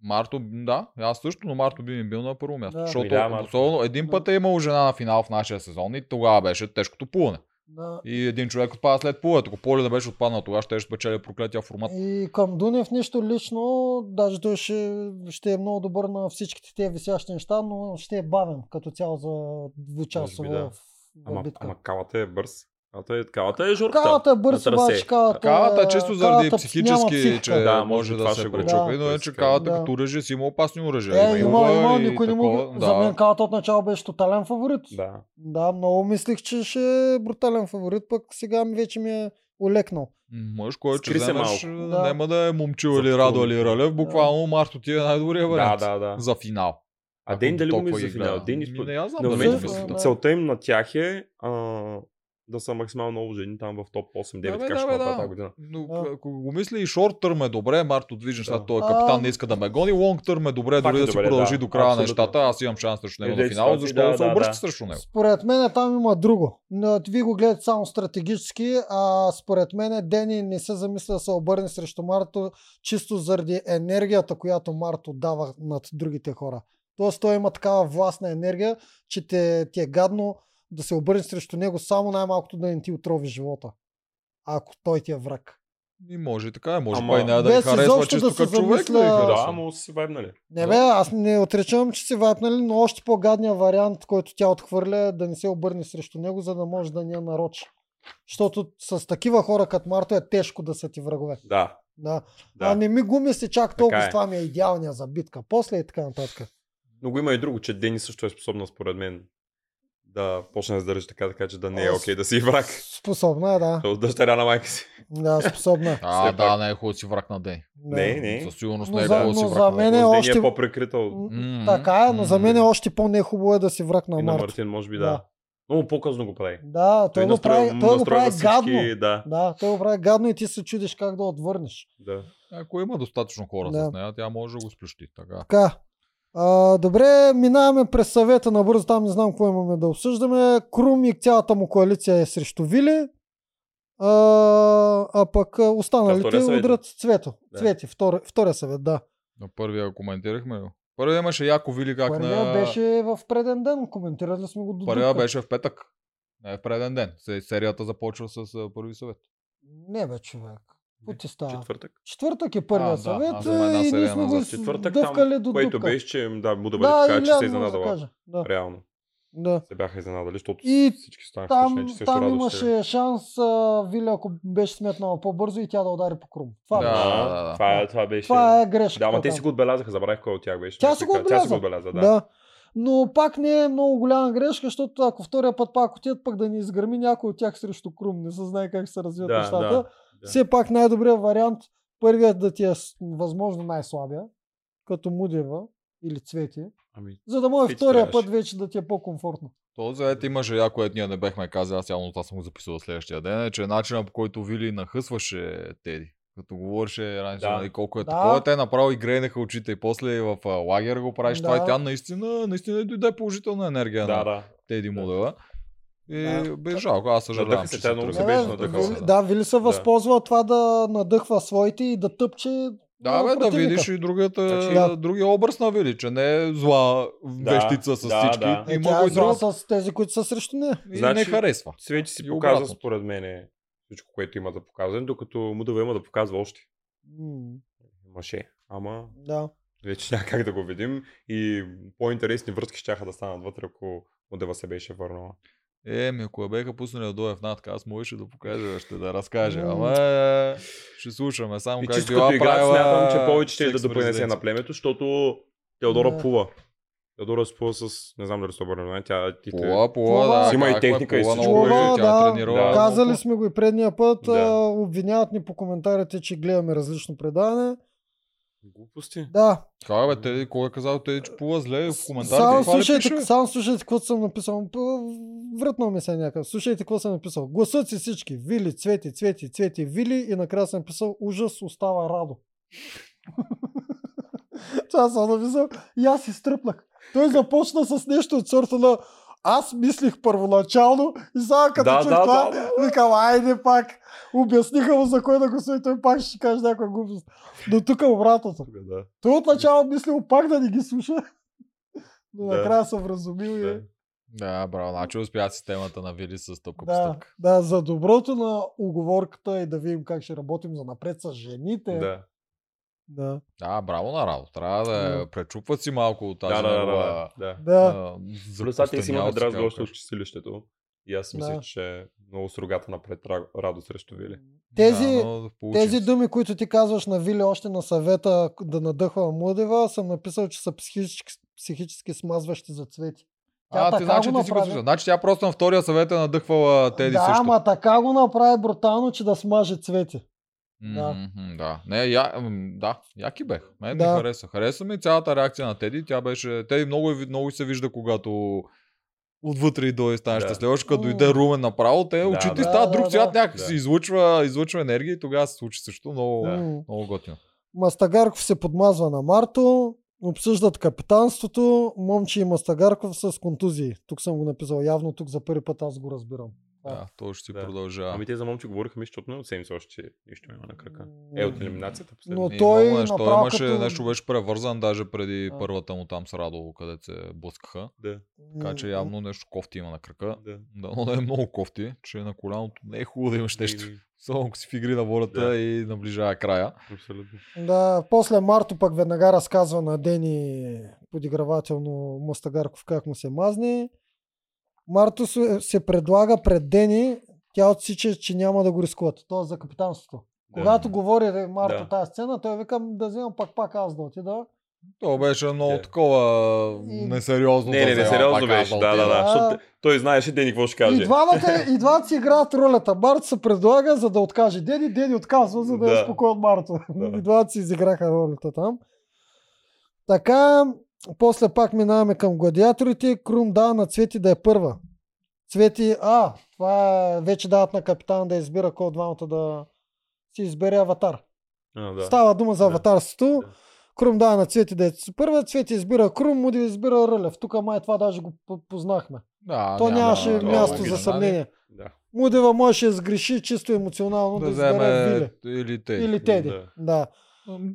Марто, да, аз също, но Марто би ми бил на първо място. Да. Защото Ами да, Марто. особено един път е имал жена на финал в нашия сезон и тогава беше тежкото плуване. Да. И един човек отпада след полето. Ако поле да беше отпаднал, тогава ще беше спечели проклетия формат. И към Дунев нещо лично, даже той ще, ще е много добър на всичките тези висящи неща, но ще е бавен като цяло за двучасова Може би да. в- в Ама, битка. ама калата е бърз. Калата е, калата е. Калата е жорката. Калата е бърз, на трасе. обаче калата, Калата често е заради калата няма психически, психика. че Да, да, може може би да това се ще го- пречупи, Да. но иначе калата Да. като оръжие си има опасни оръжия. Е, има, лула има, и никой не му такова, ги... За мен калата от начало беше тотален фаворит. Да. Да, много мислих, че ще е брутален фаворит, пък сега ми вече ми е олекнал. Мъж, който ще Скри се е, вземеш, малко. няма да е момчил или Защо? Радо или Ралев, буквално Марто ти е най-добрия Да, вариант да, да. за финал. А Дени дали е го Толкова мисли за ги финал? гледа. Дени Ми спо- не, аз знам На дали мен- го мисли. Да. Целта им на тях е а, да са максимално много жени там в топ 8-9, Да, бе, така да, ще бе, направят да. тази година. Но Да. к- ако го мисли и шорт търм е добре, Марто движен, сега Да. той е А, капитан, не иска да ме гони, лонг търм е добре, Пак дори е да си добре, продължи да. до края на Абсолютно. нещата, аз имам шанс срещу него Е, на да, финал, да, защо да, да се да, обръща да. срещу него. Според мен там има друго. Но Вие го гледате само стратегически, а според мен Дени не се замисля да се обърне срещу Марто, чисто заради енергията, която Марто дава над другите хора. Тоест той има такава властна енергия, че те, ти е гадно да се обърне срещу него, само най-малкото да не ти отрови живота. Ако той ти е враг. И може и така, е, може Ама- па и нея да Без ги харесва, изобщо да чисто се като човек да замисля- ги Да, харесва. ама нали? си вайбнали. Не бе, аз не отричам, че си вайпнали, но още по-гадния вариант, който тя отхвърля, е да не се обърне срещу него, за да може да ни я нарочи. Защото с такива хора като Марто е тежко да са ти врагове. Да, Да. да. Да. А не ми го мисли чак толкова, Така е. това ми е идеалния за битка. После и така нататък. Но го има и друго, че Дени също е способна, според мен, да почне да се държи така, така че да не е Аз- окей да си враг. Способна е, да. Той е От дъщеря на майка си. Да, способна е. А, Все да, пак. не е хубаво да си враг на ден. Да. Не, не. Със сигурност Но не е за- хубаво да но си за враг на мен ден. е Дени още- е по-прекрита от... Мгм. Така е, но за мен е Мгм. още по-нехубаво е да си враг на и на Марто. Мартин, може би Да. да. Много по-късно го прави. Да, той, го настройва- прави, той го настройва прави гадно. Да, Да, той го прави гадно и ти се чудиш как да отвърнеш. да. Ако има достатъчно хора Да. с нея, тя може да го сплющи. Така. Така. А, добре, минаваме през съвета на бързо, там не знам какво имаме да обсъждаме. Крум и цялата му коалиция е срещу Вили. А, а пък а, останалите втория съвет. удрят цвето. Да. Цвети, втори, втория съвет, да. На първия коментирахме го. Първия имаше Яко Вили как Първия на... беше в преден ден, коментирали сме го до Първия дупка. беше в петък. Не е в преден ден. Се- Серията започва с а, първи съвет. Не бе, човек. Какво ти става? Четвъртък. Четвъртък е първия А, да, съвет аз имам една и ние серия сме на го за Четвъртък дъвкали там, до което дупка. беше, че да, му да бъде да, така, че се Илян може да изненадава. каже. Да, Реално. да. Се бяха изненадали, защото И всички станаха впечатлени, Там, че е срещу там Радо ще... имаше шанс а, Вили, ако беше сметнала по-бързо и тя да удари по крум. Това, Да, беше. да, да. Това, е- това беше... това е грешка. Да, ама те си го отбелязаха, забравих кой от тях беше. Тя Не си се го казва. Тя си го отбеляза. отбеляза, да. да. да. Но пак не е много голяма грешка, защото ако втория път пак отидат, пък да ни изгърми някой от тях срещу крум. Не се знае как ще се развият Да, нещата. да, да. Все пак най-добрият вариант, първият да ти е с- възможно най-слабия, като Мудева или Цвети, Ами, за да може Цвети втория трябваше. път вече да ти е по-комфортно. То заед имаше я, което ние не бехме казали, аз явно това съм го записал следващия ден, е, че начинът по който Вили нахъсваше Теди. Като говореше раньше Да. нали, колко е Да. такова, те направо и грейнаха очите и после в а, лагер го правиш това Да. и тя наистина, наистина дойде положителна енергия на да, да. Теди Мудела. И Да. беше жалко, аз съжалявам, Надъха че се, се тя много се тръгна. Не, беше бе, надъхала, Вили- да. Да, Вили се Да. възползва от това да надъхва своите и да тъпче. Да, бе, да противника. видиш и другата, Значи- да. другия образ на Вили, че не е зла Да, вещица с да, всички. да. Е, Има тя го е и зла друг. с тези, които са срещу нея. И не Значи- харесва. Свечи си И показа, обратното. според мен, всичко, което има да показва, докато Мудова има да показва още. М, Имаше. Ама Да. вече няма как да го видим. И по-интересни връзки ще да станат вътре, ако Мудева се беше върнала. Е, ми ако я беха пуснали да дойде в натка, аз можеше да покажа, ще да разкаже. М. Ама е, ще слушаме само И как чисто била като игра, правила смятам, че повече ще е да секс допринесе президент. на племето, защото Теодора Да. плува. Теодора се плува с... Не знам дали се обърна, тя... ти- Плува, плува, Плува. да. Си има и каква е техника, и плува, всичко. много Плува, бързо, тя да. е тренирала. Да. Казали много. сме го и предния път. Да. а, Обвиняват ни по коментарите, че гледаме различно предаване. Глупости. Да. Как бе, те, кой е казал, те, че плува зле е в Само коментарите? Това ли пише? слушайте, само слушайте какво съм написал. П- Вратно ми се е някак. Слушайте какво съм написал. Гласът си всички. Вили, цвети, цвети, цвети, вили. И накрая съм написал ужас, остава радо. Това съм написал. И аз изтръпнах. Той започна с нещо от сорта на аз мислих първоначално и сега като Да, чух да, това, да, викам, айде пак, обясниха му за кой да гласува и той пак ще каже някаква глупост. Но тук е обратното. Да. Той отначало мислил пак да не ги слуша, но Да. накрая съм разумил и е. да. Да, браво. Значи успя системата на Вили с стъпка по Да, стъпка. да, за доброто на оговорката и да видим как ще работим за напред с жените. Да. Да. Да, браво на работа. Трябва да Да. пречупват си малко от тази Да, да, да, негова, да, да. да. а, Плюс аз те си имаха закостенял, дразга така още да от чистилището. И аз си Да. мисля, че е много строгата напред Ра- радо срещу Вили. Тези- Да, но получи Тези се. думи, които ти казваш на Вили още на съвета да надъхва Мудева, съм написал, че са психически, психически смазващи за цвети. Тя А, ти така значи го ти си го направи. слушал. Значи тя просто на втория съвет е надъхвала Теди да, също. ама така го направи брутално, че да смаже цвети. Да. Мгм, да. Не, я, м, да, яки бех. Мен ми Да. хареса. Хареса ми цялата реакция на Теди. Тя беше... Теди много, е ви- много се вижда, когато отвътре и дойде стане Да. щастлива, защото М. като дойде Румен направо, те Да, очите да. стават Да, друг да, цвят, да. някак си Да. излъчва, излъчва енергия и тогава се случи също много, Да. М. много готино. Мастагарков се подмазва на Марто, обсъждат капитанството, момче и Мастагарков с контузии. Тук съм го написал явно, тук за първи път аз го разбирам. Да. Да, то ще си Да. продължава. Ами те за момче говориха ми, защото не от седмица още че нищо няма на крака. Е, от елиминацията последно. Но Е, той имало нещо, направо имаше като- нещо, беше превързан даже преди А. първата му там с Радо, където се блъскаха. Да, Така че явно нещо кофти има на крака. да. Да, но да е много кофти, че на коляното не е хубаво да имаш нещо. Ми, Само ако си в игри на волята Ами, Да. и наближава края. Ами, Абсолютно. Да, после Марто пък веднага разказва на Дени подигравателно Мастагарков как му се мазне. Марто се, се предлага пред Дени, тя отсича, че няма да го рискуват. То е за капитанството. Когато говори Марто Да. тази сцена, той вика да вземам пак пак аз да отида. То беше много Да. такова, такова И- несериозно. е. Не, не, не, сериозно беше. Да, да, да. Да. Защото той знаеше Дени какво ще И каже. двамата, и двамата си играят ролята. Марто се предлага, за да откаже Дени, Дени отказва, за да, Да. да. успокоят Марто. Да. И двамата си изиграха ролята там. Така, после пак минаваме към гладиаторите. Крум дава на Цвети да е първа. Цвети, а, това е, вече дават на капитан да избира кой от двамата да си избере аватар. А, Да. да. Става дума за Да. аватарството. Да. Крум дава на Цвети да е първа, Цвети избира Крум, Муди избира Рълев. Тук май това даже го по- познахме. да е То няма- нямаше да, място логично. за съмнение. Да. Мудева можеше да сгреши чисто емоционално да, Да да избере Виле. вземе или те. Или Теди. Да. Да. да.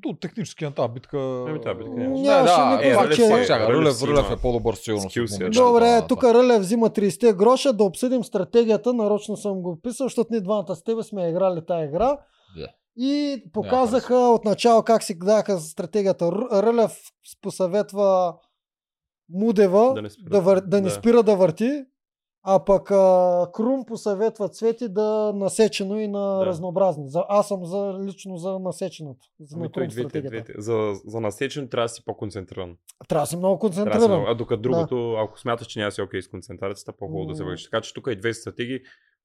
То технически на тази битка. Ами тази битка а, нямаше. Не, Нямаше да, никакво е, значение. Рълев пак чака. Рълев Рълев, си Рълев има. е по-добър силно. Скил си е, да. Добре, тук Рълев взима 30 гроша да обсъдим стратегията. Нарочно съм го писал, защото ние двамата с тебе сме играли тая игра. Да. И показаха от начало как си дадаха стратегията. Р- Рълев посъветва Мудева Да не да, спира. да, вър... да не Да. спира да върти, а пък а, Крум посъветва Цвети да насечено и на Да. да. разнообразни. За... Аз съм за, лично за насеченото. За Ами на той Крум двете, стратегията. двете. За, за насечен трябва да си по-концентриран. Трябва да си много Трябва да си концентриран. много- А докато другото, ако смяташ, че няма да си окей с концентрацията, по-хубаво да се М. вършиш. Така че тук и две стратегии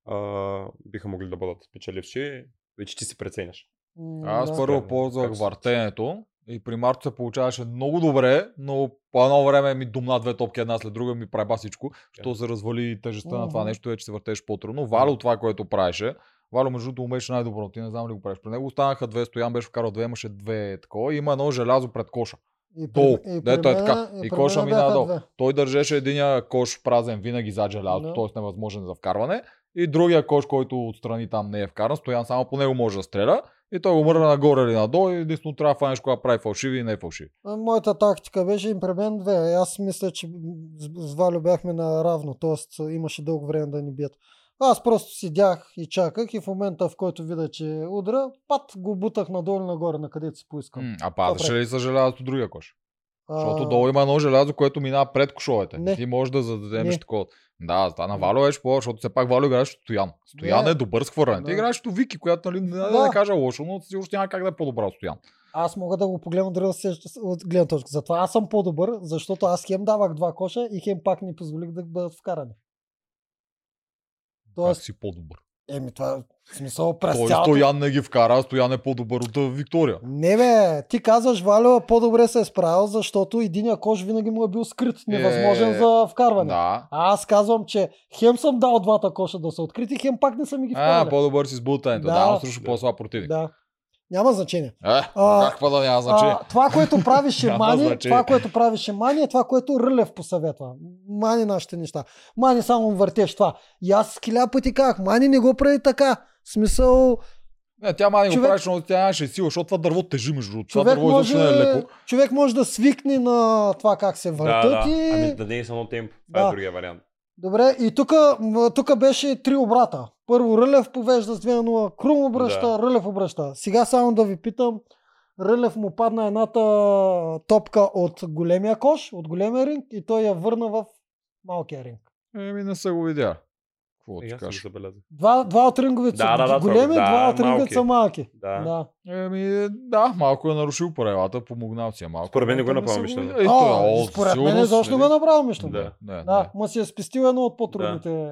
а, биха могли да бъдат спечеливши. Вече ти си преценяш. М, Аз да. първо Как ползвах се- въртенето и при Марто се получаваше много добре, но по едно време ми думна две топки една след друга, ми преба всичко, що се развали тежестта на това Мгм. нещо, е, че се въртеш по-трудно. Вало това, което правеше. Вало, между другото, умеше най-добро, ти не знам ли го правиш. При него останаха две, Стоян беше вкарал две, имаше две такова. и Има едно желязо пред коша. И при- долу. и Дето при е така. мен- И при коша мен мина бяха долу. две. Той държеше единия кош празен винаги зад Да. желязото, т.е. невъзможен за вкарване. И другия кош, който отстрани там не е вкаран, стоян само по него може да стреля. И той го мърна нагоре или надолу и единствено трябва да фанеш кога прави фалшиви и не фалшиви. А, Е, Моята тактика беше им при мен две. Аз мисля, че с с Валю бяхме наравно, т.е. имаше дълго време да ни бият. Аз просто седях и чаках и в момента, в който видя, че удра, пат го бутах надолу и нагоре, на където си поискам. М, А пазеше Добре. ли с желязото другия кош? А, Защото долу има едно желязо, което мина пред кошовете. Не. Ти можеш да зададемеш Не. такова. Да, стана Вало беше по защото все пак Вало играеш като Стоян. Стоян Не. е добър с хвърляне. Ти Да. играеш като Вики, която нали, не да. Да. да кажа лошо, но сигурно ще няма как да е по-добра от Стоян. Аз мога да го погледна от друга се- от гледна точка. Затова аз съм по-добър, защото аз хем давах два коша и хем пак не позволих да бъдат вкарани. Как Тоест, си по-добр? еми това е в смисъл през Той цялото Стоян не ги вкара, а Стоян е по-добър от а, Виктория. Не бе, ти казваш Валева по-добре се е справил, защото единия кош винаги му е бил скрит, невъзможен Е, за вкарване. Да. А аз казвам, че хем съм дал двата коша да са открити, хем пак не съм ги А, вкарали. по-добър си с бутането. Да, Да. но срещу по-слаб противник. да. Няма значение. Е, А, как па да няма значение? А, това, което правише Значи- Няма Мани, значение. това, което правише Мани, е това, което Рълев посъветва. Мани нашите неща. Мани само въртеш това. И аз хиляда пъти казах, Мани не го прави така. В смисъл, Не, тя мани го човек- правиш, но тя нямаше сила, защото това дърво тежи между другото. Това човек дърво може, изобщо не е леко. човек може да свикне на това как се Да, въртат да. и... Ами да не е само темп. Това е Да. другия вариант. Добре, и тук, тук беше три обрата. Първо Рълев повежда с 2-0, Крум обръща, Да. да. Рълев обръща. Сега само да ви питам, Рълев му падна едната топка от големия кош, от големия ринг и той я върна в малкия ринг. Еми, не са го видя. Какво И ти Е, аз съм кажа? забелязал. Два, два от ринговете са Да, да, да, големи, това- два да, от ринговете са малки. Да. Да. Еми, да, малко е нарушил правилата, помогнал си е малко. Според мен не го но е са направил Мишлен. Е, А, то, о, според мен е сигурно, защо го нали? е направил Мишлен. Да. Да, Да, да. му си е спестил едно от по-трудните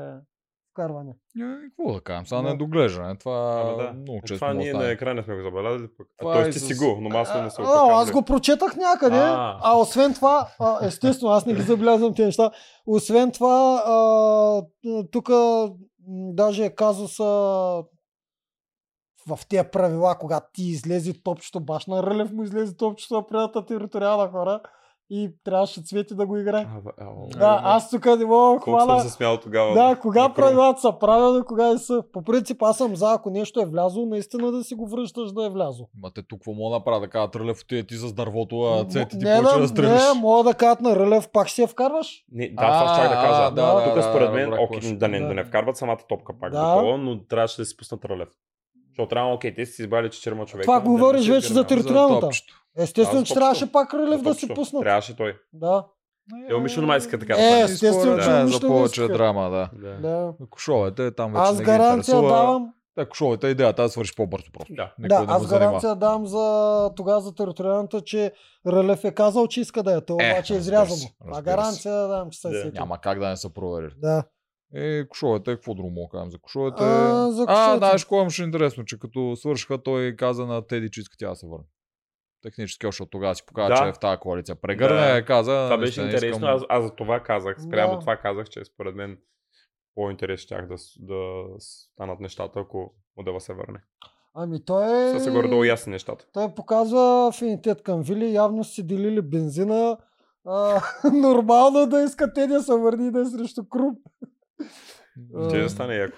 вкарвания. Е, какво да кажем? Сега Да. не доглеждане. Това Ама да. Е, много често Това му ние стане. на екрана сме го забелязали пък. А Това е той сте с- си го, но масло не се нали? А, опакам, а, аз бе. го прочетах някъде, а, А. освен това, а, естествено, аз не ги забелязвам тези неща. Освен това, а, тук даже е казуса в тия правила, когато ти излезе топчето, баш на Рълев му излезе топчето на предната териториална хора и трябваше Цвети да го играе. А, бе, ау. Да, аз тук не мога да Колко съм хвала. се смял тогава. Да, кога на Крум. правилата са правилни, кога не са. По принцип, аз съм за, ако нещо е влязло, наистина да си го връщаш да е влязло. Ма те тук какво мога да направя? Да кажа, Трълев, отиде ти с дървото, а цвети ти Не, почва да стрелиш. Не, мога да кажат на Рълев, пак ще я вкарваш. Не, да, това А, ще да кажа. а, да, да, Тук да, според да, мен, добре, какво окей, ще- да, не, да. да не вкарват самата топка пак, Да. да. такова, но трябваше да си пуснат рълев. Защото трябва, окей, те са си избрали четирма човека. Това да не говориш се вече за гърмят. тери- териториалната. топчето. Естествено, Да, че за трябваше топчето. пак Рълев За да си топчето. пуснат. Трябваше той. Да. Е, умишлено май иска така да Е, прави. естествено, Да, че да, за умишлено повече иска. драма, да. Да. Да. Но Кошовете там вече Аз Значи не гаранция ги интересува. давам. Да, кошовете е идеята, да свърши по-бързо просто. Да. Никой Да, не аз му занимава. гаранция давам за тогава за териториалната, че Рълев е казал, че иска да е. То Е, обаче е разбира изрязано. се, А разбира гаранция да давам, че се Да. сети. Няма как да не са проверили. Да. Е, кошовете, какво друго мога да кажем за кошовете? А, за А, кошовете. знаеш, кое имаше интересно, че като свършиха, той каза на Теди, че иска тя да се върне. Технически, защото тогава си показва, Да. че е в тази коалиция. Прегърна Да. я и каза. Това не беше сте, не интересно. искам. Аз, аз за това казах. Спрямо Да. това казах, че според мен по-интерес щях да, с- да станат нещата, ако модела се върне. Ами той е... Са се горе-долу ясни нещата. Той показва афинитет към Вили, явно си делили бензина. А, нормално да иска те да се върни и да е срещу Крум. Ще Ам. да стане яко.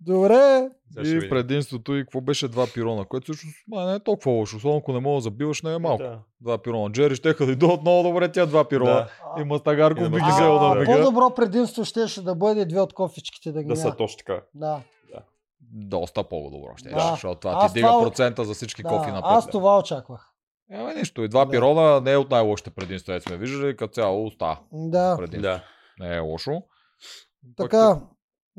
Добре, Сега ще Е. И видим. предимството и какво беше два пирона, което всъщност ма, не е толкова лошо. Особено ако не мога да забиваш, не е малко. Да. Два пирона. Джери ще да дойдат много добре тя два пирона. Да. А, И Мастагарков И би ги на взел а, да Мастагарков, бига. по-добро предимство щеше да бъде две от кофичките да ги Да са няма. точно така. Да. Доста по-добро ще Да. да. защото това Аз ти дига това- процента за всички да. кофи на Аз пет. това очаквах. Ема нищо, и два Да. пирона не е от най-лошите предимства, дето сме виждали, като цяло остава. Да. Предимство. Да. Не е лошо. Пак Така,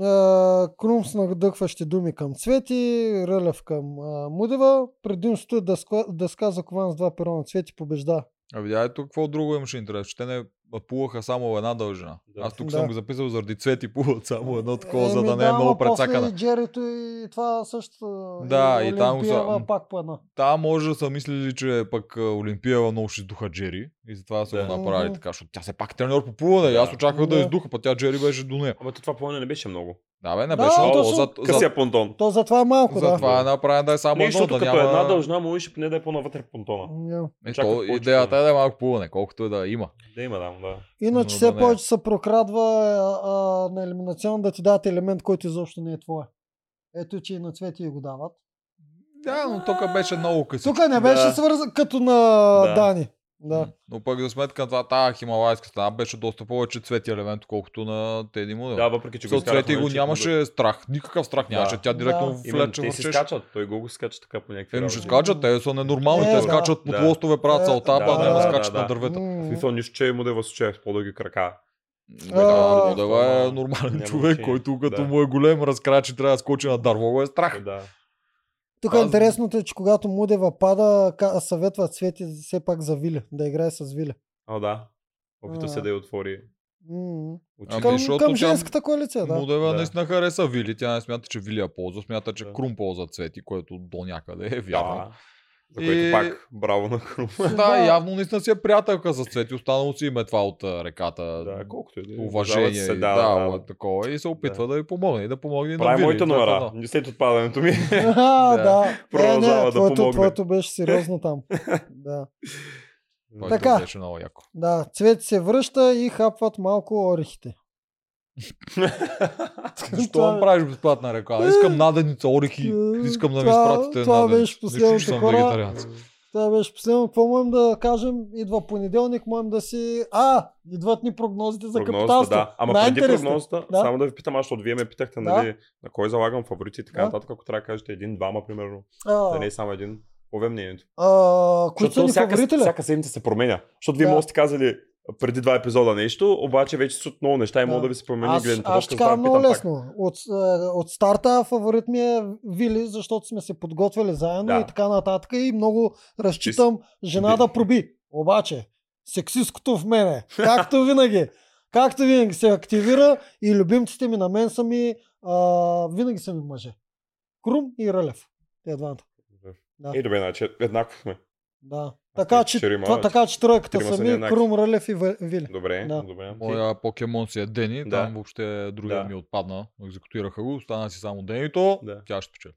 а, Крум с надъхващи думи към Цвети, Рълев към а, Мудева. Предимството е дъска, дъска за кован с два перона. Цвети побежда. А видя, тук какво друго имаше интерес, че те не пулаха само една дължина. Да. Аз тук Да. съм го записал заради цвети пулат само едно такова, за Еми да не е ама много после прецакана. И Джерито и това също. Да, и там Олимпиева са- пак по една. Та може да са мислили, че пък а, Олимпиева много ще издуха Джери и затова са Да. го направили Мгм. така, защото тя се пак е треньор по пулане и аз Да. очаквах да Да. издуха, па тя Джери беше до нея. Ама то това плане не беше много. Да, бе, не Да, беше много. точно. За, за, Късия понтон. То затова е малко, да. затова е направен да е само Не, едно, защото да като няма... една дължина му ще поне да е по-навътре в понтона. Ня. Е, Чакат то, повече идеята е време. да е малко пулане, колкото е да има. Да има, да, да. Иначе Но все да не е. повече се прокрадва а, а, на елиминационно да ти дадат елемент, който изобщо не е твой. Ето, че и на цвети го дават. Да, но тук беше много къси. Тук е- не беше Да. свързан като на Да. Дани. Да. Но пък за сметка на това, тази хималайска стена беше доста повече цвети елемент, отколкото на Теди Мудел. Да, въпреки че го Защото изкараха цвети на го личен нямаше страх, никакъв страх нямаше. Да. Тя директно Да. да. Именно, влече те си върчеше. скачат, той го го скача така по някакви Те ми работи. ще скачат, те са ненормални, Е, те да. скачат под Да. лостове, правят Е, салта, да, ба, да, не скачат да, на да. дървета. В М. смисъл, нищо, че му да е случая с по-дълги крака. Да, А, Мудева е да. нормален Няма човек, значение. който като Да. Ами, му е голем разкрачи, трябва да скочи на дърво, го е страх. Да. Тук Аз- интересното е, че когато Мудева пада, ка- съветва Цвети все пак за Виле, да играе с Виле. А, да. Опита се А. да я отвори М. очите. Ами, Към, защото към тя- женската коалиция, да. Мудева Да. наистина хареса Вили, тя не смята, че Вили я ползва, смята, че Да. Крум ползва цвети, което до някъде е вярно. Да. За което И- пак, браво на Крум. Да, явно наистина си е приятелка с Цвети, останало си им е това от а, реката. Да, колкото и да е. уважение Уважават се, и да, да, да, да. такова и се опитва да, ви помогне и да помогне и на Прави Вили, моите и това, номера. това, След отпадането ми. А, Да. да. Е, Продължава да твоето, помогне. твоето беше сериозно там. Да. това. Така. Което Беше много яко. да, цвет се връща и хапват малко орехите. Защо Това- ми правиш безплатна реклама? Искам наденица, орехи, искам да ми Това- изпратите това наденица. беше последното, Нищо, че съм хора. вегетарианец. Това беше последно. Какво можем да кажем? Идва понеделник, можем да си... А, идват ни прогнозите за Прогнозата, капиталство. да. Ама преди Най-интересно. прогнозата, Да. само да ви питам, аз, защото вие ме питахте, нали, на кой залагам фаворити и така Да. нататък, ако трябва да кажете един, двама, примерно, да не А, е само един, пове мнението. а, които са Защото ни всяка, фаворители? всяка седмица се променя. Защото вие Да. може да сте казали преди два епизода нещо, обаче вече са отново неща и Да. могат да ви се промени Аз, гледната аз точка. ще затова кажа ви много питам пак. лесно. От, е, от старта фаворит ми е Вили, защото сме се подготвили заедно Да. и така нататък и много разчитам жена Вили. да проби. Обаче, сексисткото в мене, както винаги, както винаги се активира и любимците ми на мен са ми, а, винаги са ми мъже. Крум и Рълев. Те двамата. Е, добре, значи еднакво сме. Да. Така че, четирима, това, така че тройката трима са са ми ни еднакви. Крум, Рълев и Ва- Вили. Добре, Да. добре. Моя покемон си е Дени, да. Да. там въобще другия Да. ми отпадна. Екзекутираха го, остана си само Денито, Да. тя ще печели.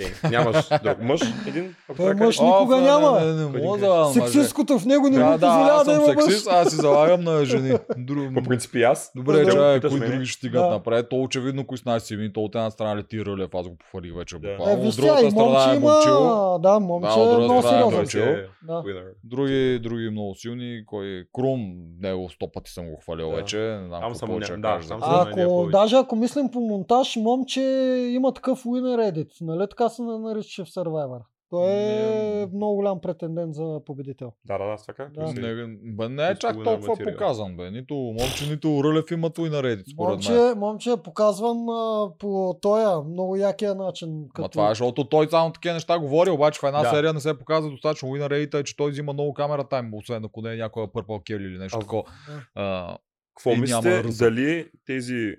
Не, нямаш друг мъж, един. ако Той е така мъж. кажеш. никога не, няма. Не, не, не Ходи мога къщи. да, мъже. Сексисткото в него не му Да, да, позволява аз да съм има мъж. сексист, аз си залагам на жени. Друг... По принцип и аз. Добре, Да. чай, Питаш кои ме. други ще стигнат Да. напред. То очевидно, кои с нас ми, то от една страна лети Рълев, аз го пофалих вече Да. Е, буквално. От виж сега, и другата страна момче е момчил. има... Да, момче Да, от е другата много страна е сериозен. момче. Той е Да. winner. Други, други много силни, кой е Крум, него сто пъти съм го хвалил Да. вече. Не знам Там какво съм повече ня- да да, кажа. за там него. съм Знам най-дия Ако, повече. даже ако мислим по монтаж, момче има такъв winner edit, нали така се нарича в Survivor. Той е Не. много голям претендент за победител. Да, да, да, с така. Да. мисля. Не, бе, не е Нищо чак го не толкова материал. показан, бе. Нито момче, нито Рълев има твой наредит, според мен. Момче, момче е показван а, по този много якия начин. Ма Като... това е, защото той само такива неща говори, обаче в една Да. серия не се показва достатъчно Уина Рейта, че той взима много камера тайм, освен ако не е някоя Purple Kill или нещо Аз- такова. Да. А, Какво И няма мислите, ръза. дали тези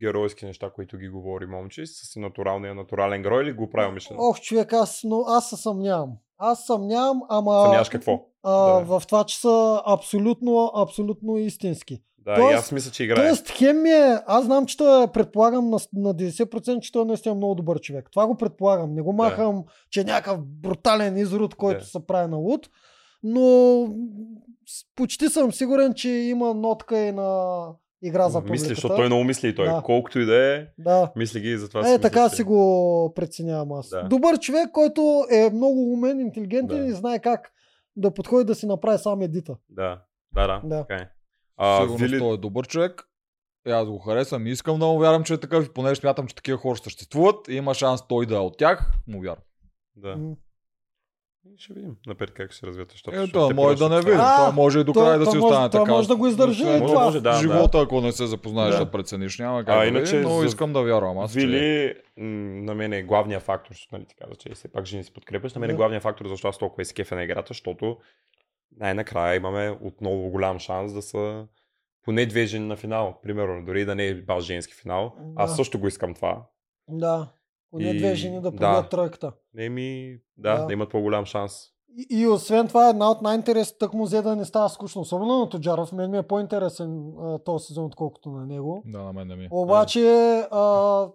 геройски неща, които ги говори момче, са си натуралния натурален герой или го прави мишлено? Ох, човек, аз, но аз се съмнявам. Аз съмнявам, ама Съмняваш какво? а, Да, бе. в това, че са абсолютно, абсолютно истински. Да, и Тоест- аз мисля, че играе. Тоест, хем ми е, аз знам, че той е, предполагам на, на 90%, че той наистина е много добър човек. Това го предполагам. Не го махам, че е някакъв брутален изрод, който Да. се прави на луд. Но м, с- почти съм сигурен, че има нотка и на игра за публиката. Мисли, защото той е много мисли и той. Да. Колкото и да е, Да. мисли ги и затова Е, мисля, така че- си го преценявам аз. Да. Добър човек, който е много умен, интелигентен Да. и знае как да подходи да си направи сам едита. Да, да, да. Да. Така е. а, А, сигурно Вили, той е добър човек. И аз го харесвам и искам да му вярвам, че е такъв, и понеже смятам, че такива хора съществуват и има шанс той да е от тях, му вярвам. да. М. Ще видим напред как ще се развият нещата. Е, защото той те може да просто не са- видим. А, Той може и до той- края да той си може- остане той така. може да го издържи Освен и това. Може, да, живота, ако не се запознаеш Да. да, прецениш, няма как А, да иначе иначе, но за- искам да вярвам. Аз, че- Вили, м, на мен е главният фактор, защото нали, ти каза, че все пак жени се подкрепяш, на мен е Да. главният фактор, защо аз толкова и се кефя на играта, защото най-накрая имаме отново голям шанс да са поне две жени на финал, примерно, дори и да не е баш женски финал. Да. Аз също го искам това. Да. Поне И- две жени да да. победят тройката. Не ми, да, Да. да, да имат по-голям шанс. И, и освен това, една от най-интересните так му взе да не става скучно. Особено на Тоджаров. Мен ми е по-интересен а, този сезон, отколкото на него. Да, на мен не ми. е. Обаче, а,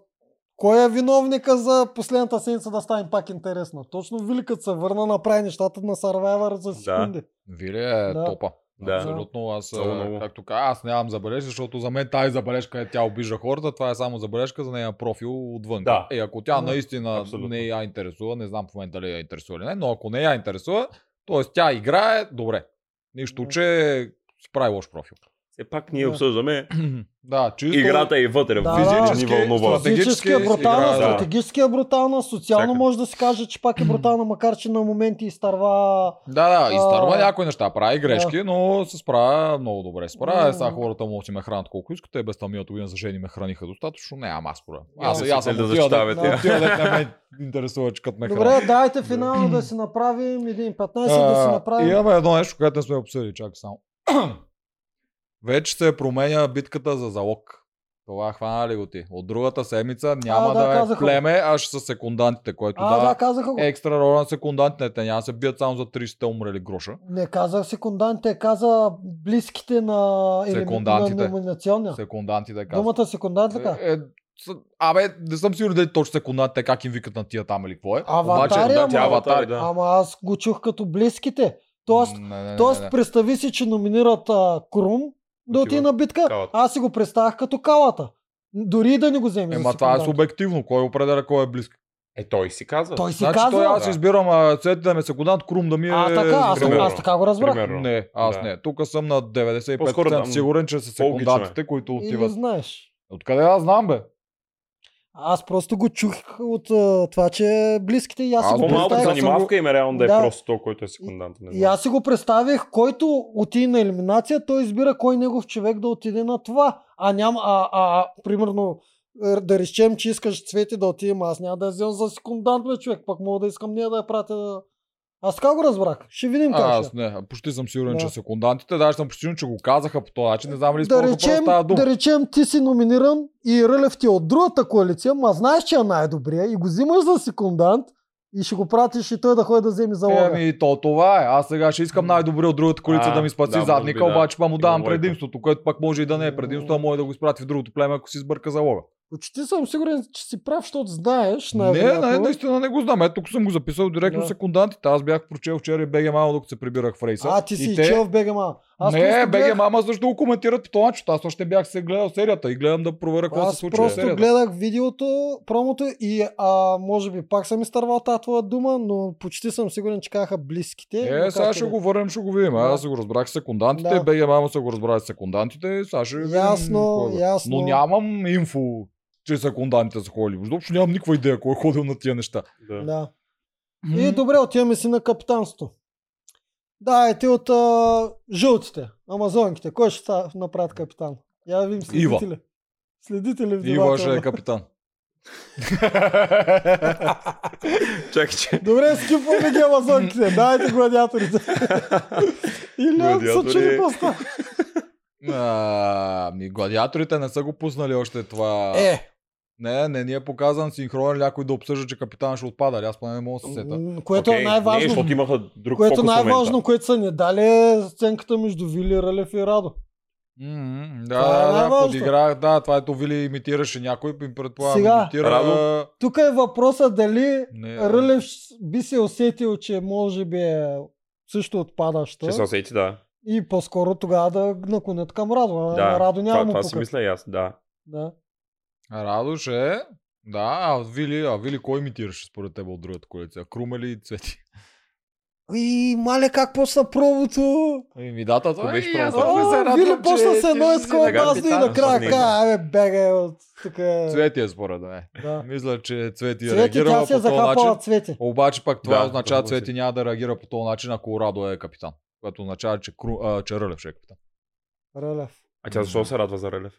кой е виновника за последната седмица да стане пак интересна? Точно Великът се върна, направи нещата на Survivor за секунди. Вили е Да. топа. Да. Абсолютно. Аз, Много, а, много. както кажа, аз нямам забележка, защото за мен тази забележка е тя обижда хората. Това е само забележка за нея профил отвън. Да. Е, ако тя Да. наистина Абсолютно. не я интересува, не знам в момента дали я интересува или не, но ако не я интересува, т.е. тя играе, добре. Нищо, Да. че си прави лош профил. Все пак ние Да. обсъждаме да, чисто. играта и вътре, Да, да, физически, физически ни вълнува. стратегически Физически е брутална, игра, да. стратегически е брутална, социално Всяка- може да се каже, че пак е брутална, макар че на моменти изтърва Да, да, изтърва А, някои неща, прави грешки, но се справя много добре. Справя, М. mm. сега хората могат да си ме хранят колко искат, те без тамия година за жени ме храниха достатъчно, нямам аз проблем. Аз, Да, аз се съм да отива да, защитавате. отива да не ме интересува, че като ме хранят. Добре, дайте финално да си направим 1.15, да си А, направим... Имаме едно нещо, което не сме обсъдили, чакай само. Вече се променя битката за залог. Това хвана ли го ти? От другата седмица няма да, да, е казаха го. племе, а ще са секундантите, което А, да, дава казаха го. екстра роля на секундантите. Те няма да се бият само за 30 умрели гроша. Не казах секундантите, каза близките на, или, на Секундантите. номинационния. Секунданти да казват. Думата секундант така. Е, е, с- абе, не съм сигурен дали точно секундантите как им викат на тия там или какво е. Аватари, Обаче, да, ама. тя аватари, да. Ама аз го чух като близките. Тоест, Не, не, не, не, тоест не. представи си, че номинират а, Крум да Отива отиде на битка. Калата. Аз си го представях като калата. Дори и да не го вземе. за Ема това е секундант. субективно. Кой определя кой е близък? Е, той си казва. Той си Значи казва. той аз Да. избирам, а цвете да ме се годат, крум да ми е... А, така, аз, примерно. аз така го разбрах. Примерно. Не, аз Да. не. Тук съм на 95% По-скоро да, м, сигурен, че са по-логично е. секундатите, които Или отиват. знаеш. Откъде аз знам, бе? Аз просто го чух от а, това, че е близките и аз Аз си го По-малко аз съм представих. занимавка им е реално да е Да. просто то, който е секундант. Не И знам. аз си го представих, който отиде на елиминация, той избира кой негов човек да отиде на това. А няма, а, а, а примерно, е, да речем, че искаш цвети да отиде, ама аз няма да я взема за секундант, бе, човек, пък мога да искам нея да я пратя. да- Аз така го разбрах. Ще видим как А, ще. аз не. Почти съм сигурен, Да. че секундантите, даже съм почти сигурен, че го казаха по този начин. Не знам ли да използваха просто речем, тази дума. да речем, ти си номиниран и Рълев ти е от другата коалиция, ма знаеш, че е най-добрия и го взимаш за секундант и ще го пратиш и той да ходи да вземе залога. Еми, то това е. Аз сега ще искам най-добрия от другата колица А, да ми спаси да, може задника, би да. обаче па му Има давам логика. предимството, което пак може и да не е предимство, а може да го изпрати в другото племе, ако си сбърка залога. Почти съм сигурен, че си прав, защото знаеш. Не, не, най-вероятно. наистина не го знам. Ето, тук съм го записал директно е Да. секундантите. Аз бях прочел вчера и БГ Мама, докато се прибирах в рейса. А, ти си и те... чел в БГМА. Аз не, просто БГ гледах- Мама също го коментират по този начин. Аз още бях се гледал серията и гледам да проверя какво се Аз случва в просто серията. гледах видеото, промото и а, може би пак съм изтървал тази твоя дума, но почти съм сигурен, че казаха близките. но Е, както сега ще да е. го върнем, ще го видим. Да. Аз се го разбрах с секундантите, Да. да. БГ Мама са го разбрали с секундантите, сега ще видим. Ясно, какво е. ясно. Но нямам инфо, че секундантите са ходили. Защото нямам никаква идея кой е ходил на тия неща. Да. Да. И е добре, отиваме си на капитанството. Да, е ти от а, жълтите, амазонките. Кой ще ста- направят капитан? Я да видим Ива. следите ли? Следите ли в Ива дебата? ще е капитан. Чакай, че. Добре, скипваме ги амазонките. Дайте гладиаторите. Или ако са Гладиатори. чули какво става. А, ми, гладиаторите не са го пуснали още това. Е, Не, не ни е показан синхронен някой да обсъжда, че капитан ще отпада. Аз поне не мога да се сета. м, което е Окей, Не, най-важно. защото имаха друг Което фокус в най-важно, момента. което са ни дали е сценката между Вили, Ралев и Радо. М, Това е Да, да, да, най-важното. подиграх, да, това ето Вили имитираше някой, им предполагам, Сега. имитира... Радо? Тук е въпроса дали Не, Рълев би се усетил, че може би е също отпадаща Ще се усети, да. и по-скоро тогава да наклонят към Радо. А на Да, Радо няма това, му това си пука. мисля и аз, да. Да. Радош е. Да, а Вили, а Вили кой имитираше според теб от другата коалиция? Крумели и Цвети. И мале как почна пробото. Ами дата, това Ако беше беше пробата. Аз не се О, Вили почна се едно и такова сега базно и капитан, накрая. сега. Ка, абе, бегай от тук. е. Цвети е според мен. Да. Мисля, че Цвети, е Цвети, тя реагирала по се е този захапала начин. цвети. Обаче пак това Да, означава, съгласен. Цвети няма да реагира по този начин, ако Радо е капитан. Което означава, че, Кру... а, че Рълев ще е капитан. Ралев. А тя защо се радва за Релев?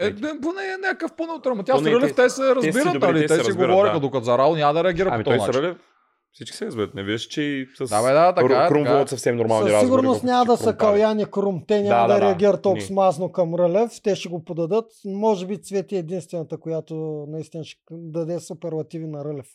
Е, не, поне е някакъв по-неутрален. Тя с Поне и Рълев те- те се добри, разбират, те нали? се Те си разбират, говореха, да. докато за Радо няма да реагира по Ами този той с начин. Релев всички се разбират. Не виждаш, че и с Да, бе, да, така е, така е. Крумволът съвсем нормални Със разговори. сигурност колкото няма ще да са крумпали. каляни крум. Те няма Да, да, да, да. реагират толкова Ни. смазно към Рълев. Те ще го подадат. Може би Цвети е единствената, която наистина ще даде суперлативи на Рълев.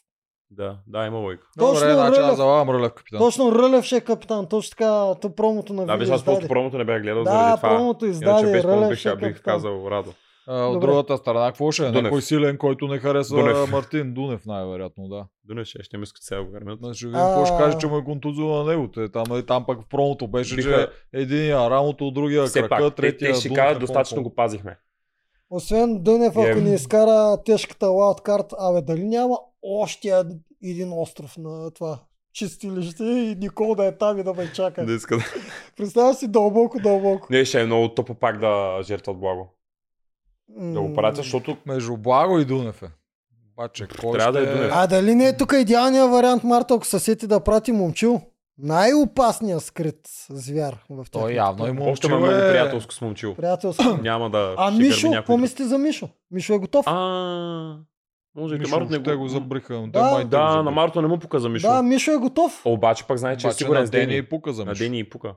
Да, да, има лойка. Добре, Точно значи Рълев. аз залагам Рълев капитан. Точно Рълев ще е капитан. Точно така, то промото на Да, Вили беше аз просто издаде. промото не бях гледал Да, заради това. промото Иначе издаде. без промо Рълев бих, ще е бих капитан. казал Радо. А, от Добре. другата страна, какво ще е? Дунев. Някой силен, който не харесва Дунев. Мартин Дунев, най-вероятно, да. Донеше, ще ми искат сега го гърмят. Значи, ще видим какво ще А. каже, че му е контузил на него. Те, там, е- там пък в промото беше, че Биха- един рамото, от другия Все крака, пак, те, третия те ще Дунев кажат, е достатъчно по-напъл. го пазихме. Освен Дънев, ако Е. ни изкара тежката лауткарт, абе дали няма още ед- един остров на това чистилище и Никол да е там и да ме чака. Да искат. Представя си дълбоко, дълбоко. Не, ще е много тъпо пак да жертват благо. Да го пратят, защото Между Благо и Дунев е. Обаче, кой Трябва ще... да е Дунев. А дали не е тук идеалният вариант, Марта, ако се сети да прати момчил? Най-опасният скрит звяр в тях. Той явно и момчил още ме е много е... приятелско с момчил. Приятелство. Няма да А ще гърми Мишо, някой какво друг. мислите за Мишо? Мишо е готов. А, може и Марто Мишо, не те го го... забриха. но Да. Те май Да, на Марто не му показа Мишо. да, Мишо е готов. Обаче пък знае, че е сигурен с Дени Дени. и пука за На Мишо. Дени и Пука.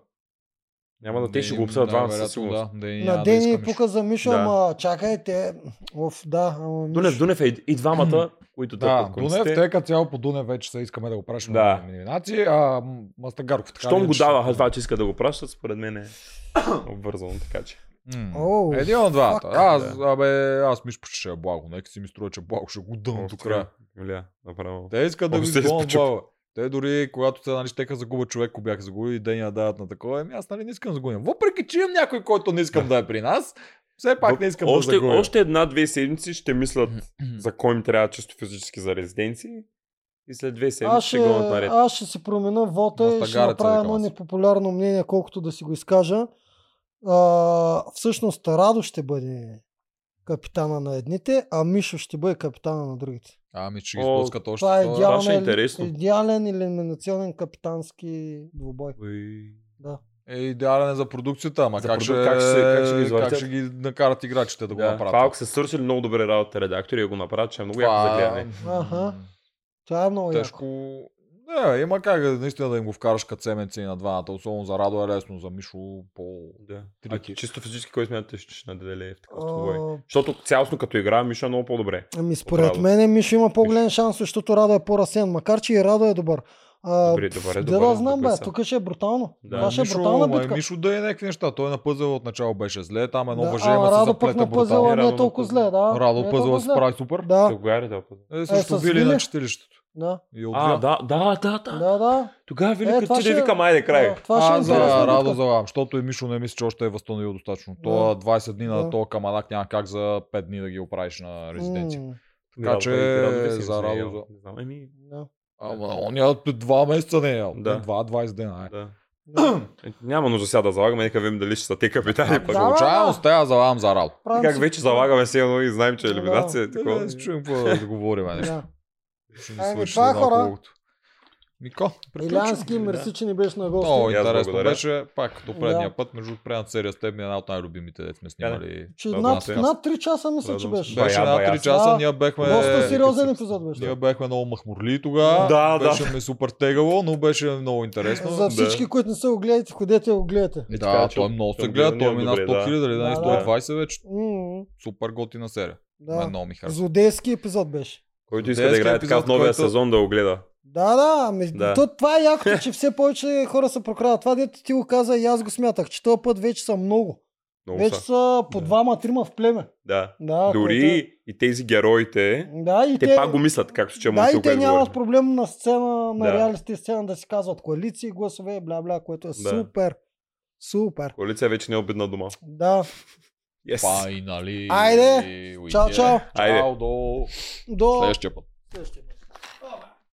Няма да те ще го обсъдят двамата със сигурност. Да, Дени На няма да Дени иска и Мишо. е пука за Мишо, Да. ама чакай, те... Оф, да, ама Мишо... Дунев, Дунев е и- и двамата, които Да, търпят Дунев, конците. те като цяло по Дунев вече се искаме да го пращаме Да. на номинации, а м, Мастагарков така. Щом ли е го иначе- даваха това, че иска да го пращат, според мен е обвързано, така че. М. Оу, Един от двата. fuck. Аз, абе, аз мисля, че ще е благо. Нека си ми струва, че благо ще го дъм до Още, края. Юлия, направо. Те искат да О, го се изгонят изпочуп. благо. Те дори, когато те, нали, щеха загубят човек, ако бяха ами загубили, да ни я дават на такова. Еми, аз, нали, не искам да загубя. Въпреки, че имам някой, който не искам да е при нас, Все пак не искам още, да загубя. още една-две седмици ще мислят за кой им трябва чисто физически за резиденции. И след две седмици Аз ще ще, го наред. аз ще си променя вота и ще Мастагарата, направя викам едно аз. непопулярно мнение, колкото да си го изкажа. А, всъщност Радо ще бъде капитана на едните, а Мишо ще бъде капитана на другите. Ами, че ги О, спускат още. Това е това- идеал. ще е идеален, интересно. идеален елиминационен капитански двубой. Уи. Да. Е идеален е за продукцията, ама За как, продук- ще, как ще се- как ще ги как извъртят? ще ги накарат играчите да го Да, това ако направят. са свършили много добре работа редактори и го направят, ще е много яко за гледане. Аха. Това е много яко. Тежко. Не, има как да- наистина да им го вкараш като семенци и на двамата. Особено за Радо е лесно, за Мишо по... Да. Трики. А ти чисто физически кой смятате, че ще наделее в такъв двубой? А, Защото цялостно като игра Миша е много по-добре. Ами според Радо. мен Мишо има по-голям шанс, защото Радо е по-расен, макар че и Радо е добър. А, Добре, е добре, да, добре. да знам, бе, добре са. тук ще е брутално. Да, Това ще е Мишо, брутална ма, битка. Мишо да е някакви неща. Той на пъзела отначало беше зле, там едно да, въже, а, ма се Радо пък заплете на пъзела брутално. не е Радо толкова на зле, да. не Радо е пъзела толкова се зле. справи супер. Да Да, го яре, да. Е, също с били Вили. на четилището. да, И А, отбия. да, да, да, да. да, да. Тогава Е, Велика това ти ще- да викам, айде край. Да, Това ще е Аз за интересна Радо битка. залагам, защото и Мишо не мисли, че още е възстановил достатъчно. Тоя 20 дни на Да. този камадак няма как за 5 дни да ги оправиш на резиденция. М, Така че Радо Весели за се е Радо- ял. Не знам, еми, да. Ама он я два месеца не е ял. Да. Не, Два, 20 дена. Е. да. Е, Няма нужда сега да залагаме, нека видим дали ще са те капитани. Е, пък. да, Получавам, стая залагам за Радо. Правим Как си- вече залагаме все едно и знаем, че е Да. елиминация. е Е, Такова. Да се чуем какво да говорим. Не. Да. Ще ни Ами, свърши това е, една хора. колкото. Мико, Илянски, приключваме. мерси, че не беше на Много И гости. аз интересно благодаря. беше, пак до предния Да. път, между другото, предната серия с теб ми е една от най-любимите, дето сме снимали. Че Да, над, да. над 3 часа мисля, че Радвам се. беше. Бая, Беше една бая. 3 часа, Да. ние бехме... Е, Доста сериозен епизод беше. Ние бяхме много махмурли тогава. Да, да. беше ми супер тегало, но беше много интересно. За всички, които не са го гледате, ходете и го гледате. Да, така, да че той много се към гледа, гледания той мина нали, добре, 100 да. 000, да не Да, 120 вече. М, Супер готина серия. Мен Да. Много ми хареса. Злодейски епизод беше. Който иска да Детски играе така в епизод, новия който- сезон да го гледа. Да, да, ами да. Да. То, това е якото, че все повече хора се прокрадат. Това дето ти го каза и аз го смятах, че този път вече са много. Много вече са. са по Да. двама-трима в племе. Да. Да, Дори и тези героите, което е- Да, и те, те, пак го мислят, както че му да, се и те нямат проблем на сцена, на Да. реалистите сцена да си казват коалиции, гласове, бля-бля, което е Да. супер. Супер. Коалиция вече не е обидна дума. Да. Yes. Файнали. Айде, Чао, чао. Айде. Чао до До следващия път. следващия път.